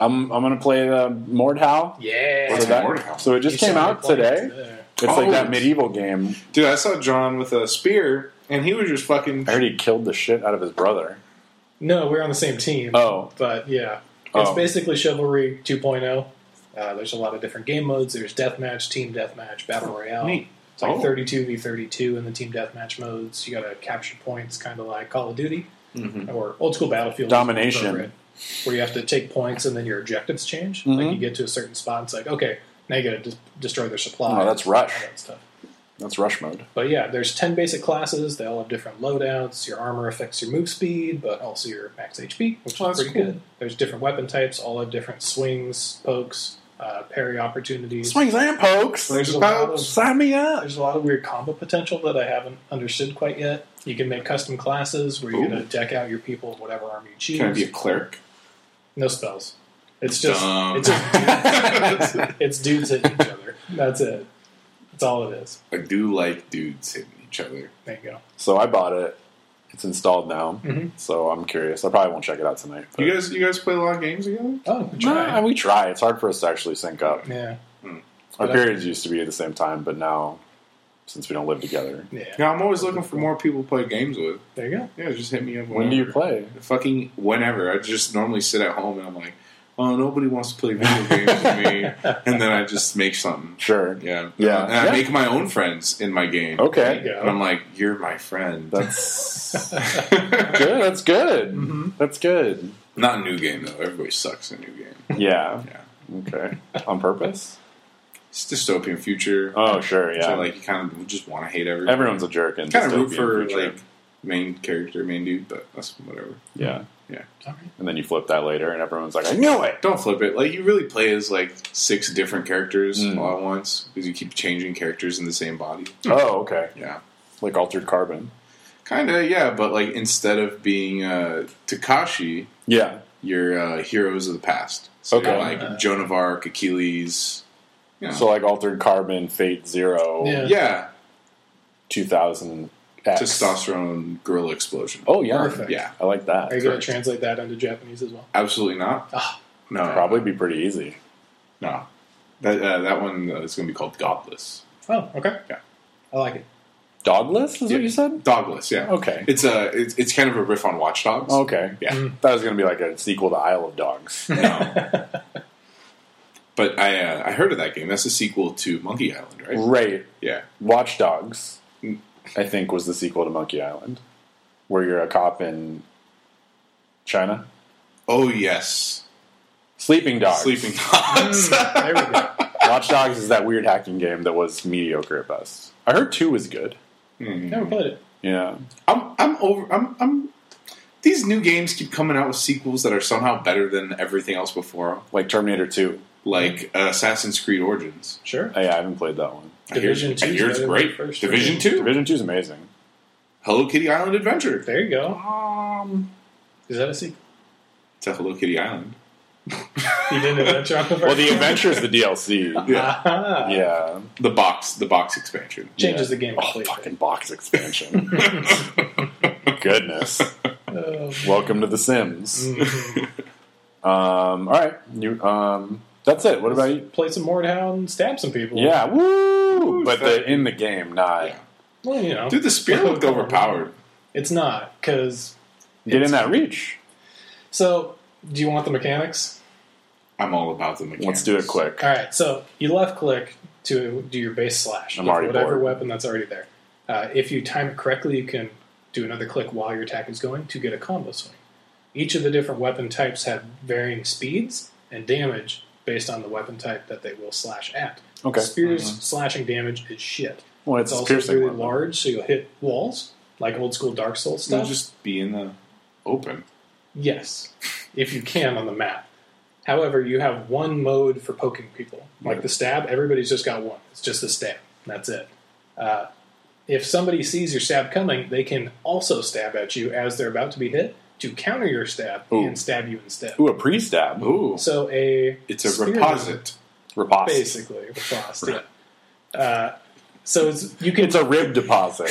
I'm I'm gonna play the Mordhau. Yeah. What's So, that- Mordhau? so it just You came saw me out playing today. today. It's like Oh. that medieval game. Dude, I saw John with a spear, and he was just fucking. I heard he killed the shit out of his brother. No, we're on the same team. Oh, But yeah, it's Oh. basically Chivalry 2.0. Uh, there's a lot of different game modes. There's deathmatch, team deathmatch, battle royale. neat. It's like Oh. 32 v 32 in the team deathmatch modes. You got to capture points, kind of like Call of Duty or old school Battlefield is more Mm-hmm. Domination. appropriate, where you have to take points and then your objectives change. Like Mhm. you get to a certain spot, it's like okay, now you got to dis- destroy their supply. Oh, that's Rush. all that stuff. that's rush mode. But yeah, there's 10 basic classes. They all have different loadouts. Your armor affects your move speed, but also your max HP, which Oh, is that's pretty cool. good. There's different weapon types, all have different swings, pokes, uh, parry opportunities. Swings and pokes. *laughs* There's a lot of- Sign me up. There's a lot of weird combo potential that I haven't understood quite yet. You can make custom classes where you're Ooh. going to deck out your people with whatever armor you choose. Can I be *laughs* a cleric? No spells. It's just Dumb. it's just dudes, *laughs* it's dudes hitting each other. That's it. That's all it is. I do like dudes hitting each other. There you go. So I bought it. It's installed now. Mhm. So I'm curious. I probably won't check it out tonight. But Mm-hmm. You guys, you guys play a lot of games together. Oh, good No, try. I- we try. It's hard for us to actually sync up. yeah, Our But I- periods used to be at the same time, but now, since we don't live together, yeah. Yeah, I'm always looking for more people to play games with. There you go. Yeah, just hit me up. when do you play? Fucking whenever. I just normally sit at home and I'm like, oh, nobody wants to play video games with me, and then I just make something. Sure. Yeah, Yeah. And I Yeah. make my own friends in my game. There Okay. you go. And I'm like, you're my friend. That's good. That's good. Mm-hmm. That's good. *laughs* Not a new game though. Everybody sucks in a new game. Yeah. Yeah. Okay. On *laughs* purpose? It's dystopian future. Oh, sure. Yeah. So like you kind of just want to hate everyone. Everyone's a jerk in kind of dystopian root for future. like main character, main dude, but that's whatever. yeah. Yeah, All right. And then you flip that later, and everyone's like, "I knew it." don't flip it. Like you really play as like six different characters Mm. all at once because you keep changing characters in the same body. Oh, okay. Yeah, Like altered carbon. kind of. Yeah, but like instead of being uh, Takashi, Yeah. your uh, heroes of the past. So Okay. like Joan of Arc, Achilles. You know. So like Altered Carbon, Fate Zero, Yeah. yeah, 2000 X. testosterone gorilla explosion. Oh yeah, Perfect. yeah, I like that. Are you going to Correct. translate that into Japanese as well? absolutely not. Ah. No, Probably be pretty easy. no. That uh, that one uh, is going to be called Godless. Oh, okay. Yeah. I *laughs* like it. Dogless is Yeah. what you said. Dogless, yeah. Okay. It's a it's, it's kind of a riff on Watch Dogs. Okay. Yeah. That was going to be like a sequel to Isle of *laughs* Dogs. No. but I uh, I heard of that game. That's a sequel to Monkey Island, right? right. Yeah. Watch Dogs, I think, was the sequel to Monkey Island, where you're a cop in China. Oh yes, Sleeping Dogs. Sleeping *laughs* Dogs. There we go. Watch Dogs is that weird hacking game that was mediocre at best. I heard two was good. Never played it. Yeah. I'm I'm over. I'm I'm. These new games keep coming out with sequels that are somehow better than everything else before 'em. Like Terminator 2. Mm-hmm. like uh, Assassin's Creed Origins. Sure. Oh, yeah, I haven't played that one. Division two I hear, I is hear it's better than great. the first Division one. two, Division 2 is amazing. Hello Kitty Island Adventure There you go. Um, Is that a sequel? to Hello Kitty Island. You didn't adventure on the first well, the *laughs* one? adventure is the DLC. Yeah, Aha. Yeah. the box, the box expansion. Changes Yeah. the game Oh, completely. fucking box expansion. Goodness. Oh, Welcome to The *laughs* Sims. mhm. Um, all right. You, um, that's it. What about you? Play some Mordhound, stab some people. Yeah, woo! But that- the, in the game, not Yeah. Well, you know, Dude, the spear *laughs* looked overpowered. it's not because. get in that reach. So, do you want the mechanics? I'm all about the mechanics. Let's do it quick. All right. So you left click to do your base slash I'm with already whatever bored. weapon that's already there. Uh, if you time it correctly, you can do another click while your attack is going to get a combo swing. Each of the different weapon types have varying speeds and damage based on the weapon type that they will slash at. Okay. Spears slashing damage is shit. Well, It's it's, also piercing. really weapon. large, so you'll hit walls like old school Dark Souls They'll stuff. just be in the open. Yes, if you can on the map. However, you have one mode for poking people. Like the stab, everybody's just got one. It's just the stab. That's it. Uh, if somebody sees your stab coming, they can also stab at you as they're about to be hit to counter your stab Ooh. and stab you instead. Ooh, a pre-stab. Ooh, So a it's a spear- reposit. Riposte. basically riposte. yeah. Uh, so it's, you can It's a rib *laughs* deposit.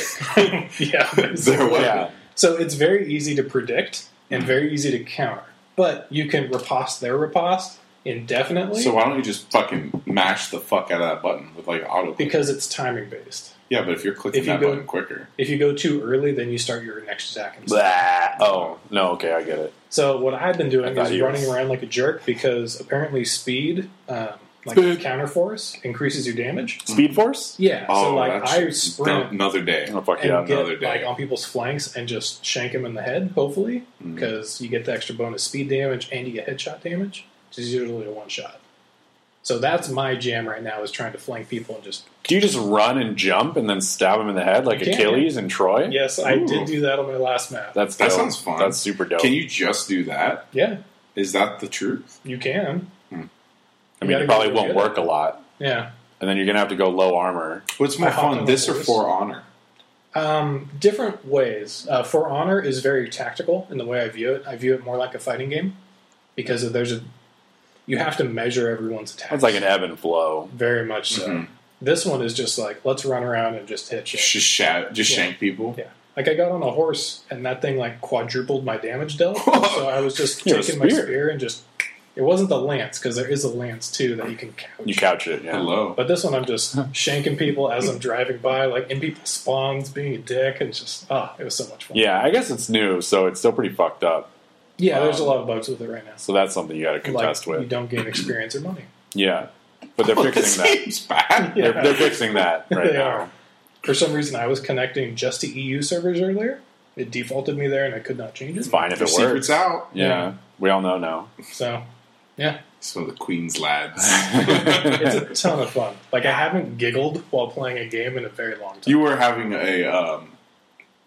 yeah. Their weapon. yeah. So it's very easy to predict and very easy to counter. But you can riposte their riposte indefinitely So why don't you just fucking mash the fuck out of that button with like auto? because it's timing based. Yeah, but if you're clicking If you that go- button quicker, If you go too early, then you start your next attack. instead. Blah. Oh no. Okay, I get it. So what I've been doing I thought is you were- running around like a jerk because apparently speed, um, like Speed. Mm. counter force, increases your damage. Speed Force. Yeah. so like Oh, that's I sprint another day. Oh fuck and yeah. another get day. like on people's flanks and just shank them in the head, hopefully, Mm-hmm. because you get the extra bonus speed damage and you get headshot damage, which is usually a one shot. So that's my jam right now is trying to flank people and just. Do you just run and jump and then stab him in the head like You can. Achilles and Troy? Yes, I Ooh. did do that on my last map. That's That dope. sounds fun. That's super dope. Can you just do that? Yeah, Is that the truth? you can. I you mean, gotta it probably get won't good. work a lot, Yeah. and then you're gonna have to go low armor. What's more I hopped fun, on this the or horse. For Honor? Um, different ways. Uh, For Honor is very tactical in the way I view it. I view it more like a fighting game because if there's a. You have to measure everyone's attacks. It's like an ebb and flow. Very much so. Mm-hmm. This one is just like, let's run around and just hit shit. Just shout, just Yeah. shank people. Yeah. Like I got on a horse and that thing like quadrupled my *laughs* damage dealt. so I was just You had a taking my spear. spear and just it wasn't the lance because there is a lance too that you can couch. You couch it. Yeah. *laughs* Hello. But this one I'm just shanking people as I'm driving by, like in people's spawns, being a dick and just ah, it was so much fun. Yeah, I guess it's new, so it's still pretty fucked up. Yeah, there's Um, a lot of bugs with it right now. So that's something you got to contest like you with. don't gain experience or money. Yeah, but *laughs* they're Well, fixing this that. seems bad. Yeah. They're, they're fixing *laughs* that right They now. are. For some reason I was connecting just to EU servers earlier. It defaulted me there and I could not change it. It's fine if Your it works. secret's out. Yeah. Yeah. we all know *laughs* now. So yeah. So the *laughs* Queen's lads. It's a ton of fun. Like I haven't giggled while playing a game in a very long time. you were having a um,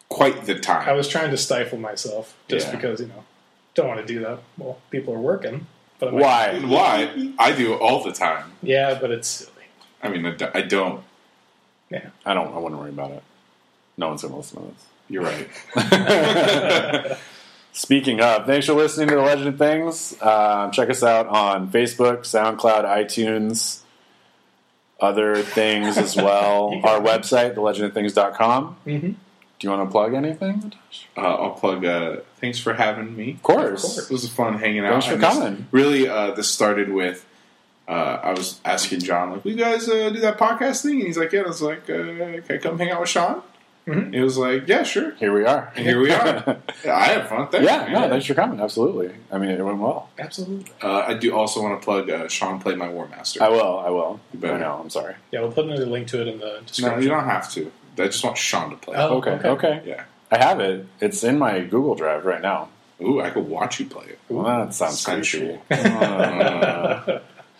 quite the I time. was trying to stifle myself just Yeah. because you know don't want to do that. Well, people are working, but I'm like, Why? Why? I do all the time. yeah, but it's silly. I mean, I d- I don't. Yeah, I don't. I wouldn't worry about it. No one's gonna listen to this. You're right. Speaking of, thanks for listening to The Legend of Things. Um, check us out on Facebook, SoundCloud, iTunes, other things as *laughs* well. Our website, thelegendofthings.com. Mm-hmm. Do you want to plug anything? Uh, I'll plug. Uh, thanks for having me. Of course. It was fun hanging out. Thanks for And this- coming. Really, uh, this started with uh, I was asking John, like, "Will you guys uh, do that podcast thing?" And he's like, "Yeah." And I was like, uh, "Can I come hang out with Sean?" He was like, "Yeah, sure." Mm-hmm. Here we are. And here we are. Yeah, I had fun. *laughs* Thanks, yeah, man. no, thanks for coming. Absolutely. I mean, it went well. Absolutely. Uh, I do also want to plug uh, Sean played my War Master. I will. I will. You better. I know. I'm sorry. Yeah, we'll put another link to it in the no, description. you don't have to. I just want Sean to play. Oh. it. Okay. okay. Okay. Yeah. I have it. It's in my Google Drive right now. Ooh, I could watch you play it. Well, that sounds creepy. Sensual. Uh,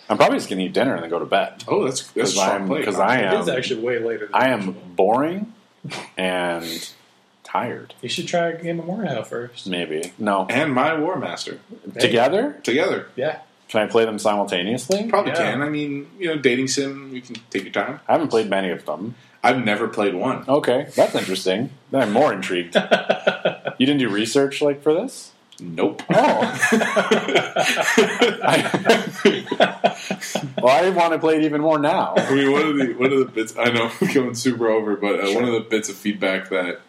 I'm probably just gonna eat dinner and then go to bed oh, that's that's *laughs* because Sean I'm played. because I It is am actually way later. Than I am usual. boring and tired. You should try a game of Mornow first. Maybe no and my War Master together. together. Yeah. Can I play them simultaneously? Probably Yeah. can. I mean, you know, dating sim. You can take your time. I haven't played many of them. I've never played one. Okay, that's interesting. Then I'm more *laughs* intrigued. you didn't do research like for this? Nope. *laughs* Oh. *laughs* well, I want to play it even more now. I mean, one of the one of the bits I know I'm going super over, but uh, one of the bits of feedback that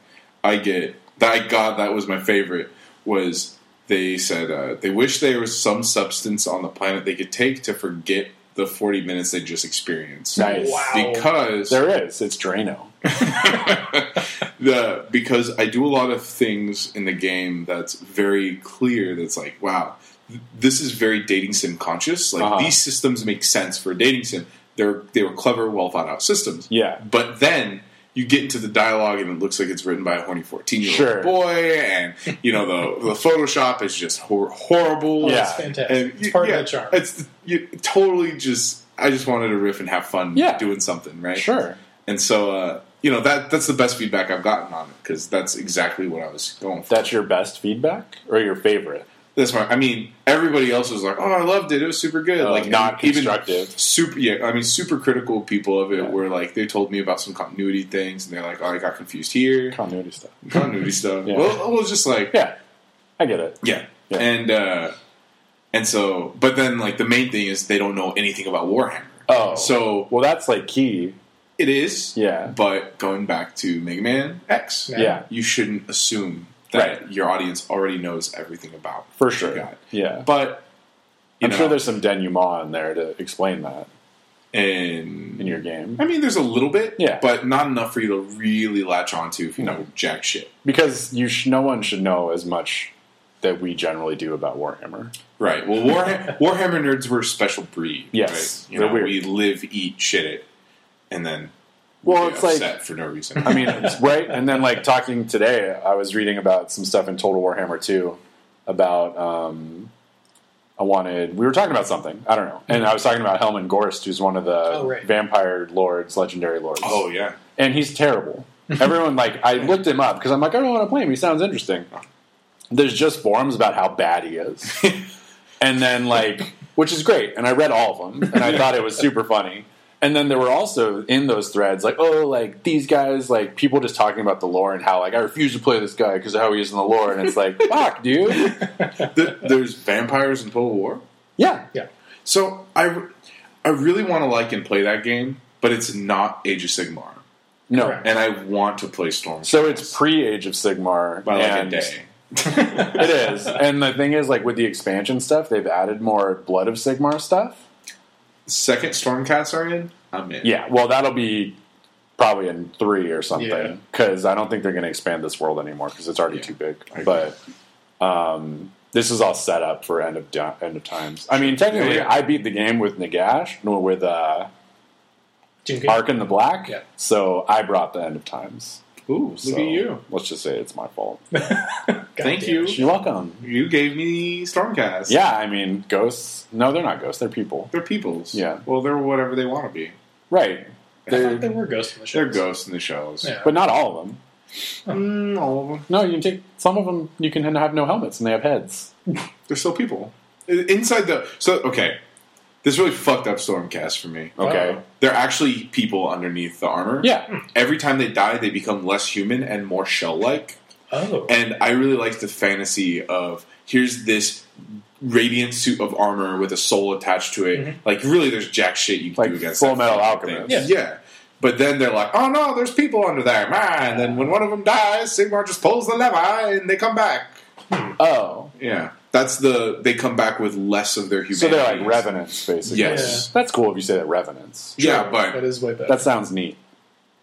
I get that I got that was my favorite was they said uh, they wish there was some substance on the planet they could take to forget the 40 minutes they just experienced. Nice. Wow. Because There is. It's Drano. the because I do a lot of things in the game that's very clear. That's like, wow, th- this is very dating sim conscious. Like Uh-huh. these systems make sense for a dating sim. They're they were clever, well thought out systems. Yeah. But then you get into the dialogue and it looks like it's written by a horny 14 year old Sure. boy, and you know the the Photoshop is just hor- horrible. Yeah. It's fantastic. And it's you- part yeah, of the charm. It's you, totally just. I just wanted to riff and have fun Yeah. doing something, right? Sure. And so, uh, you know, that that's the best feedback I've gotten on it because that's exactly what I was going for. That's your best feedback or your favorite? That's my, I mean, everybody else was like, "Oh, I loved it. It was super good." Uh, like not and constructive. Super, yeah. I mean, super critical people of it were like, they told me about some continuity things, and they're like, "Oh, I got *laughs* confused here, Continuity stuff. continuity stuff." Yeah. Well, it was just like, Yeah. I get it. yeah. Yeah. and uh, and so, but then like the main thing is they don't know anything about Warhammer. Oh. So Well, that's like key. it is, Yeah. But going back to Mega Man X, Yeah. Yeah. you shouldn't assume that Right. your audience already knows everything about For what you sure. got. Yeah. But you I'm know, sure there's some denouement in there to explain that and in your game. I mean, there's a little bit, Yeah. Mm-hmm. but not enough for you to really latch onto if you know jack shit, Because you sh- no one should know as much that we generally do about *laughs* Warhammer. right? Well, Warha- Warhammer nerds were a special breed. Yes. right? you They're know, weird. we live, eat, shit it, and then Well, get it's like upset for no reason. I mean, it's right. And then, like, talking today, I was reading about some stuff in Total Warhammer 2 about. Um, I wanted. We were talking about something. I don't know. And I was talking about Helmand Gorst, who's one of the Oh, right. vampire lords, legendary lords. *laughs* oh yeah, And he's *laughs* terrible. Everyone, like, I looked him up because I'm like, I don't want to play him. He sounds interesting. There's just forums about how bad he is. *laughs* and then, like, which is great. And I read all of them and *laughs* I thought it was super funny. And then there were also in those threads, like, oh, like these guys, like people just talking about the lore and how, like, I refuse to play this guy because of how he is in the lore. And it's *laughs* like, fuck, dude. Th- there's vampires in Total War. Yeah. yeah. So I, I really want to like and play that game, but it's not Age of Sigmar, No. Correct. and I want to play Storm So it's pre Age of Sigmar. by like and- a day. It is. And the thing is, like, with the expansion stuff, they've added more Blood of Sigmar stuff. Second Stormcats are in. I'm in. Yeah, well, that'll be probably in three or Yeah. something because I don't think they're going to expand this world anymore because it's already Yeah, too big. I agree. But um, this is all set up for end of di- end of times. I mean, technically, Yeah, yeah. I beat the game with Nagash, no, with uh, Jinky. Ark in the Black, Yeah. so I brought the end of times. Ooh, look So at you. Let's just say it's my fault. God Thank damn you. it. You're welcome. You gave me Stormcast. Yeah, I mean, ghosts. No, they're not ghosts. They're people. They're peoples. Yeah. Well, they're whatever they want to be. Right. I They're, thought there were ghosts in the show. They're ghosts in the shells. Yeah. but not all of them. Mm, all of them. No, you can take some of them. You can have no helmets and they have heads. They're still people. I- Inside the. So, okay. This really fucked up Stormcast for me. Okay. They're actually people underneath the armor. Yeah. Every time they die, they become less human and more shell like. Oh. And I really liked the fantasy of here's this radiant suit of armor with a soul attached to it. Mm-hmm. Like really, there's jack shit you can Like do against Full that Metal fucking Alchemist. thing. Yeah. Yeah. But then they're like, oh no, there's people under there. Man. And then when one of them dies, Sigmar just pulls the lever and they come back. Oh, Yeah. That's the, they come back with less of their humanity. so they're like revenants, basically. Yes. that's cool if you say that revenants. Yeah, Sure, but that is way better. That sounds neat.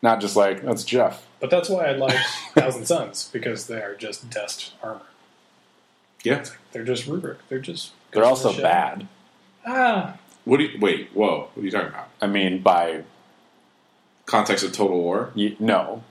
Not just like that's Jeff. but that's why I like Thousand Suns because they are just dust armor. yeah. They're just rubric. They're just. They're also shit. bad. Ah, What do you, wait, whoa, what are you talking about? I mean, by Context of Total War? y- no,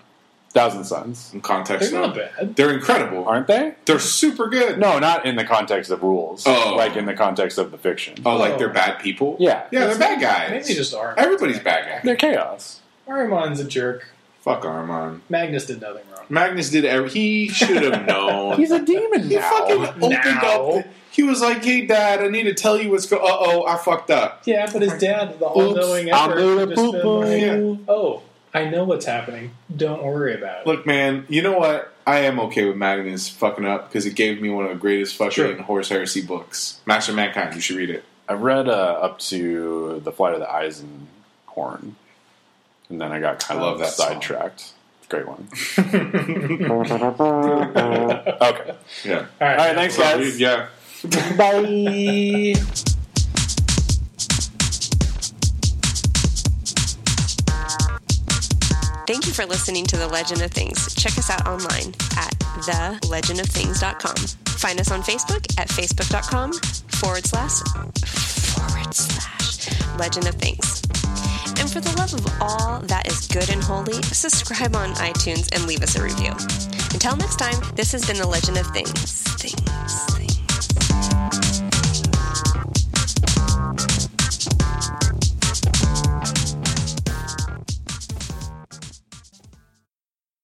Thousand Sons, In context they're of. not bad. They're incredible. aren't they? They're super good. No, not in the context of rules. Oh. like in the context of the fiction. Oh, like they're bad people? Yeah. Yeah, they're bad Maybe guys. just Aramon. Everybody's bad guy. They're chaos. Arimon's a jerk. Fuck Armon. Magnus did nothing wrong. Magnus did every. He should *laughs* have known. He's a demon he now. fucking opened Now. up. He was like, hey, dad, I need to tell you what's going Uh oh, I fucked up. Yeah, but his dad, the all knowing I'm effort, doing a just been poo-poo. like, Yeah. oh, I know what's happening. Don't worry about it. Look, man, you know what? I am okay with Magnus fucking up because it gave me one of the greatest fucking Sure. horse heresy books. Master of Mankind. You should read it. I read uh, up to the flight of the Eisenhorn, and then I got kind I of love that song. sidetracked. Great one. okay. Yeah. all right, All right. Thanks, Yeah, guys. yeah. Bye. Thank you for listening to The Legend of Things. Check us out online at thelegendofthings.com. Find us on Facebook at facebook.com forward slash forward slash legend of things. And for the love of all that is good and holy, subscribe on iTunes and leave us a review. Until next time, this has been The Legend of Things. Things.